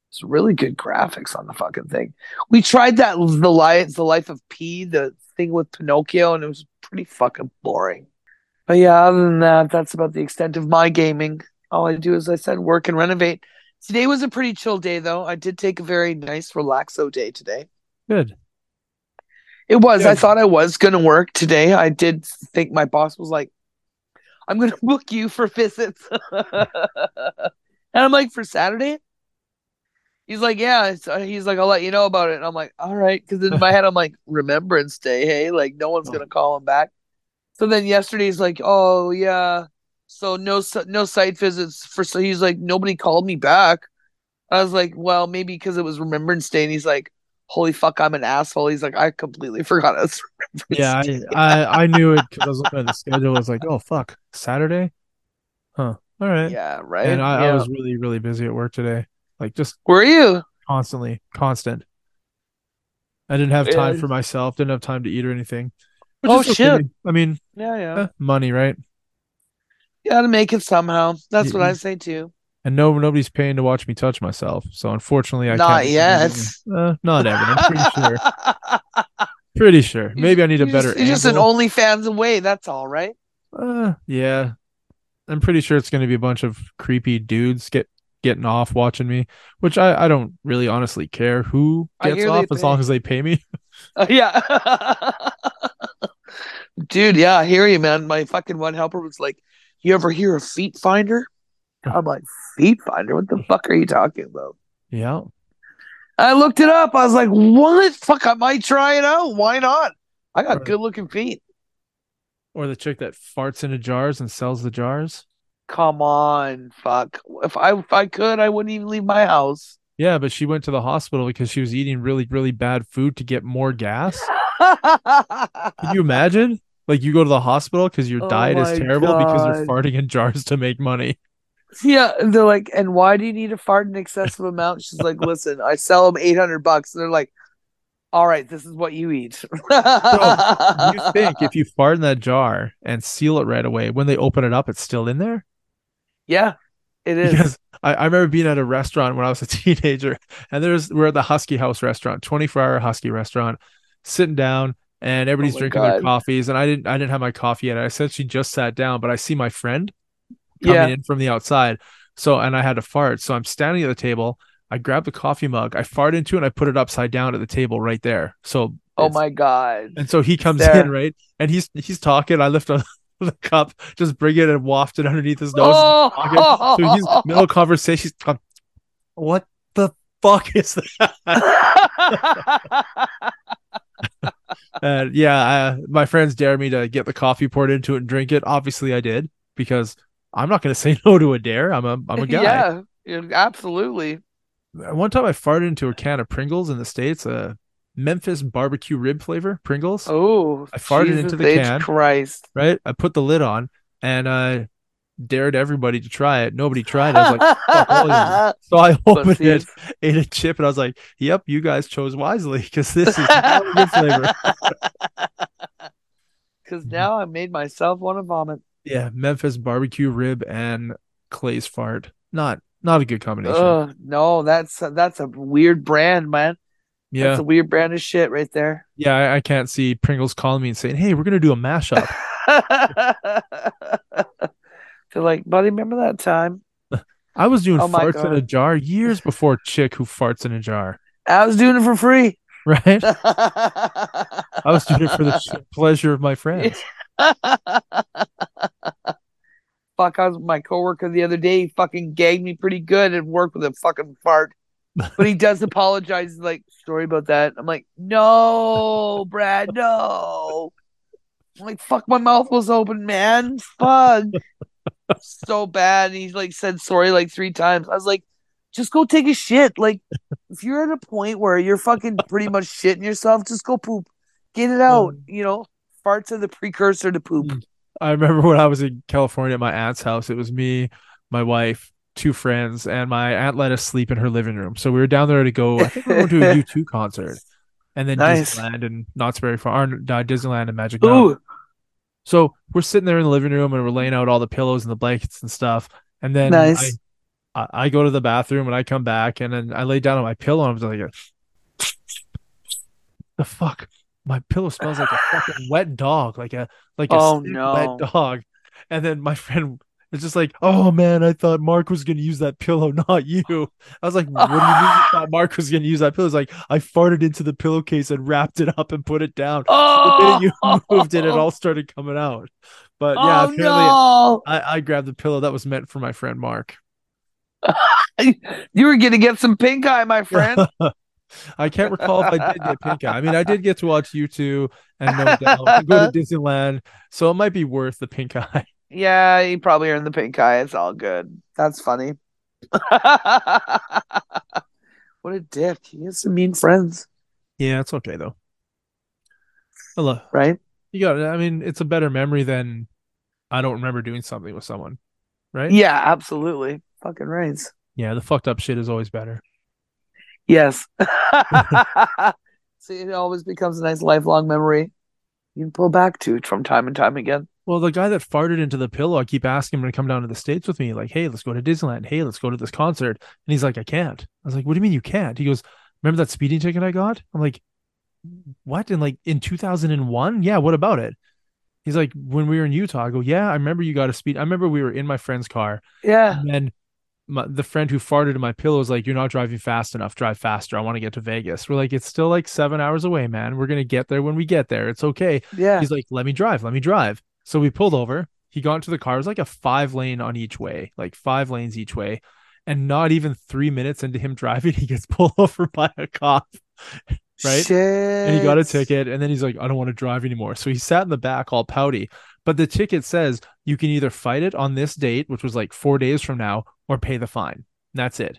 Speaker 2: it's really good graphics on the fucking thing. We tried that the life, the life of P, the thing with Pinocchio, and it was pretty fucking boring. But yeah, other than that, that's about the extent of my gaming. All I do is, I said, work and renovate. Today was a pretty chill day, though. I did take a very nice, relaxo day today.
Speaker 3: Good.
Speaker 2: It was. I
Speaker 3: Good.
Speaker 2: thought I was going to work today. I did think my boss was like, I'm going to book you for visits. and I'm like, for Saturday? He's like, yeah. So he's like, I'll let you know about it. And I'm like, all right. Because in my head, I'm like, Remembrance Day. Hey, like, no
Speaker 3: Oh.
Speaker 2: one's going to call him back. So then yesterday, he's like, oh, yeah. So no, s- no site visits for. So he's like, nobody called me back. I was like, well, maybe because it was Remembrance Day. And he's like, holy fuck, I'm an asshole. He's like, I completely forgot I was remembering
Speaker 3: Yeah,
Speaker 2: this
Speaker 3: I,
Speaker 2: day."
Speaker 3: I, I knew it because I was looking at the schedule. I was like, oh fuck, Saturday, huh? All right.
Speaker 2: yeah, right.
Speaker 3: And I,
Speaker 2: Yeah.
Speaker 3: I was really, really busy at work today, like just
Speaker 2: Were you?
Speaker 3: constantly, constant. I didn't have time
Speaker 2: Yeah.
Speaker 3: for myself. Didn't have time to eat or anything. Which
Speaker 2: Oh,
Speaker 3: is okay.
Speaker 2: shit.
Speaker 3: I mean,
Speaker 2: Yeah, yeah.
Speaker 3: eh, money, right?
Speaker 2: You gotta make it somehow. That's what
Speaker 3: Yeah.
Speaker 2: I say too.
Speaker 3: And no, nobody's paying to watch me touch myself. So unfortunately, I
Speaker 2: Not
Speaker 3: can't.
Speaker 2: yet.
Speaker 3: Uh, not ever. I'm pretty sure. Pretty sure. Maybe I need a
Speaker 2: You're
Speaker 3: better.
Speaker 2: Just, you're just an
Speaker 3: angle.
Speaker 2: OnlyFans away. That's all, right?
Speaker 3: Uh, yeah. I'm pretty sure it's going to be a bunch of creepy dudes get getting off watching me, which I, I don't really honestly care who
Speaker 2: I
Speaker 3: gets
Speaker 2: hear they
Speaker 3: off as
Speaker 2: pay.
Speaker 3: long as they pay me.
Speaker 2: Uh, yeah. Dude, yeah, I hear you, man. My fucking one helper was like, "You ever hear of Feet Finder?" I'm like, "Feet Finder? What the fuck are you talking about?"
Speaker 3: Yeah.
Speaker 2: I looked it up. I was like, what? Fuck, I might try it out. Why not? I got
Speaker 3: Right.
Speaker 2: good looking feet.
Speaker 3: Or the chick that farts into jars and sells the jars.
Speaker 2: Come on, fuck. If I if I could, I wouldn't even leave my house.
Speaker 3: Yeah, but she went to the hospital because she was eating really, really bad food to get more gas. Can you imagine? Like you go to the hospital because your
Speaker 2: Oh
Speaker 3: diet is
Speaker 2: my
Speaker 3: terrible because you're
Speaker 2: God.
Speaker 3: farting in jars to make money.
Speaker 2: yeah, and they're like, and why do you need to fart an excessive amount? She's like, listen, I sell them eight hundred bucks. And they're like, all right, this is what you eat.
Speaker 3: you think if you fart in that jar and seal it right away, when they open it up, it's still in there?
Speaker 2: yeah, it is.
Speaker 3: Because I, I remember being at a restaurant when I was a teenager, and there's we're at the Husky House restaurant, 24 hour Husky restaurant, sitting down, and everybody's
Speaker 2: Oh my
Speaker 3: drinking their
Speaker 2: God.
Speaker 3: coffees. And I didn't I didn't have my coffee yet. I said she just sat down, but I see my friend coming
Speaker 2: yeah.
Speaker 3: in from the outside. So and I had to fart. So I'm standing at the table. I grab the coffee mug, I fart into it, and I put it upside down at the table right there. So
Speaker 2: Oh
Speaker 3: it's-
Speaker 2: my god.
Speaker 3: and so he comes
Speaker 2: there.
Speaker 3: in, right? And he's he's talking. I lift a the cup, just bring it and waft it underneath his nose.
Speaker 2: Oh!
Speaker 3: So he's middle conversation. he's like, What the fuck is that? And Uh, yeah, I, my friends dare me to get the coffee poured into it and drink it. Obviously, I did because I'm not going to say no to a dare. I'm a I'm a guy.
Speaker 2: Yeah, yeah, absolutely.
Speaker 3: One time, I farted into a can of Pringles in the states. Uh, Memphis barbecue rib flavor Pringles.
Speaker 2: Oh,
Speaker 3: I farted
Speaker 2: Jesus
Speaker 3: into the
Speaker 2: H.
Speaker 3: can.
Speaker 2: Christ.
Speaker 3: Right? I put the lid on and I dared everybody to try it. Nobody tried it. I was like, "Fuck all you." so I opened it,
Speaker 2: Pussies.
Speaker 3: ate a chip, and I was like, "Yep, you guys chose wisely because this is not a good flavor."
Speaker 2: Because now I made myself want to vomit.
Speaker 3: Yeah, Memphis barbecue rib and Clay's fart. Not not a good combination.
Speaker 2: Ugh, no, that's that's a weird brand, man.
Speaker 3: yeah,
Speaker 2: That's a weird brand of shit right there.
Speaker 3: yeah. I, I can't see Pringles calling me and saying, "Hey, we're gonna do a mashup."
Speaker 2: They're like, buddy, remember that time?
Speaker 3: I was doing
Speaker 2: Oh my
Speaker 3: farts in a
Speaker 2: God.
Speaker 3: jar years before chick who farts in a jar.
Speaker 2: I was doing it for free.
Speaker 3: Right?
Speaker 2: I
Speaker 3: I was doing it for the sheer pleasure of my friends.
Speaker 2: Fuck, I was with my coworker the other day. He fucking gagged me pretty good and worked with a fucking fart. But he does apologize, he's like, sorry about that. I'm like, no, Brad, no. I'm like, fuck, my mouth was open, man. Fuck. so bad. And he like said sorry like three times. I was like, just go take a shit. Like, if you're at a point where you're fucking pretty much shitting yourself, just go poop. Get it out.
Speaker 3: Mm.
Speaker 2: You know, farts are the precursor to poop.
Speaker 3: Mm. I remember when I was in California at my aunt's house. It was me, my wife, two friends, and my aunt let us sleep in her living room. So we were down there to go. I think we were going to a U two concert, and then
Speaker 2: Nice.
Speaker 3: Disneyland and Knott's Berry Farm, or, uh, Disneyland and Magic Mountain.
Speaker 2: Ooh,
Speaker 3: So we're sitting there in the living room and we're laying out all the pillows and the blankets and stuff. And then
Speaker 2: Nice.
Speaker 3: I, I, I go to the bathroom and I come back and then I lay down on my pillow and I was like, the fuck? My pillow smells like a fucking wet dog, like a like a
Speaker 2: Oh,
Speaker 3: sick
Speaker 2: no.
Speaker 3: wet dog. And then my friend was just like, "Oh man, I thought Mark was gonna use that pillow, not you." I was like, "What do you mean? You thought Mark was gonna use that pillow?" It's like I farted into the pillowcase and wrapped it up and put it down the
Speaker 2: oh,
Speaker 3: minute you moved it, it all started coming out. But yeah,
Speaker 2: oh
Speaker 3: apparently
Speaker 2: no!
Speaker 3: I, I grabbed the pillow that was meant for my friend Mark.
Speaker 2: You were gonna get some pink eye, my friend.
Speaker 3: I can't recall if I did get pink eye. I mean, I did get to watch you two and no doubt and go to Disneyland, so it might be worth the pink eye.
Speaker 2: yeah, you probably earned the pink eye. It's all good. That's funny. what a dick! He has some mean friends,
Speaker 3: Yeah, it's okay though. I love
Speaker 2: right?
Speaker 3: you. Got. I mean, it's a better memory than I don't remember doing something with someone, right?
Speaker 2: Yeah, absolutely. Fucking rights.
Speaker 3: Yeah, the fucked up shit is always better.
Speaker 2: Yes. See, it always becomes a nice lifelong memory you can pull back to it from time and time again.
Speaker 3: Well, the guy that farted into the pillow, I keep asking him to come down to the States with me, like, hey, let's go to Disneyland. Hey, let's go to this concert. And he's like, I can't. I was like, what do you mean you can't? He goes, remember that speeding ticket I got? I'm like, what? And like in 2001? Yeah, what about it? He's like, when we were in Utah, I go, yeah, I remember you got a speed. I remember we were in my friend's car.
Speaker 2: Yeah.
Speaker 3: And then my, the friend who farted in my pillow was like, you're not driving fast enough. Drive faster. I want to get to Vegas. We're like, it's still like seven hours away, man. We're going to get there when we get there. It's okay.
Speaker 2: Yeah.
Speaker 3: He's like, let me drive, let me drive. So we pulled over. He got into the car. It was like a five lane on each way, like five lanes each way. And not even three minutes into him driving, he gets pulled over by a cop right?
Speaker 2: Shit.
Speaker 3: and he got a ticket. And then he's like, I don't want to drive anymore. So he sat in the back all pouty. But the ticket says you can either fight it on this date, which was like four days from now, or pay the fine. And That's it.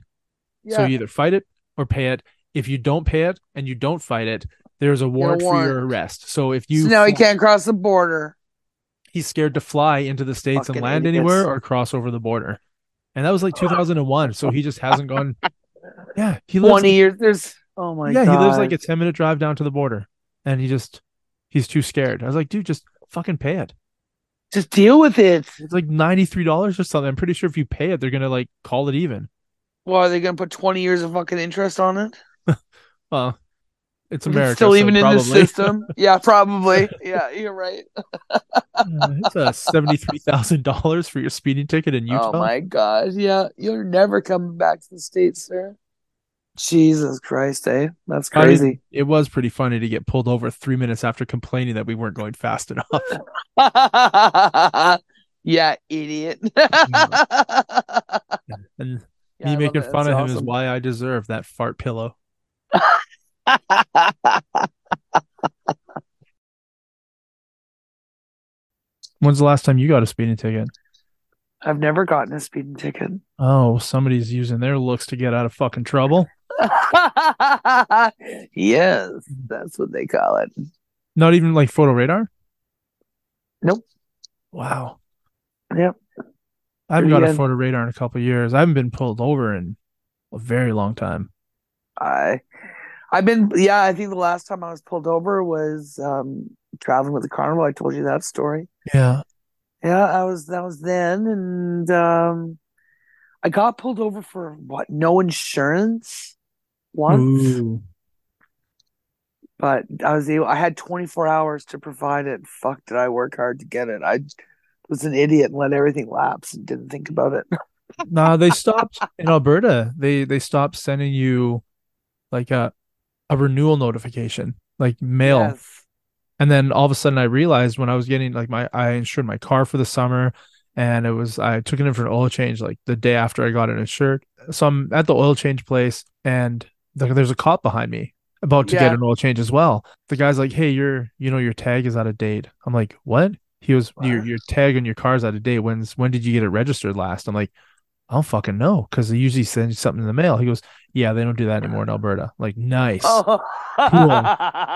Speaker 3: So
Speaker 2: Yeah.
Speaker 3: you either fight it or pay it. If you don't pay it and you don't fight it, there's a warrant,
Speaker 2: warrant.
Speaker 3: for your arrest. So if you
Speaker 2: So now he
Speaker 3: fly-
Speaker 2: can't cross the border.
Speaker 3: he's scared to fly into the states and
Speaker 2: Fucking
Speaker 3: land
Speaker 2: idiots.
Speaker 3: anywhere or cross over the border. And that was like 2001, so he just hasn't gone. Yeah, he lives.
Speaker 2: Twenty years. There's. Oh my
Speaker 3: yeah,
Speaker 2: god.
Speaker 3: he lives like a 10 minute drive down to the border, and he just he's too scared. I was like, dude, just fucking pay it.
Speaker 2: Just deal with it.
Speaker 3: It's like ninety three dollars or something. I'm pretty sure if you pay it, they're gonna like call it even.
Speaker 2: Well, are they gonna put twenty years of fucking interest on it?
Speaker 3: Well, it's
Speaker 2: If
Speaker 3: America.
Speaker 2: It's still
Speaker 3: so
Speaker 2: even in the
Speaker 3: probably-
Speaker 2: system. Yeah, probably. yeah, you're right.
Speaker 3: Uh, it's uh, seventy three thousand dollars for your speeding ticket in Utah.
Speaker 2: Oh my god. Yeah, you're never coming back to the states, sir. Jesus Christ, eh? That's
Speaker 3: I mean,
Speaker 2: crazy.
Speaker 3: It was pretty funny to get pulled over three minutes after complaining that we weren't going fast enough.
Speaker 2: yeah, idiot.
Speaker 3: And
Speaker 2: Yeah, I
Speaker 3: Mm. me
Speaker 2: love
Speaker 3: making
Speaker 2: it.
Speaker 3: fun of him
Speaker 2: That's
Speaker 3: is why I deserve that fart pillow.
Speaker 2: awesome.
Speaker 3: When's the last time you got a speeding ticket?
Speaker 2: I've never gotten a speeding ticket.
Speaker 3: Oh, somebody's using their looks to get out of fucking trouble.
Speaker 2: yes, that's what they call it.
Speaker 3: Not even like photo radar.
Speaker 2: Nope.
Speaker 3: Wow.
Speaker 2: Yep.
Speaker 3: I haven't got
Speaker 2: Yeah.
Speaker 3: a photo radar in a couple of years. I haven't been pulled over in a very long time.
Speaker 2: I I've been yeah, I think the last time I was pulled over was um traveling with the carnival. I told you that story.
Speaker 3: Yeah.
Speaker 2: Yeah, I was that was then and um I got pulled over for what, no insurance once,
Speaker 3: Ooh.
Speaker 2: but I was able I had twenty four hours to provide it. Fuck did I work hard to get it. I was an idiot and let everything lapse and didn't think about it.
Speaker 3: No, they stopped in Alberta. They they stopped sending you like a a renewal notification, like mail.
Speaker 2: Yes.
Speaker 3: And then all of a sudden I realized when I was getting like my I insured my car for the summer and it was I took it in for an oil change like the day after I got it insured. So I'm at the oil change place and there- there's a cop behind me about to get
Speaker 2: Yeah.
Speaker 3: an oil change as well. The guy's like, "Hey, your you know your tag is out of date." I'm like, "What?" He was, "Your
Speaker 2: Wow.
Speaker 3: your tag on your car's out of date. When's when did you get it registered last?" I'm like, "I don't fucking know because they usually send you something in the mail." He goes, "Yeah, they don't do that anymore in Alberta." like, nice.
Speaker 2: Oh.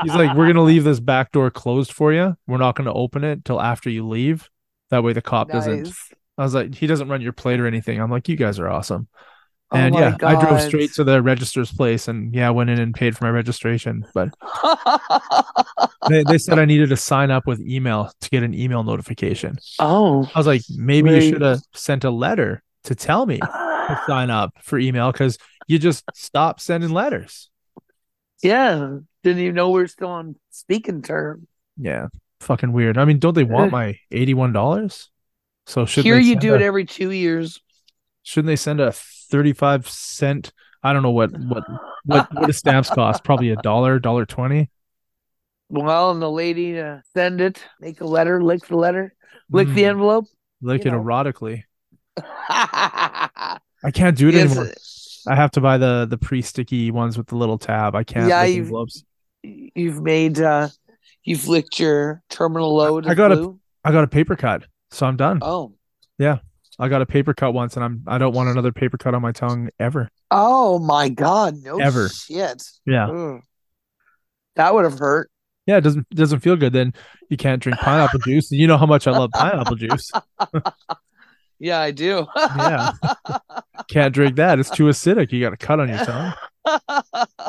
Speaker 3: He's like, we're gonna leave this back door closed for you. We're not gonna open it till after you leave. That way the cop doesn't.
Speaker 2: Nice.
Speaker 3: I was like, he doesn't run your plate or anything. I'm like, you guys are awesome.
Speaker 2: Oh
Speaker 3: And
Speaker 2: my
Speaker 3: yeah, I drove
Speaker 2: God.
Speaker 3: straight to the register's place and yeah, went in and paid for my registration. But they, they said I needed to sign up with email to get an email notification.
Speaker 2: oh.
Speaker 3: I was like, maybe you
Speaker 2: Wait.
Speaker 3: should have sent a letter to tell me to sign up for email because you just stopped sending letters.
Speaker 2: Yeah. Didn't even know we were still on speaking term.
Speaker 3: Yeah, fucking weird. I mean, don't they want my eighty-one dollars? So should
Speaker 2: Uh, Here
Speaker 3: they
Speaker 2: you
Speaker 3: send
Speaker 2: do
Speaker 3: a,
Speaker 2: it every two years.
Speaker 3: Shouldn't they send a thirty-five cent? I don't know what what what what do stamps cost? Probably a dollar, dollar twenty.
Speaker 2: Well, and the lady to send it, make a letter, lick the letter, lick the
Speaker 3: Mm,
Speaker 2: envelope.
Speaker 3: lick
Speaker 2: you
Speaker 3: it
Speaker 2: know.
Speaker 3: erotically. I can't do it
Speaker 2: Yes. uh,
Speaker 3: anymore. I have to buy the the pre-sticky ones with the little tab. I can't.
Speaker 2: Yeah,
Speaker 3: lick
Speaker 2: you've-
Speaker 3: envelopes.
Speaker 2: You've made, uh, you've licked your terminal load.
Speaker 3: I
Speaker 2: of
Speaker 3: got a-
Speaker 2: glue.
Speaker 3: I got a paper cut, so I'm done.
Speaker 2: Oh.
Speaker 3: I got a paper cut once, and I'm I don't want another paper cut on my tongue ever.
Speaker 2: Oh my God. No
Speaker 3: Ever.
Speaker 2: shit.
Speaker 3: Yeah.
Speaker 2: Ugh. That would have hurt.
Speaker 3: Yeah, it doesn't doesn't feel good. Then you can't drink pineapple juice. You know how much I love pineapple juice.
Speaker 2: Yeah, I do.
Speaker 3: Yeah. Can't drink that. It's too acidic. You got a cut on your tongue.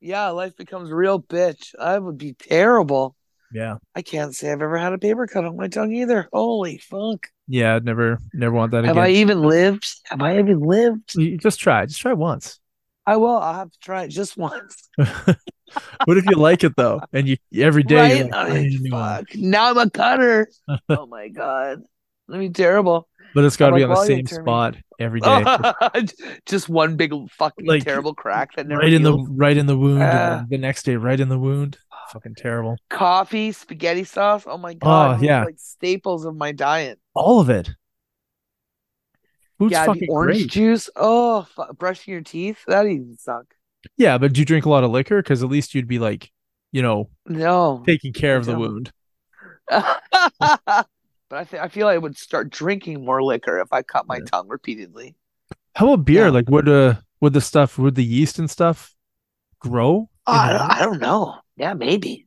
Speaker 2: yeah, life becomes a real bitch. I would be terrible.
Speaker 3: Yeah.
Speaker 2: I can't say I've ever had a paper cut on my tongue either. Holy fuck.
Speaker 3: Yeah, I'd never never want that
Speaker 2: Have
Speaker 3: again.
Speaker 2: I even lived? Have I even lived?
Speaker 3: You- Just try. Just try once.
Speaker 2: I will. I'll have to try it just once.
Speaker 3: what if you like it though? And you every day you're
Speaker 2: Right? Oh, I
Speaker 3: like, "I
Speaker 2: mean,
Speaker 3: need a new one."
Speaker 2: fuck. Now I'm a cutter. oh my God. That'd be terrible.
Speaker 3: But it's gotta
Speaker 2: I'm
Speaker 3: be
Speaker 2: like,
Speaker 3: on the
Speaker 2: "Well, you
Speaker 3: same
Speaker 2: turn me." Oh,
Speaker 3: spot every day.
Speaker 2: just one big fucking
Speaker 3: Like,
Speaker 2: terrible crack that never
Speaker 3: right in the
Speaker 2: heals.
Speaker 3: right in the wound. and
Speaker 2: Ah.
Speaker 3: then the next day, right in the wound. Fucking terrible.
Speaker 2: coffee, spaghetti sauce. Oh my God.
Speaker 3: Oh,
Speaker 2: those are,
Speaker 3: yeah.
Speaker 2: Like staples of my diet.
Speaker 3: All of it. Food's
Speaker 2: yeah, the
Speaker 3: fucking
Speaker 2: orange
Speaker 3: great.
Speaker 2: juice. Oh, fu- brushing your teeth. That even suck.
Speaker 3: Yeah, but do you drink a lot of liquor? Because at least you'd be like, you know,
Speaker 2: No.
Speaker 3: taking care of the
Speaker 2: don't.
Speaker 3: wound.
Speaker 2: but I, th- I feel I would start drinking more liquor if I cut my
Speaker 3: Yeah.
Speaker 2: tongue repeatedly.
Speaker 3: How about beer?
Speaker 2: Yeah.
Speaker 3: Like, would uh, would the stuff, would the yeast and stuff grow? in
Speaker 2: Oh, I,
Speaker 3: the
Speaker 2: don't, I don't know. Yeah, maybe.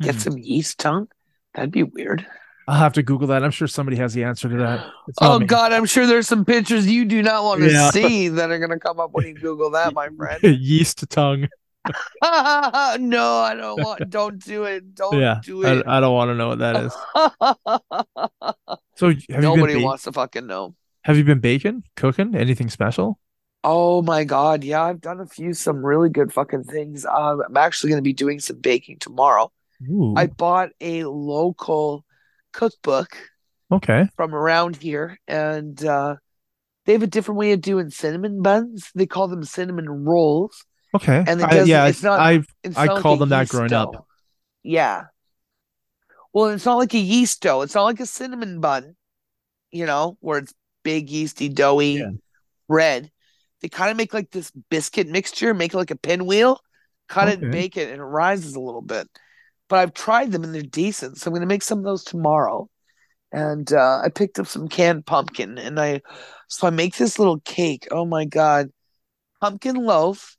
Speaker 2: Get
Speaker 3: Hmm.
Speaker 2: some yeast tongue. That'd be weird.
Speaker 3: I'll have to Google that. I'm sure somebody has the answer to that. It's not
Speaker 2: Oh,
Speaker 3: me.
Speaker 2: God. I'm sure there's some pictures you do not want to
Speaker 3: Yeah.
Speaker 2: see that are going to come up when you Google that, my friend.
Speaker 3: yeast to tongue.
Speaker 2: no, I don't want. Don't do it. Don't
Speaker 3: Yeah,
Speaker 2: do
Speaker 3: I,
Speaker 2: it.
Speaker 3: I don't want to know what that is. So have you
Speaker 2: Oh. Nobody
Speaker 3: been ba-
Speaker 2: wants to fucking know.
Speaker 3: have you been baking, cooking, anything special?
Speaker 2: Oh my God. Yeah, I've done a few, some really good fucking things. Um, I'm actually going to be doing some baking tomorrow.
Speaker 3: Ooh,
Speaker 2: I bought a local cookbook
Speaker 3: okay.
Speaker 2: from around here, and uh, they have a different way of doing cinnamon buns. They call them cinnamon rolls.
Speaker 3: Okay.
Speaker 2: And it
Speaker 3: I-
Speaker 2: doesn't-
Speaker 3: yeah,
Speaker 2: it's not-
Speaker 3: I've
Speaker 2: It's
Speaker 3: I
Speaker 2: not like
Speaker 3: called
Speaker 2: a
Speaker 3: them that
Speaker 2: yeast
Speaker 3: growing up.
Speaker 2: dough. Yeah. Well, it's not like a yeast dough. It's not like a cinnamon bun, you know, where it's big, yeasty, doughy
Speaker 3: Yeah.
Speaker 2: bread. They kind of make like this biscuit mixture, make it like a pinwheel, cut it and
Speaker 3: Okay.
Speaker 2: bake it, and it rises a little bit. But I've tried them and they're decent. So I'm going to make some of those tomorrow. and uh, I picked up some canned pumpkin, and I so I make this little cake. Oh my god, pumpkin loaf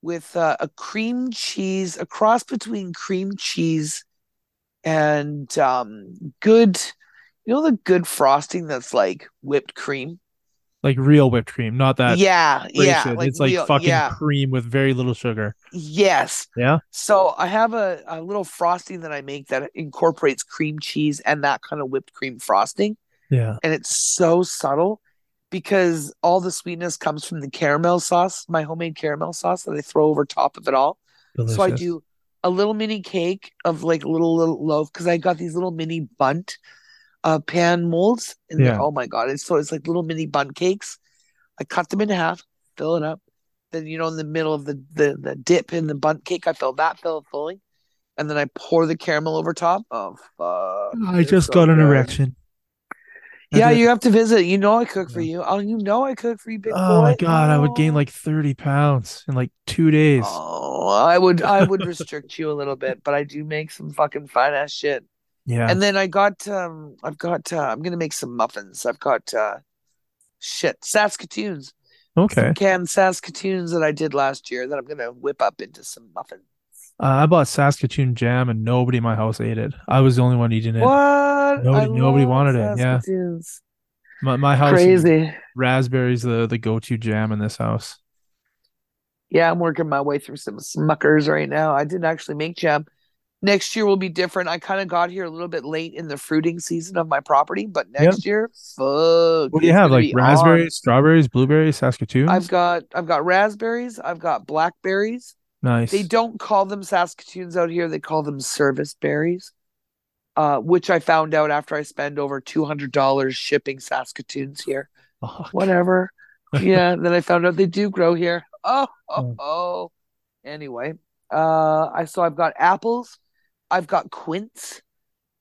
Speaker 2: with uh, a cream cheese, a cross between cream cheese and um, good, you know, the good frosting that's like whipped cream.
Speaker 3: Like real whipped cream, not that.
Speaker 2: yeah, yeah,
Speaker 3: ration. it's like
Speaker 2: real-
Speaker 3: fucking
Speaker 2: yeah.
Speaker 3: cream with very little sugar.
Speaker 2: Yes.
Speaker 3: Yeah.
Speaker 2: So I have a, a little frosting that I make that incorporates cream cheese and that kind of whipped cream frosting.
Speaker 3: Yeah.
Speaker 2: And it's so subtle because all the sweetness comes from the caramel sauce, my homemade caramel sauce that I throw over top of it all.
Speaker 3: Delicious.
Speaker 2: So I do a little mini cake of like a little, little loaf because I got these little mini bunt uh, pan molds. And they're-
Speaker 3: Yeah.
Speaker 2: oh my God. It's so it's like little mini bun cakes. I cut them in half, fill it up. Then, you know, in the middle of the, the, the dip in the bun cake, I fill that, fill it fully. And then I pour the caramel over top. Oh, fuck.
Speaker 3: I
Speaker 2: it's
Speaker 3: just
Speaker 2: so
Speaker 3: got an
Speaker 2: good.
Speaker 3: erection. I
Speaker 2: uh, Yeah,
Speaker 3: did-
Speaker 2: you have to visit. You know I cook for
Speaker 3: Yeah.
Speaker 2: you. Oh, you know I cook for you, big
Speaker 3: Oh my
Speaker 2: boy.
Speaker 3: god, I would gain like thirty pounds in like two days.
Speaker 2: Oh, I would I would restrict you a little bit, but I do make some fucking fine ass shit.
Speaker 3: yeah.
Speaker 2: And then I got um I've got uh, I'm gonna make some muffins. I've got uh shit Saskatoons,
Speaker 3: okay.
Speaker 2: canned Saskatoons that I did last year that I'm gonna whip up into some muffins.
Speaker 3: Uh, I bought Saskatoon jam and nobody in my house ate it. I was the only one eating it.
Speaker 2: What? I
Speaker 3: Nobody- nobody
Speaker 2: love
Speaker 3: wanted it, yeah.
Speaker 2: Saskatoons.
Speaker 3: My my house is
Speaker 2: Crazy.
Speaker 3: raspberries the the go to jam in this house.
Speaker 2: Yeah, I'm working my way through some smuckers right now. I didn't actually make jam. Next year will be different. I kind of got here a little bit late in the fruiting season of my property, but
Speaker 3: Yeah.
Speaker 2: next year, fuck,
Speaker 3: What do you
Speaker 2: it's
Speaker 3: have?
Speaker 2: gonna
Speaker 3: Like
Speaker 2: be on.
Speaker 3: raspberries, strawberries, blueberries, Saskatoon.
Speaker 2: I've got I've got raspberries, I've got blackberries.
Speaker 3: nice.
Speaker 2: They don't call them Saskatoons out here. They call them service berries, uh, which I found out after I spend over $200 shipping Saskatoons here.
Speaker 3: Fuck.
Speaker 2: Whatever. yeah. Then I found out they do grow here. Oh,
Speaker 3: Mm.
Speaker 2: oh, oh. Anyway, uh, I so I've got apples, I've got quince,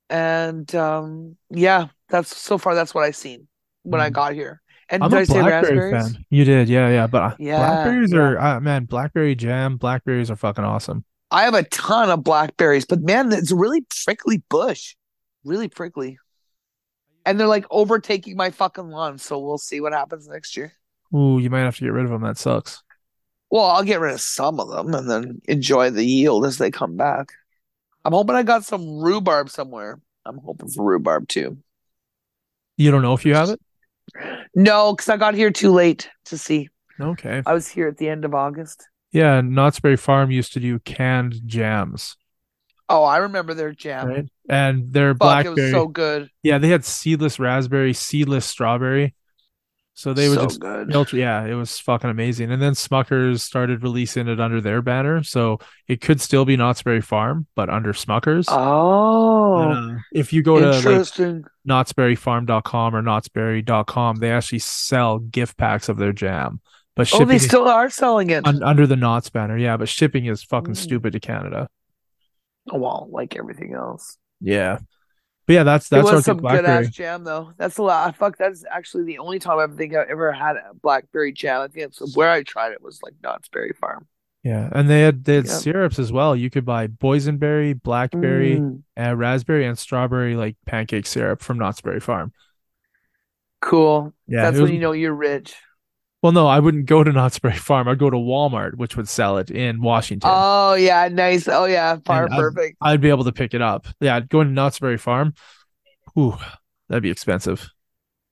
Speaker 2: and um, yeah, that's so far that's what I've seen when I
Speaker 3: Mm.
Speaker 2: got here. And
Speaker 3: I'm
Speaker 2: did
Speaker 3: a
Speaker 2: I say
Speaker 3: blackberry
Speaker 2: raspberries?
Speaker 3: fan. You did, yeah, yeah. But uh,
Speaker 2: Yeah,
Speaker 3: blackberries
Speaker 2: yeah.
Speaker 3: are uh, man, blackberry jam. Blackberries are fucking awesome.
Speaker 2: I have a ton of blackberries, but man, it's a really prickly bush. Really prickly. And they're like overtaking my fucking lawn, so we'll see what happens next year.
Speaker 3: Ooh, you might have to get rid of them. That sucks.
Speaker 2: Well, I'll get rid of some of them and then enjoy the yield as they come back. I'm hoping I got some rhubarb somewhere. I'm hoping for rhubarb too.
Speaker 3: You don't know if you have it.
Speaker 2: No, because I got here too late to see.
Speaker 3: Okay.
Speaker 2: I was here at the end of August.
Speaker 3: Yeah, Knott's Berry Farm used to do canned jams,
Speaker 2: Oh, I remember their jam.
Speaker 3: right? And their
Speaker 2: Fuck, it
Speaker 3: blackberry.
Speaker 2: was so good.
Speaker 3: yeah, they had seedless raspberry, seedless strawberry. So they would
Speaker 2: so
Speaker 3: just
Speaker 2: good.
Speaker 3: Ultra, yeah, it was fucking amazing. And then Smuckers started releasing it under their banner, so it could still be Knott's Berry Farm, but under Smuckers.
Speaker 2: Oh,
Speaker 3: Uh, if you go to like,
Speaker 2: interesting.
Speaker 3: knottsberryfarm.com or knottsberry.com, they actually sell gift packs of their jam, but
Speaker 2: oh,
Speaker 3: shipping
Speaker 2: they
Speaker 3: is
Speaker 2: still are selling it.
Speaker 3: un- under the Knott's banner. Yeah, but shipping is fucking
Speaker 2: Mm.
Speaker 3: stupid to Canada.
Speaker 2: Oh, well, like everything else.
Speaker 3: Yeah, but yeah, that's that's
Speaker 2: it
Speaker 3: our
Speaker 2: was
Speaker 3: good
Speaker 2: some good
Speaker 3: blackberry.
Speaker 2: ass jam though. That's a lot. I fuck. That's actually the only time I think I've ever had a blackberry jam. I think it's where I tried it was like Knott's Berry Farm.
Speaker 3: Yeah, and they had they had
Speaker 2: Yeah.
Speaker 3: syrups as well. You could buy boysenberry, blackberry.
Speaker 2: Mm,
Speaker 3: uh, raspberry and strawberry like pancake syrup from Knott's Berry Farm.
Speaker 2: cool.
Speaker 3: Yeah,
Speaker 2: that's
Speaker 3: it was-
Speaker 2: when you know you're rich.
Speaker 3: Well, no, I wouldn't go to Knott's Berry Farm. I'd go to Walmart, which would sell it in Washington.
Speaker 2: Oh yeah, nice. Oh yeah, far
Speaker 3: And uh, I-
Speaker 2: perfect.
Speaker 3: I'd be able to pick it up. Yeah, I'd go to Knott's Berry Farm. Ooh, that'd be expensive.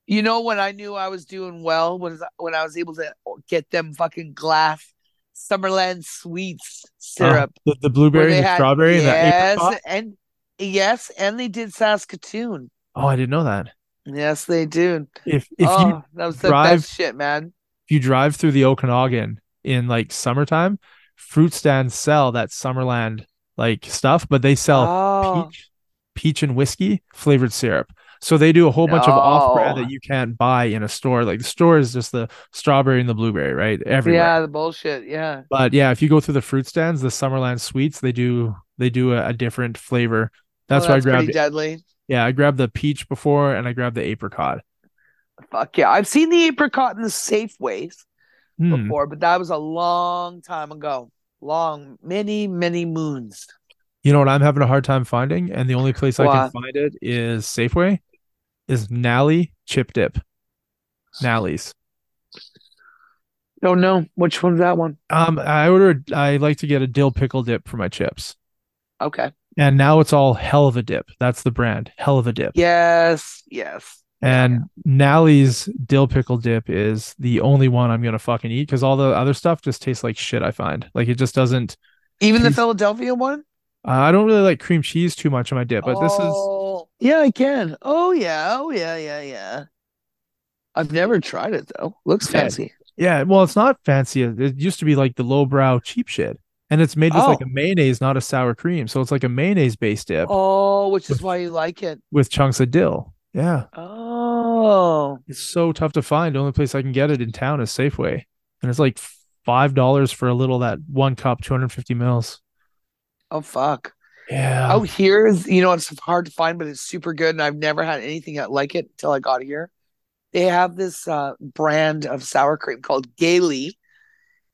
Speaker 2: You know when I knew I was doing well was when I was able to get them fucking glass Summerland sweets
Speaker 3: Uh,
Speaker 2: syrup.
Speaker 3: the, the blueberry
Speaker 2: they
Speaker 3: and the
Speaker 2: had-
Speaker 3: strawberry and the
Speaker 2: yes,
Speaker 3: apricot.
Speaker 2: and yes, and they did Saskatoon.
Speaker 3: Oh, I didn't know that.
Speaker 2: Yes, they do.
Speaker 3: If if
Speaker 2: oh,
Speaker 3: you
Speaker 2: that was the
Speaker 3: drive-
Speaker 2: best shit, man.
Speaker 3: if you drive through the Okanagan in like summertime, fruit stands sell that Summerland like stuff, but they sell
Speaker 2: Oh,
Speaker 3: peach, peach and whiskey flavored syrup. So they do a whole bunch of off brand
Speaker 2: No.
Speaker 3: that you can't buy in a store. Like the store is just the strawberry and the blueberry, right? Everywhere.
Speaker 2: yeah, the bullshit. Yeah.
Speaker 3: But yeah, if you go through the fruit stands, the Summerland sweets, they do they do a, a different flavor. That's
Speaker 2: Oh,
Speaker 3: why I
Speaker 2: that's pretty
Speaker 3: grabbed
Speaker 2: deadly.
Speaker 3: yeah, I grabbed the peach before and I grabbed the apricot.
Speaker 2: Fuck yeah. I've seen the apricot in the Safeways
Speaker 3: Hmm.
Speaker 2: before, but that was a long time ago. Long, many, many moons.
Speaker 3: You know what I'm having a hard time finding? And the only place I
Speaker 2: What?
Speaker 3: can find it is Safeway. is Nally Chip Dip. Nally's.
Speaker 2: Don't know which one's that one.
Speaker 3: Um, I ordered. I like to get a dill pickle dip for my chips,
Speaker 2: Okay.
Speaker 3: and now it's all hell of a dip. That's the brand, hell of a dip.
Speaker 2: Yes. Yes.
Speaker 3: And Nally's dill pickle dip is the only one I'm gonna fucking eat because all the other stuff just tastes like shit. I find like it just doesn't.
Speaker 2: Even the
Speaker 3: Cheese-
Speaker 2: Philadelphia one.
Speaker 3: I don't really like cream cheese too much on my dip, but this is
Speaker 2: Oh, yeah, I can. Oh yeah. Oh yeah. Yeah yeah. I've never tried it though. Looks
Speaker 3: Yeah.
Speaker 2: fancy.
Speaker 3: yeah. Well, it's not fancy. It it used to be like the lowbrow cheap shit, and it's made with like
Speaker 2: Oh.
Speaker 3: a mayonnaise, not a sour cream. So it's like a mayonnaise based dip
Speaker 2: Oh, which is why you like it.
Speaker 3: with chunks of dill. Yeah.
Speaker 2: Oh.
Speaker 3: It's so tough to find. The only place I can get it in town is Safeway, and it's like five dollars for a little that one cup, two hundred fifty mils.
Speaker 2: Oh fuck.
Speaker 3: Yeah,
Speaker 2: Out here is you know it's hard to find, but it's super good, and I've never had anything that like it until I got here. They have this uh, brand of sour cream called Gailey,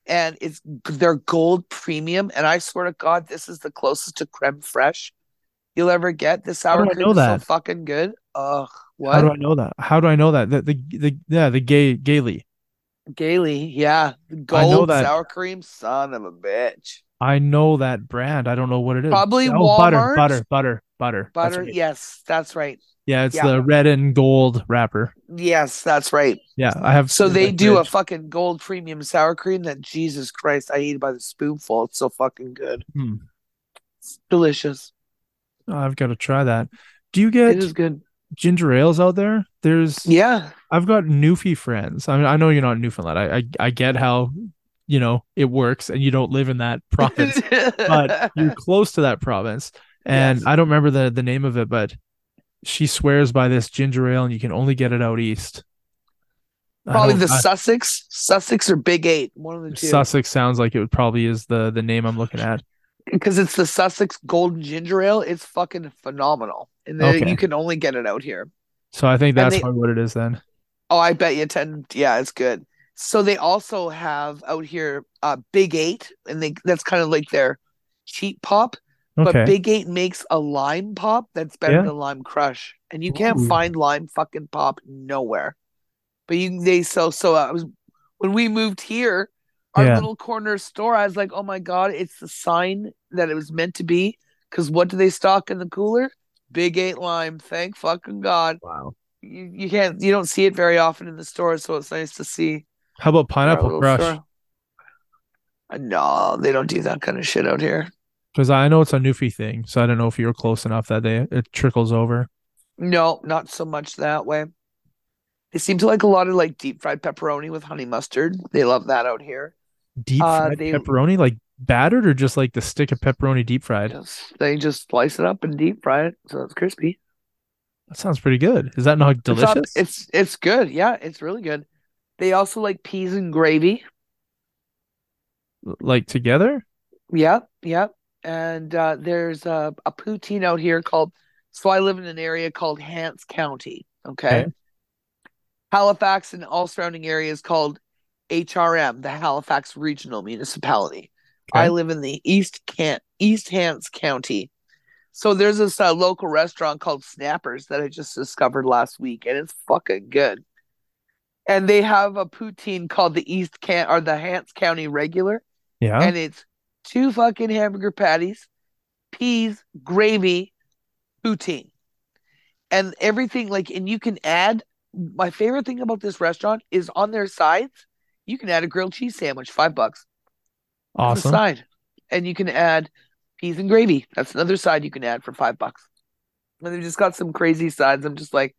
Speaker 2: and it's their gold premium. And I swear to God, this is the closest to creme fraiche you'll ever get. The sour
Speaker 3: do I
Speaker 2: cream
Speaker 3: know
Speaker 2: is so
Speaker 3: that?
Speaker 2: fucking good. Ugh,
Speaker 3: how do I
Speaker 2: what
Speaker 3: know that? How do I know that? The the, the yeah the gay gaily.
Speaker 2: Gailey? Yeah, gold
Speaker 3: that.
Speaker 2: sour cream, son of a bitch.
Speaker 3: I know that brand. I don't know what it is.
Speaker 2: Probably
Speaker 3: oh, butter,
Speaker 2: Walmart?
Speaker 3: butter, butter, butter, That's
Speaker 2: Butter,
Speaker 3: right.
Speaker 2: yes, that's right.
Speaker 3: Yeah, it's
Speaker 2: yeah.
Speaker 3: the red and gold wrapper.
Speaker 2: Yes, that's right.
Speaker 3: Yeah, I have.
Speaker 2: So
Speaker 3: some in
Speaker 2: they
Speaker 3: my
Speaker 2: do a
Speaker 3: fridge.
Speaker 2: fucking gold premium sour cream that Jesus Christ, I eat it by the spoonful. It's so fucking good.
Speaker 3: Hmm.
Speaker 2: It's delicious.
Speaker 3: Oh, I've got to try that. Do you
Speaker 2: It
Speaker 3: get
Speaker 2: is good.
Speaker 3: ginger ales out there? There's
Speaker 2: Yeah.
Speaker 3: I've got Newfie friends. I mean, I know you're not in Newfoundland. I, I I get how you know it works, and you don't live in that province, but you're close to that province. And
Speaker 2: Yes.
Speaker 3: I don't remember the the name of it, but she swears by this ginger ale, and you can only get it out east. I
Speaker 2: Probably
Speaker 3: don't-
Speaker 2: the
Speaker 3: I-
Speaker 2: Sussex, Sussex or Big Eight, one of the two,
Speaker 3: Sussex sounds like it would probably is the the name I'm looking at.
Speaker 2: because it's the Sussex Golden Ginger Ale. It's fucking phenomenal, and then
Speaker 3: Okay.
Speaker 2: you can only get it out here.
Speaker 3: So I think
Speaker 2: And
Speaker 3: that's
Speaker 2: they-
Speaker 3: probably what it is then.
Speaker 2: Oh, I bet you ten. Yeah, it's good. So they also have out here uh, Big Eight, and they that's kind of like their cheap pop.
Speaker 3: Okay,
Speaker 2: But Big Eight makes a lime pop that's better
Speaker 3: Yeah.
Speaker 2: than lime crush, and you can't
Speaker 3: Ooh.
Speaker 2: find lime fucking pop nowhere. But you they sell so I was when we moved here, our
Speaker 3: Yeah.
Speaker 2: little corner store. I was like, oh my god, it's the sign that it was meant to be. Because what do they stock in the cooler? Big Eight lime. Thank fucking god.
Speaker 3: wow.
Speaker 2: You you can't you don't see it very often in the store, so it's nice to see.
Speaker 3: How
Speaker 2: in our
Speaker 3: about pineapple
Speaker 2: little
Speaker 3: crush?
Speaker 2: store. Uh, No, they don't do that kind of shit out here.
Speaker 3: Because I know it's a Newfie thing, so I don't know if you were close enough that day it trickles over.
Speaker 2: No, not so much that way. They seem to like a lot of like deep fried pepperoni with honey mustard. They love that out here.
Speaker 3: deep
Speaker 2: Uh,
Speaker 3: fried
Speaker 2: they-
Speaker 3: pepperoni, like battered or just like the stick of pepperoni deep fried?
Speaker 2: Just, they just slice it up and deep fry it, so it's crispy.
Speaker 3: That sounds pretty good. Is that not
Speaker 2: It's up-
Speaker 3: delicious?
Speaker 2: It's, it's good. Yeah, it's really good. They also like peas and gravy.
Speaker 3: like together?
Speaker 2: Yep, yep. And uh, there's a, a poutine out here called. So I live in an area called Hants County. Okay.
Speaker 3: Okay.
Speaker 2: Halifax and all surrounding areas called HRM, the Halifax Regional Municipality. I
Speaker 3: Okay.
Speaker 2: live in the East Can East Hants County. So there's this uh, local restaurant called Snappers that I just discovered last week, and it's fucking good. And they have a poutine called the East Can or the Hants County Regular
Speaker 3: Yeah.
Speaker 2: and it's two fucking hamburger patties, peas, gravy, poutine, and everything like. And you can add. My favorite thing about this restaurant is on their sides, you can add a grilled cheese sandwich, five bucks. That's a
Speaker 3: awesome.
Speaker 2: side, and you can add peas and gravy. That's another side you can add for five bucks. And they've just got some crazy sides. I'm just like.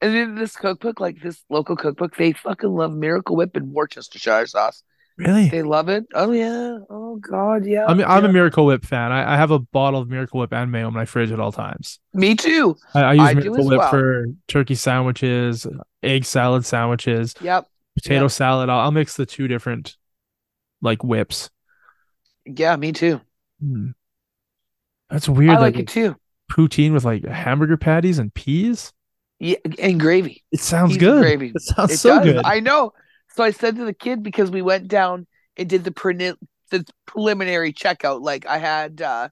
Speaker 2: And in this cookbook, like this local cookbook, they fucking love Miracle Whip and Worcestershire sauce.
Speaker 3: Really?
Speaker 2: They love it. Oh yeah. Oh god, yeah.
Speaker 3: I mean, I'm
Speaker 2: yeah.
Speaker 3: a Miracle Whip fan. I, I have a bottle of Miracle Whip and mayo in my fridge at all times.
Speaker 2: Me too.
Speaker 3: I, I use
Speaker 2: I do
Speaker 3: Miracle
Speaker 2: as
Speaker 3: Whip
Speaker 2: well.
Speaker 3: for turkey sandwiches, egg salad sandwiches,
Speaker 2: Yep.
Speaker 3: potato
Speaker 2: Yeah.
Speaker 3: salad. I'll, I'll mix the two different like whips.
Speaker 2: Yeah, me too.
Speaker 3: Hmm. That's weird.
Speaker 2: I like,
Speaker 3: like
Speaker 2: it too.
Speaker 3: poutine with like hamburger patties and peas.
Speaker 2: Yeah, and gravy.
Speaker 3: It sounds
Speaker 2: Peas and
Speaker 3: good.
Speaker 2: gravy.
Speaker 3: It sounds
Speaker 2: It
Speaker 3: so
Speaker 2: does.
Speaker 3: good.
Speaker 2: I know. So I said to the kid because we went down and did the preni the preliminary checkout. Like I had uh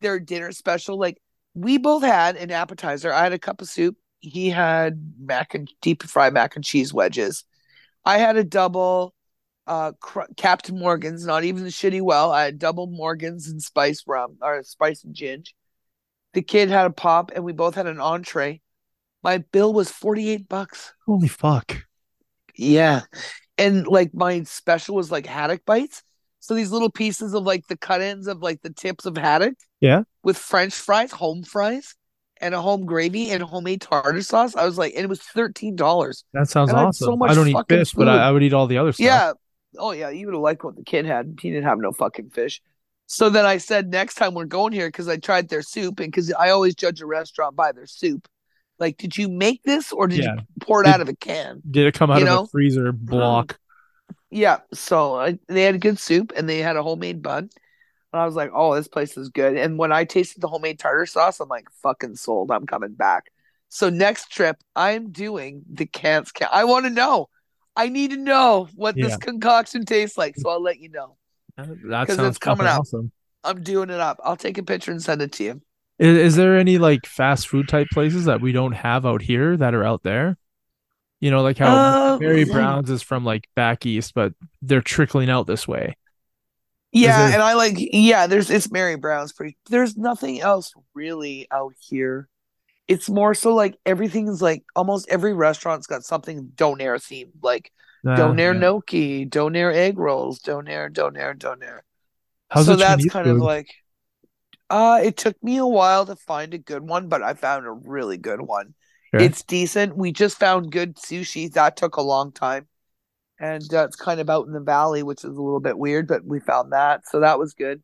Speaker 2: their dinner special. Like we both had an appetizer. I had a cup of soup. he had mac and deep fried mac and cheese wedges. I had a double uh cr- Captain Morgan's, not even the shitty well. I had double Morgan's and spice rum or spice and ginger. The kid had a pop, and we both had an entree. My bill was forty eight bucks.
Speaker 3: Holy fuck.
Speaker 2: Yeah, and like my special was like haddock bites. So these little pieces of like the cut ends of like the tips of haddock.
Speaker 3: Yeah.
Speaker 2: With French fries, home fries, and a home gravy and homemade tartar sauce. I was like, and it was thirteen dollars.
Speaker 3: That sounds
Speaker 2: And I had
Speaker 3: awesome.
Speaker 2: so much
Speaker 3: I don't eat
Speaker 2: fucking
Speaker 3: fish, but
Speaker 2: food.
Speaker 3: I, I would eat all the other stuff.
Speaker 2: Yeah. Oh yeah, you would have liked what the kid had. He didn't have no fucking fish. So then I said next time we're going here because I tried their soup and because I always judge a restaurant by their soup. Like, did you make this or did
Speaker 3: Yeah.
Speaker 2: you pour it
Speaker 3: Did-
Speaker 2: out of a can?
Speaker 3: Did it come out
Speaker 2: You
Speaker 3: of
Speaker 2: know? Um,
Speaker 3: a freezer block?
Speaker 2: Yeah. So I, they had good soup and they had a homemade bun. And I was like, oh, this place is good. And when I tasted the homemade tartar sauce, I'm like, fucking sold. I'm coming back. So next trip, I'm doing the cans. Can- I want to know. I need to know what this
Speaker 3: Yeah.
Speaker 2: concoction tastes like. So I'll let you know.
Speaker 3: That
Speaker 2: 'Cause it's
Speaker 3: sounds
Speaker 2: coming
Speaker 3: fucking
Speaker 2: out.
Speaker 3: awesome.
Speaker 2: I'm doing it up. I'll take a picture and send it to you.
Speaker 3: I- Is, there any like fast food type places that we don't have out here that are out there? You know, like how
Speaker 2: Uh,
Speaker 3: Mary
Speaker 2: yeah.
Speaker 3: Brown's is from like back east, but they're trickling out this way.
Speaker 2: Yeah,
Speaker 3: there-
Speaker 2: and I like yeah, there's it's Mary Brown's pretty there's nothing else really out here. It's more so like everything's like almost every restaurant's got something donair themed, like
Speaker 3: Uh,
Speaker 2: donair
Speaker 3: yeah.
Speaker 2: gnocchi, donair egg rolls, donair, donair, donair.
Speaker 3: How's
Speaker 2: so
Speaker 3: the
Speaker 2: that's
Speaker 3: Chinese
Speaker 2: kind
Speaker 3: food?
Speaker 2: of like uh it took me a while to find a good one, but I found a really good one.
Speaker 3: Okay.
Speaker 2: It's decent. We just found good sushi. That took a long time. And uh, it's kind of out in the valley, which is a little bit weird, but we found that. So that was good.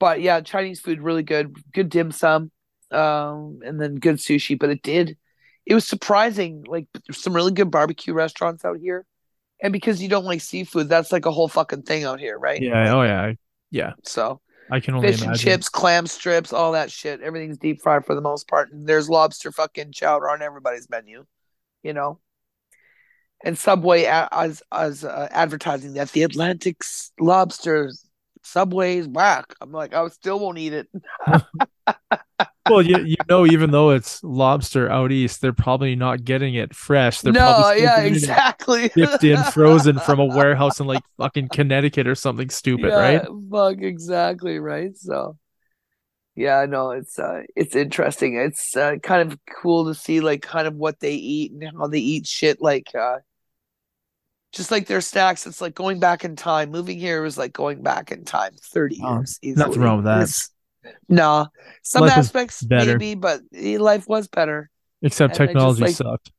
Speaker 2: But yeah, Chinese food really good. Good dim sum. Um and then good sushi, but it did it was surprising like there's some really good barbecue restaurants out here. And because you don't like seafood, that's like a whole fucking thing out here, right?
Speaker 3: Yeah. Oh yeah. I- Yeah.
Speaker 2: So
Speaker 3: I can only
Speaker 2: fish
Speaker 3: imagine.
Speaker 2: and chips, clam strips, all that shit. Everything's deep fried for the most part. And there's lobster fucking chowder on everybody's menu, you know. And Subway a- as as uh, advertising that the Atlantic s- lobster Subway's whack. I'm like, I still won't eat it.
Speaker 3: Well, you, you know, even though it's lobster out east, they're probably not getting it fresh. They're
Speaker 2: no,
Speaker 3: probably still
Speaker 2: yeah,
Speaker 3: getting it
Speaker 2: exactly.
Speaker 3: dipped in frozen from a warehouse in like fucking Connecticut or something stupid, right?
Speaker 2: Yeah, Fuck, exactly right. So, yeah, no, it's uh, it's interesting. It's uh, kind of cool to see like kind of what they eat and how they eat shit. Like, uh, just like their snacks, it's like going back in time. Moving here was like going back in time, thirty
Speaker 3: Oh,
Speaker 2: years. Easily.
Speaker 3: nothing wrong with that.
Speaker 2: It's- nah, some
Speaker 3: Life was
Speaker 2: aspects
Speaker 3: better.
Speaker 2: maybe, but eh, life was better.
Speaker 3: Except
Speaker 2: And I just,
Speaker 3: technology
Speaker 2: like-
Speaker 3: sucked.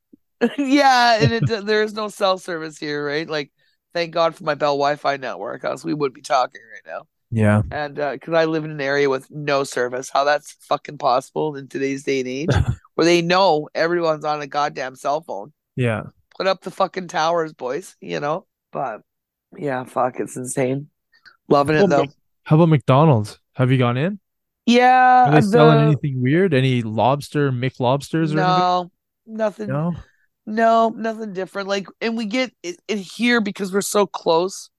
Speaker 2: yeah, and it, there is no cell service here, right? Like, thank God for my Bell Wi-Fi network, else we would be talking right now
Speaker 3: Yeah.
Speaker 2: and because I live in an area with no service, how that's fucking possible in today's day and age, where they know everyone's on a goddamn cell phone.
Speaker 3: Yeah.
Speaker 2: Put up the fucking towers, boys. You know, but yeah, fuck, it's insane. Loving it
Speaker 3: Well,
Speaker 2: though.
Speaker 3: Mc- How about McDonald's? Have you gone in?
Speaker 2: Yeah,
Speaker 3: Are they selling
Speaker 2: Uh, the-
Speaker 3: anything weird? Any lobster, McLobsters or
Speaker 2: no, nothing.
Speaker 3: anything? No.
Speaker 2: No, nothing different. Like, and we get it, it here because we're so close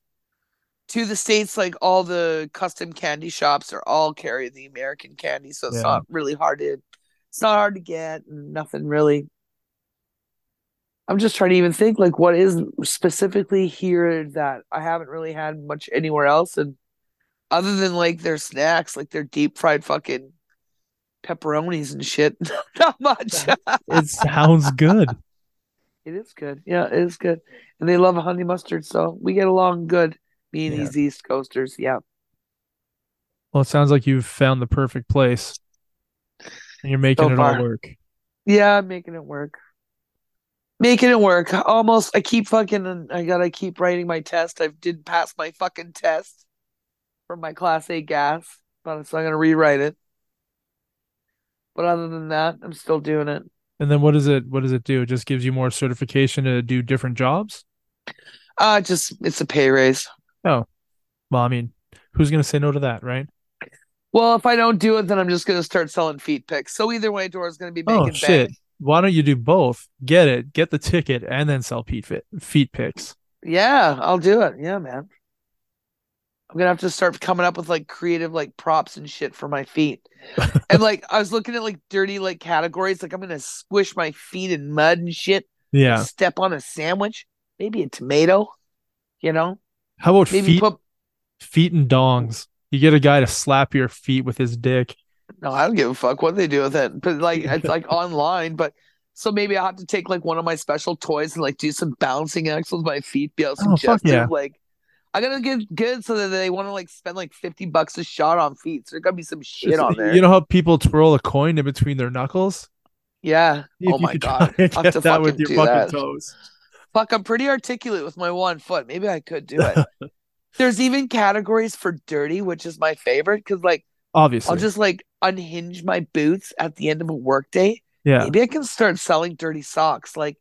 Speaker 2: to the states. Like, all the custom candy shops are all carry the American candy, so it's
Speaker 3: Yeah.
Speaker 2: not really hard to. It's not hard to get. and Nothing really. I'm just trying to even think like what is specifically here that I haven't really had much anywhere else, and other than like their snacks, like their deep fried fucking pepperonis and shit. not much.
Speaker 3: It sounds good.
Speaker 2: It is good. Yeah, it is good. And they love honey mustard, so we get along good. Me and
Speaker 3: Yeah.
Speaker 2: these East Coasters. Yeah.
Speaker 3: Well, it sounds like you've found the perfect place. And you're making
Speaker 2: So
Speaker 3: it
Speaker 2: far.
Speaker 3: all work.
Speaker 2: Yeah, I'm making it work. Making it work. Almost I keep fucking I gotta keep writing my test. I didn't pass my fucking test for my class A gas, but so I'm gonna rewrite it. But other than that, I'm still doing it.
Speaker 3: And then what does it what does it do? It just gives you more certification to do different jobs?
Speaker 2: Uh just it's a pay raise.
Speaker 3: Well, I mean, who's gonna say no to that, right?
Speaker 2: Well, if I don't do it, then I'm just gonna start selling feet picks. So either way, Dora's gonna be making
Speaker 3: Oh
Speaker 2: bank.
Speaker 3: shit. Why don't you do both? Get it, get the ticket, and then sell feet fit, feet picks.
Speaker 2: Yeah, I'll do it. Yeah, man. I'm gonna have to start coming up with like creative like props and shit for my feet. and like I was looking at like dirty like categories, like I'm gonna squish my feet in mud and shit.
Speaker 3: Yeah.
Speaker 2: Step on a sandwich, maybe a tomato. You know,
Speaker 3: How about
Speaker 2: maybe
Speaker 3: feet
Speaker 2: put.
Speaker 3: feet and dongs? You get a guy to slap your feet with his dick.
Speaker 2: No, I don't give a fuck what they do with it. But like it's like online, but. So maybe I'll have to take like one of my special toys and like do some bouncing acts with my feet, be all
Speaker 3: Oh, fuck
Speaker 2: suggestive.
Speaker 3: yeah.
Speaker 2: Like I gotta get good so that they want to like spend like fifty bucks a shot on feet. So there gotta be some shit
Speaker 3: It's-
Speaker 2: on there.
Speaker 3: You know how people twirl a coin in between their knuckles?
Speaker 2: yeah.
Speaker 3: See if
Speaker 2: Oh
Speaker 3: you
Speaker 2: my
Speaker 3: could
Speaker 2: god.
Speaker 3: try and
Speaker 2: I'll have to
Speaker 3: get that with
Speaker 2: fucking
Speaker 3: your
Speaker 2: do
Speaker 3: fucking
Speaker 2: that.
Speaker 3: toes.
Speaker 2: Fuck, I'm pretty articulate with my one foot. Maybe I could do it. There's even categories for dirty, which is my favorite because like
Speaker 3: Obviously.
Speaker 2: I'll just like unhinge my boots at the end of a workday.
Speaker 3: yeah.
Speaker 2: Maybe I can start selling dirty socks. Like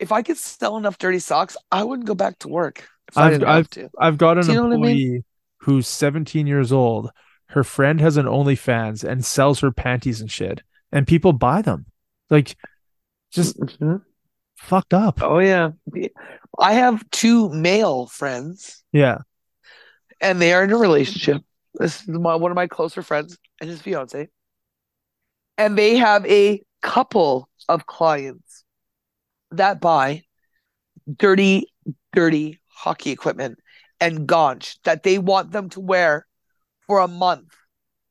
Speaker 2: if I could sell enough dirty socks, I wouldn't go back to work. If I
Speaker 3: I've-
Speaker 2: didn't have to.
Speaker 3: I've got an
Speaker 2: Do you know what I
Speaker 3: employee
Speaker 2: mean?
Speaker 3: who's 17 years old. Her friend has an OnlyFans and sells her panties and shit, and people buy them. Like, just
Speaker 2: Mhm.
Speaker 3: fucked up.
Speaker 2: Oh yeah. I have two male friends
Speaker 3: Yeah.
Speaker 2: and they are in a relationship. This is my, one of my closer friends and his fiance, and they have a couple of clients that buy dirty, dirty hockey equipment and gaunch that they want them to wear for a month.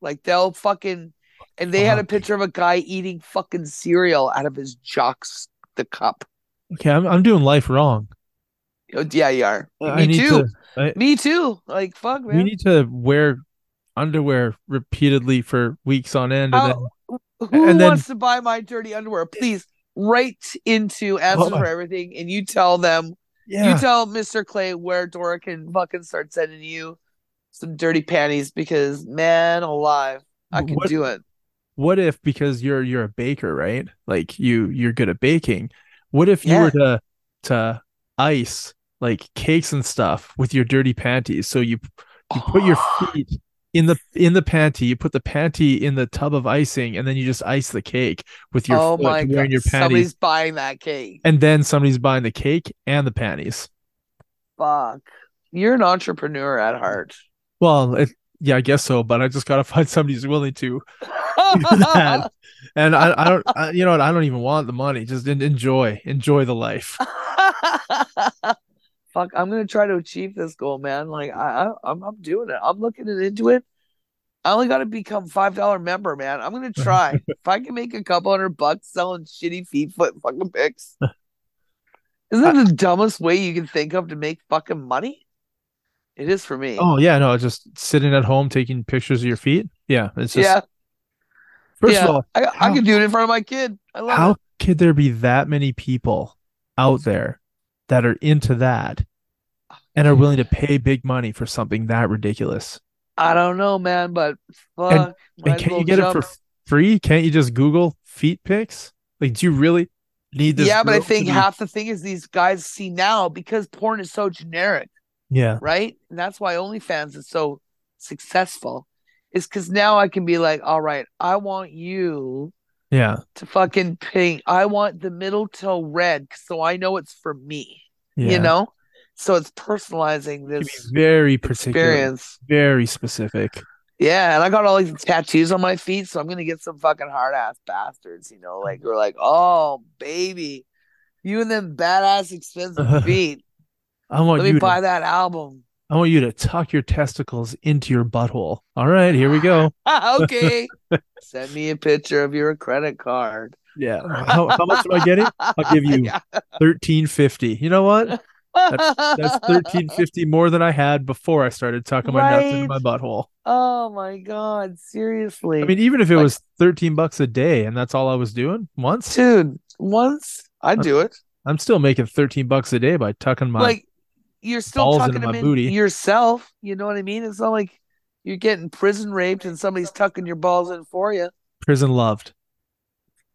Speaker 2: Like they'll fucking, and they had a
Speaker 3: Fuck.
Speaker 2: picture of a guy eating fucking cereal out of his jocks, the cup.
Speaker 3: Okay. I'm, I'm doing life wrong.
Speaker 2: Oh, Yeah, you are.
Speaker 3: Uh, I
Speaker 2: Me
Speaker 3: need
Speaker 2: too.
Speaker 3: to- I-
Speaker 2: Me too. Like fuck,
Speaker 3: we
Speaker 2: man.
Speaker 3: need to wear underwear repeatedly for weeks on end. And then,
Speaker 2: How- Who
Speaker 3: and then-
Speaker 2: wants to buy my dirty underwear? Please write into answers
Speaker 3: Oh.
Speaker 2: for everything, and you tell them.
Speaker 3: yeah.
Speaker 2: You tell Mister Clay where Dora can fucking start sending you some dirty panties because man alive, I can
Speaker 3: What-
Speaker 2: do it.
Speaker 3: what if because you're you're a baker right like you you're good at baking what if you were to to ice like cakes and stuff with your dirty panties so you you put your feet in the in the panty you put the panty in the tub of icing and then you just ice the cake with your
Speaker 2: oh
Speaker 3: foot
Speaker 2: my
Speaker 3: wearing
Speaker 2: god,
Speaker 3: your panties
Speaker 2: somebody's buying that cake.
Speaker 3: and then somebody's buying the cake and the panties
Speaker 2: Fuck, you're an entrepreneur at heart.
Speaker 3: well it, yeah i guess so but i just gotta find somebody who's willing to That. and i, I don't I, you know what i don't even want the money just en- enjoy enjoy the life
Speaker 2: Fuck, I'm gonna try to achieve this goal, man. Like I, I I'm, I'm doing it. I'm looking it into it. I only got to become five dollar member, man. I'm gonna try. if I can make a couple hundred bucks selling shitty feet foot fucking pics, isn't that the dumbest way you can think of to make fucking money? It is for me.
Speaker 3: Oh yeah, no, just sitting at home taking pictures of your feet. Yeah, it's just
Speaker 2: yeah,
Speaker 3: first
Speaker 2: yeah.
Speaker 3: of all,
Speaker 2: I,
Speaker 3: how-
Speaker 2: I can do it in front of my kid. I love
Speaker 3: how
Speaker 2: it.
Speaker 3: could there be that many people out there that are into that and are willing to pay big money for something that ridiculous?
Speaker 2: I don't know, man, but fuck. might
Speaker 3: And
Speaker 2: as
Speaker 3: can
Speaker 2: well
Speaker 3: you get it
Speaker 2: jump.
Speaker 3: for free? Can't you just Google feet pics? Like, do you really need this?
Speaker 2: Yeah, but I
Speaker 3: girl to
Speaker 2: think
Speaker 3: be-
Speaker 2: half the thing is these guys see now because porn is so generic.
Speaker 3: Yeah,
Speaker 2: right? And that's why OnlyFans is so successful, is because now I can be like, all right, I want you
Speaker 3: yeah,
Speaker 2: to fucking paint. I want the middle toe red, so I know it's for me.
Speaker 3: yeah.
Speaker 2: You know, so it's personalizing
Speaker 3: You
Speaker 2: this
Speaker 3: can be very particular,
Speaker 2: experience.
Speaker 3: very specific.
Speaker 2: Yeah, and I got all these tattoos on my feet, so I'm gonna get some fucking hard ass bastards, you know, like we're like, oh baby, you and them badass expensive feet.
Speaker 3: I want
Speaker 2: Let me
Speaker 3: Oh, you.
Speaker 2: buy
Speaker 3: To,
Speaker 2: that album.
Speaker 3: I want you to tuck your testicles into your butthole. All right, here we go.
Speaker 2: Ah, okay. Send me a picture of your credit card.
Speaker 3: Yeah. How, how much am I getting? I'll give you
Speaker 2: Yeah.
Speaker 3: thirteen fifty. You know what? That's thirteen fifty more than I had before I started tucking my nuts into my
Speaker 2: Right.
Speaker 3: butthole.
Speaker 2: Oh my god, seriously.
Speaker 3: I mean, even if it
Speaker 2: Like-
Speaker 3: was thirteen bucks a day and that's all I was doing once,
Speaker 2: dude, once I do it,
Speaker 3: I'm still making thirteen bucks a day by tucking my
Speaker 2: like you're still
Speaker 3: balls
Speaker 2: tucking
Speaker 3: into
Speaker 2: them
Speaker 3: my
Speaker 2: in
Speaker 3: booty.
Speaker 2: yourself. You know what I mean? It's not like you're getting prison raped and somebody's tucking your balls in for you.
Speaker 3: prison loved.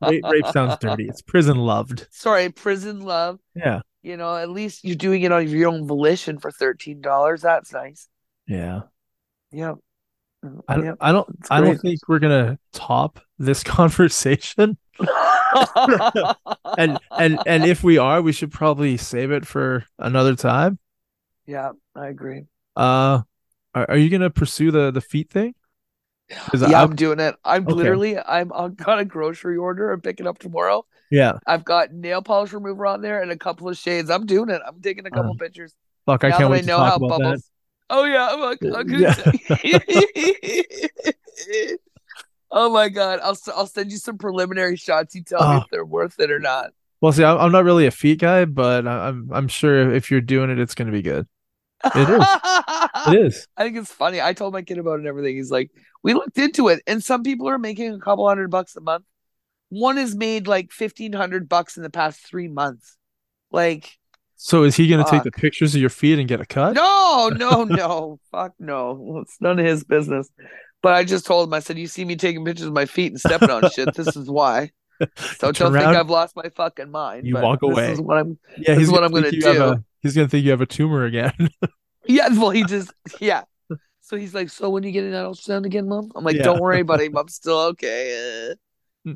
Speaker 3: rape, rape sounds dirty. It's prison loved.
Speaker 2: Sorry, prison love.
Speaker 3: Yeah.
Speaker 2: You know, at least you're doing it on your own volition for thirteen dollars. That's nice.
Speaker 3: Yeah.
Speaker 2: Yep.
Speaker 3: I don't
Speaker 2: Yep.
Speaker 3: I don't
Speaker 2: It's
Speaker 3: I don't
Speaker 2: great.
Speaker 3: think we're gonna top this conversation. And and and if we are, we should probably save it for another time.
Speaker 2: yeah, I agree.
Speaker 3: Uh, are, are you gonna pursue the the feet thing? 'Cause
Speaker 2: Yeah,
Speaker 3: I-
Speaker 2: I'm doing it. I'm
Speaker 3: Okay.
Speaker 2: literally I'm on got a grocery order. I'm picking up tomorrow.
Speaker 3: yeah.
Speaker 2: I've got nail polish remover on there and a couple of shades. I'm doing it. I'm taking a couple pictures.
Speaker 3: Fuck, Uh, I
Speaker 2: now
Speaker 3: can't
Speaker 2: that
Speaker 3: wait
Speaker 2: I
Speaker 3: to
Speaker 2: know
Speaker 3: talk
Speaker 2: how
Speaker 3: about
Speaker 2: bubbles. Oh yeah, I'm, like, I'm gonna- Oh my god, I'll s- I'll send you some preliminary shots. You tell me
Speaker 3: Oh.
Speaker 2: if they're worth it or not.
Speaker 3: that. Well, see, I'm, I'm not really a feet guy, but I- I'm I'm sure if you're doing it, it's gonna be good. It is. It is.
Speaker 2: I think it's funny. I told my kid about it and everything. He's like, we looked into it, and some people are making a couple hundred bucks a month. One has made like fifteen hundred bucks in the past three months. Like,
Speaker 3: So is he gonna take the pictures of your feet and get a cut?
Speaker 2: no, no, no, fuck no. It's none of his business. But I just told him, I said, you see me taking pictures of my feet and stepping on shit. This is why. So
Speaker 3: You
Speaker 2: don't
Speaker 3: turn
Speaker 2: think
Speaker 3: around,
Speaker 2: I've lost my fucking mind.
Speaker 3: you
Speaker 2: but
Speaker 3: walk away.
Speaker 2: This is what I'm.
Speaker 3: Yeah,
Speaker 2: this
Speaker 3: he's
Speaker 2: is what
Speaker 3: gonna
Speaker 2: I'm gonna
Speaker 3: think you have
Speaker 2: do.
Speaker 3: a- he's gonna think you have a tumor again.
Speaker 2: Yeah. Well, he just. Yeah. So he's like, so when you get an ultrasound again, mom? I'm like,
Speaker 3: Yeah.
Speaker 2: don't worry, buddy. Mom's still okay. Uh,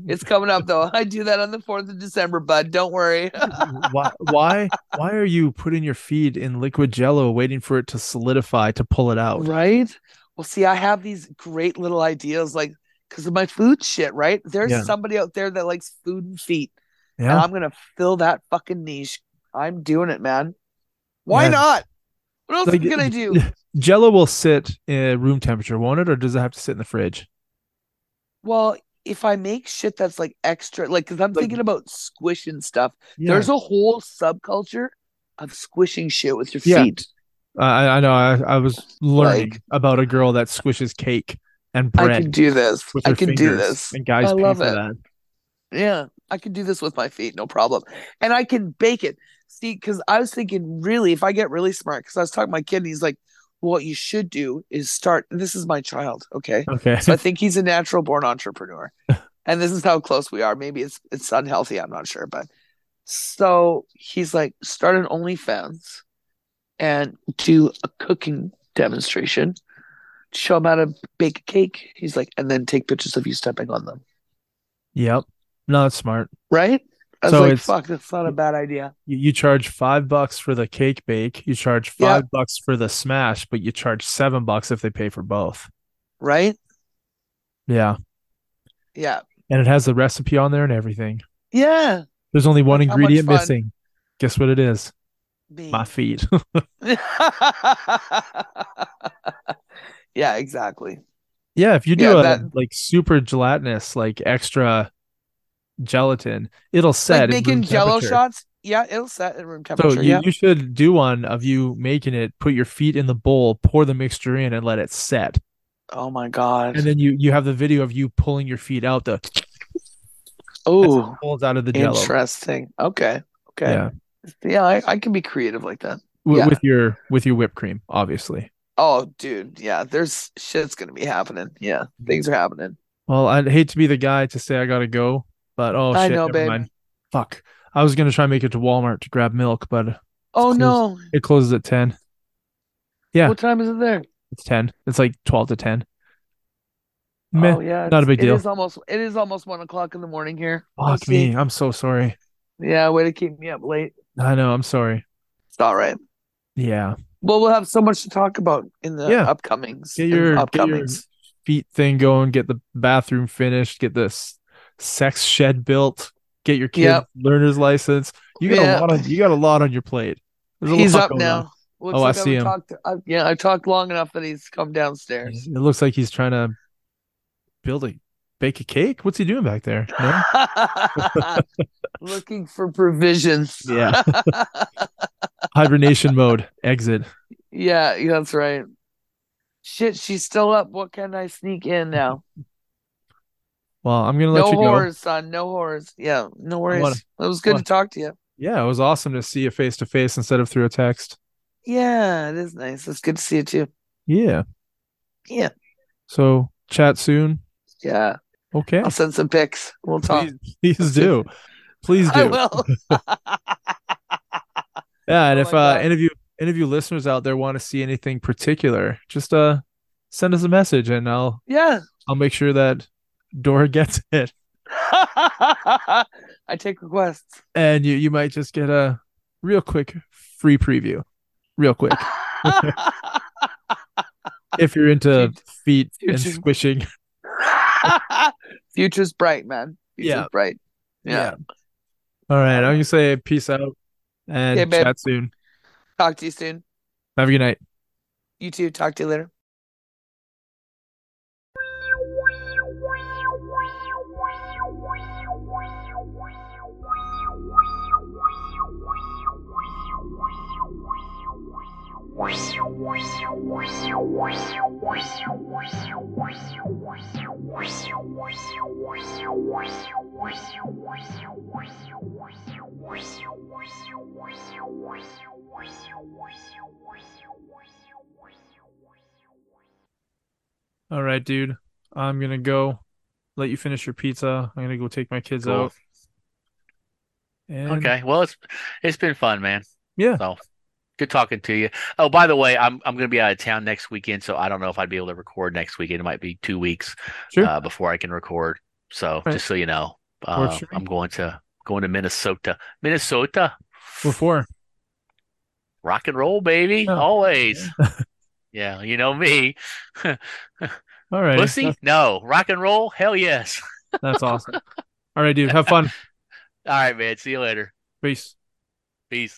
Speaker 2: It's coming up though. I do that on the fourth of December, bud. Don't worry.
Speaker 3: why why why are you putting your feet in liquid jello waiting for it to solidify to pull it out
Speaker 2: right? Well, see, I have these great little ideas, like because of my food shit. Right? There's
Speaker 3: Yeah.
Speaker 2: somebody out there that likes food and feet, and
Speaker 3: yeah
Speaker 2: I'm gonna fill that fucking niche. I'm doing it, man. Why
Speaker 3: Yeah.
Speaker 2: not? What else
Speaker 3: Like,
Speaker 2: can I do?
Speaker 3: jello will sit at room temperature won't it or does it have to sit in the fridge
Speaker 2: Well, if I make shit that's like extra, like because I'm
Speaker 3: Like-
Speaker 2: thinking about squishing stuff.
Speaker 3: yeah.
Speaker 2: There's a whole subculture of squishing shit with your
Speaker 3: Yeah.
Speaker 2: feet.
Speaker 3: I, I know I, I was learning
Speaker 2: Like-
Speaker 3: about a girl that swishes cake and
Speaker 2: I can
Speaker 3: bread
Speaker 2: do this.
Speaker 3: with
Speaker 2: I
Speaker 3: her
Speaker 2: can
Speaker 3: fingers
Speaker 2: do this.
Speaker 3: and guys
Speaker 2: I
Speaker 3: pay
Speaker 2: love
Speaker 3: for
Speaker 2: it.
Speaker 3: that
Speaker 2: Yeah, I can do this with my feet, no problem. And I can bake it. See, because I was thinking, really, if I get really smart, because I was talking to my kid, and he's like, what you should do is start. And this is my child, okay?
Speaker 3: okay
Speaker 2: So I think he's a natural born entrepreneur. And this is how close we are. Maybe it's it's unhealthy, I'm not sure, but so he's like, start an OnlyFans and do a cooking demonstration. Show him how to bake a cake. He's like, and then take pictures of you stepping on them.
Speaker 3: yep no that's smart
Speaker 2: Right? I was
Speaker 3: So
Speaker 2: like,
Speaker 3: it's-
Speaker 2: fuck, that's not a bad idea.
Speaker 3: you, you charge five bucks for the cake bake you charge
Speaker 2: Yeah.
Speaker 3: five bucks for the smash but you charge seven bucks if they pay for both
Speaker 2: Right?
Speaker 3: yeah
Speaker 2: Yeah.
Speaker 3: and it has the recipe on there and everything
Speaker 2: Yeah.
Speaker 3: There's only one
Speaker 2: How much
Speaker 3: ingredient
Speaker 2: fun.
Speaker 3: missing. Guess what it is?
Speaker 2: Me.
Speaker 3: My feet.
Speaker 2: yeah, exactly.
Speaker 3: yeah, if you do
Speaker 2: Yeah,
Speaker 3: a
Speaker 2: that-
Speaker 3: like super gelatinous, like extra gelatin, it'll
Speaker 2: like
Speaker 3: set. in room
Speaker 2: making jello
Speaker 3: temperature.
Speaker 2: shots. Yeah, it'll set at room
Speaker 3: So
Speaker 2: temperature.
Speaker 3: you,
Speaker 2: yeah.
Speaker 3: you should do one of you making it, put your feet in the bowl, pour the mixture in and let it set.
Speaker 2: oh my god.
Speaker 3: And then you you have the video of you pulling your feet out the
Speaker 2: Oh,
Speaker 3: pulls out of the jello.
Speaker 2: interesting. Okay. Okay.
Speaker 3: Yeah.
Speaker 2: Yeah, I, I can be creative like that.
Speaker 3: Wi-
Speaker 2: Yeah.
Speaker 3: With your with your whipped cream, obviously.
Speaker 2: Oh, dude. Yeah, there's shit's gonna be happening. Yeah, things are happening.
Speaker 3: Well, I'd hate to be the guy to say I gotta go, but oh
Speaker 2: I
Speaker 3: shit,
Speaker 2: know,
Speaker 3: never
Speaker 2: babe.
Speaker 3: mind. Fuck. I was gonna try and make it to Walmart to grab milk, but
Speaker 2: Oh
Speaker 3: close.
Speaker 2: no.
Speaker 3: It closes at 10. Yeah.
Speaker 2: What time is it there?
Speaker 3: It's 10. It's like 12 to 10. Meh.
Speaker 2: oh yeah.
Speaker 3: not a
Speaker 2: it's-
Speaker 3: big deal.
Speaker 2: It is almost it is almost one o'clock in the morning here.
Speaker 3: Fuck
Speaker 2: Oopsie.
Speaker 3: me. I'm so sorry.
Speaker 2: Yeah, way to keep me up late.
Speaker 3: I know. I'm sorry.
Speaker 2: It's all right.
Speaker 3: Yeah.
Speaker 2: Well, we'll have so much to talk about in the
Speaker 3: Yeah.
Speaker 2: upcomings.
Speaker 3: Get
Speaker 2: in
Speaker 3: your, get your
Speaker 2: upcomings.
Speaker 3: feet thing going. Get the bathroom finished. Get this sex shed built. Get your kid
Speaker 2: Yep.
Speaker 3: learner's license. You got
Speaker 2: Yeah.
Speaker 3: a lot on you got a lot on your plate. There's a
Speaker 2: He's
Speaker 3: lot
Speaker 2: up
Speaker 3: going
Speaker 2: now.
Speaker 3: on.
Speaker 2: Looks
Speaker 3: Oh, I
Speaker 2: like I've
Speaker 3: see him.
Speaker 2: Talked, I, yeah, I talked long enough that he's come downstairs.
Speaker 3: It looks like he's trying to build a bake a cake. What's he doing back there? No?
Speaker 2: Looking for provisions.
Speaker 3: Yeah. Hibernation mode. Exit.
Speaker 2: yeah, yeah, that's right. Shit, she's still up. What can I sneak in now?
Speaker 3: Well, I'm gonna let
Speaker 2: No
Speaker 3: you go.
Speaker 2: horrors, son. No horrors. Yeah, no worries.
Speaker 3: wanna-
Speaker 2: it was good
Speaker 3: wanna-
Speaker 2: to talk to you.
Speaker 3: Yeah, it was awesome to see you face to face instead of through a text.
Speaker 2: Yeah, it is nice. It's good to see you too.
Speaker 3: Yeah.
Speaker 2: Yeah.
Speaker 3: So chat soon.
Speaker 2: Yeah,
Speaker 3: Okay.
Speaker 2: I'll send some pics. We'll talk.
Speaker 3: Please, please do. Please
Speaker 2: I
Speaker 3: do.
Speaker 2: will.
Speaker 3: Yeah, and
Speaker 2: Oh
Speaker 3: if
Speaker 2: my
Speaker 3: uh
Speaker 2: God.
Speaker 3: any of you any of you listeners out there want to see anything particular, just uh send us a message and I'll
Speaker 2: yeah.
Speaker 3: I'll make sure that Dora gets it.
Speaker 2: I take requests.
Speaker 3: And you you might just get a real quick free preview. Real quick. if you're into feet and
Speaker 2: Future.
Speaker 3: squishing.
Speaker 2: Future's bright, man. Future's
Speaker 3: Yeah.
Speaker 2: bright. Yeah.
Speaker 3: All right. I'm
Speaker 1: Um,
Speaker 3: going to say peace out and
Speaker 2: Okay, babe.
Speaker 3: chat soon.
Speaker 2: Talk to you soon.
Speaker 3: Have a good night.
Speaker 2: You too. Talk to you later.
Speaker 3: All right, dude. I'm gonna go let you finish your pizza. I'm gonna go take my kids
Speaker 1: Cool.
Speaker 3: out. And
Speaker 1: Okay. Well, it's it's been fun, man.
Speaker 3: Yeah.
Speaker 1: So good talking to you. Oh, by the way, I'm I'm gonna be out of town next weekend, so I don't know if I'd be able to record next weekend. It might be two weeks
Speaker 3: sure.
Speaker 1: uh, before I can record. So
Speaker 3: right.
Speaker 1: just so you know,
Speaker 3: Works
Speaker 1: uh,
Speaker 3: for me.
Speaker 1: I'm going to going to Minnesota. Minnesota,
Speaker 3: Before.
Speaker 1: rock and roll, baby,
Speaker 3: Yeah.
Speaker 1: always. Yeah, you know me.
Speaker 3: All right.
Speaker 1: Pussy?
Speaker 3: That's,
Speaker 1: No. Rock and roll? Hell yes.
Speaker 3: that's awesome. All right, dude. Have fun.
Speaker 1: All right, man. See you later.
Speaker 3: Peace.
Speaker 1: Peace.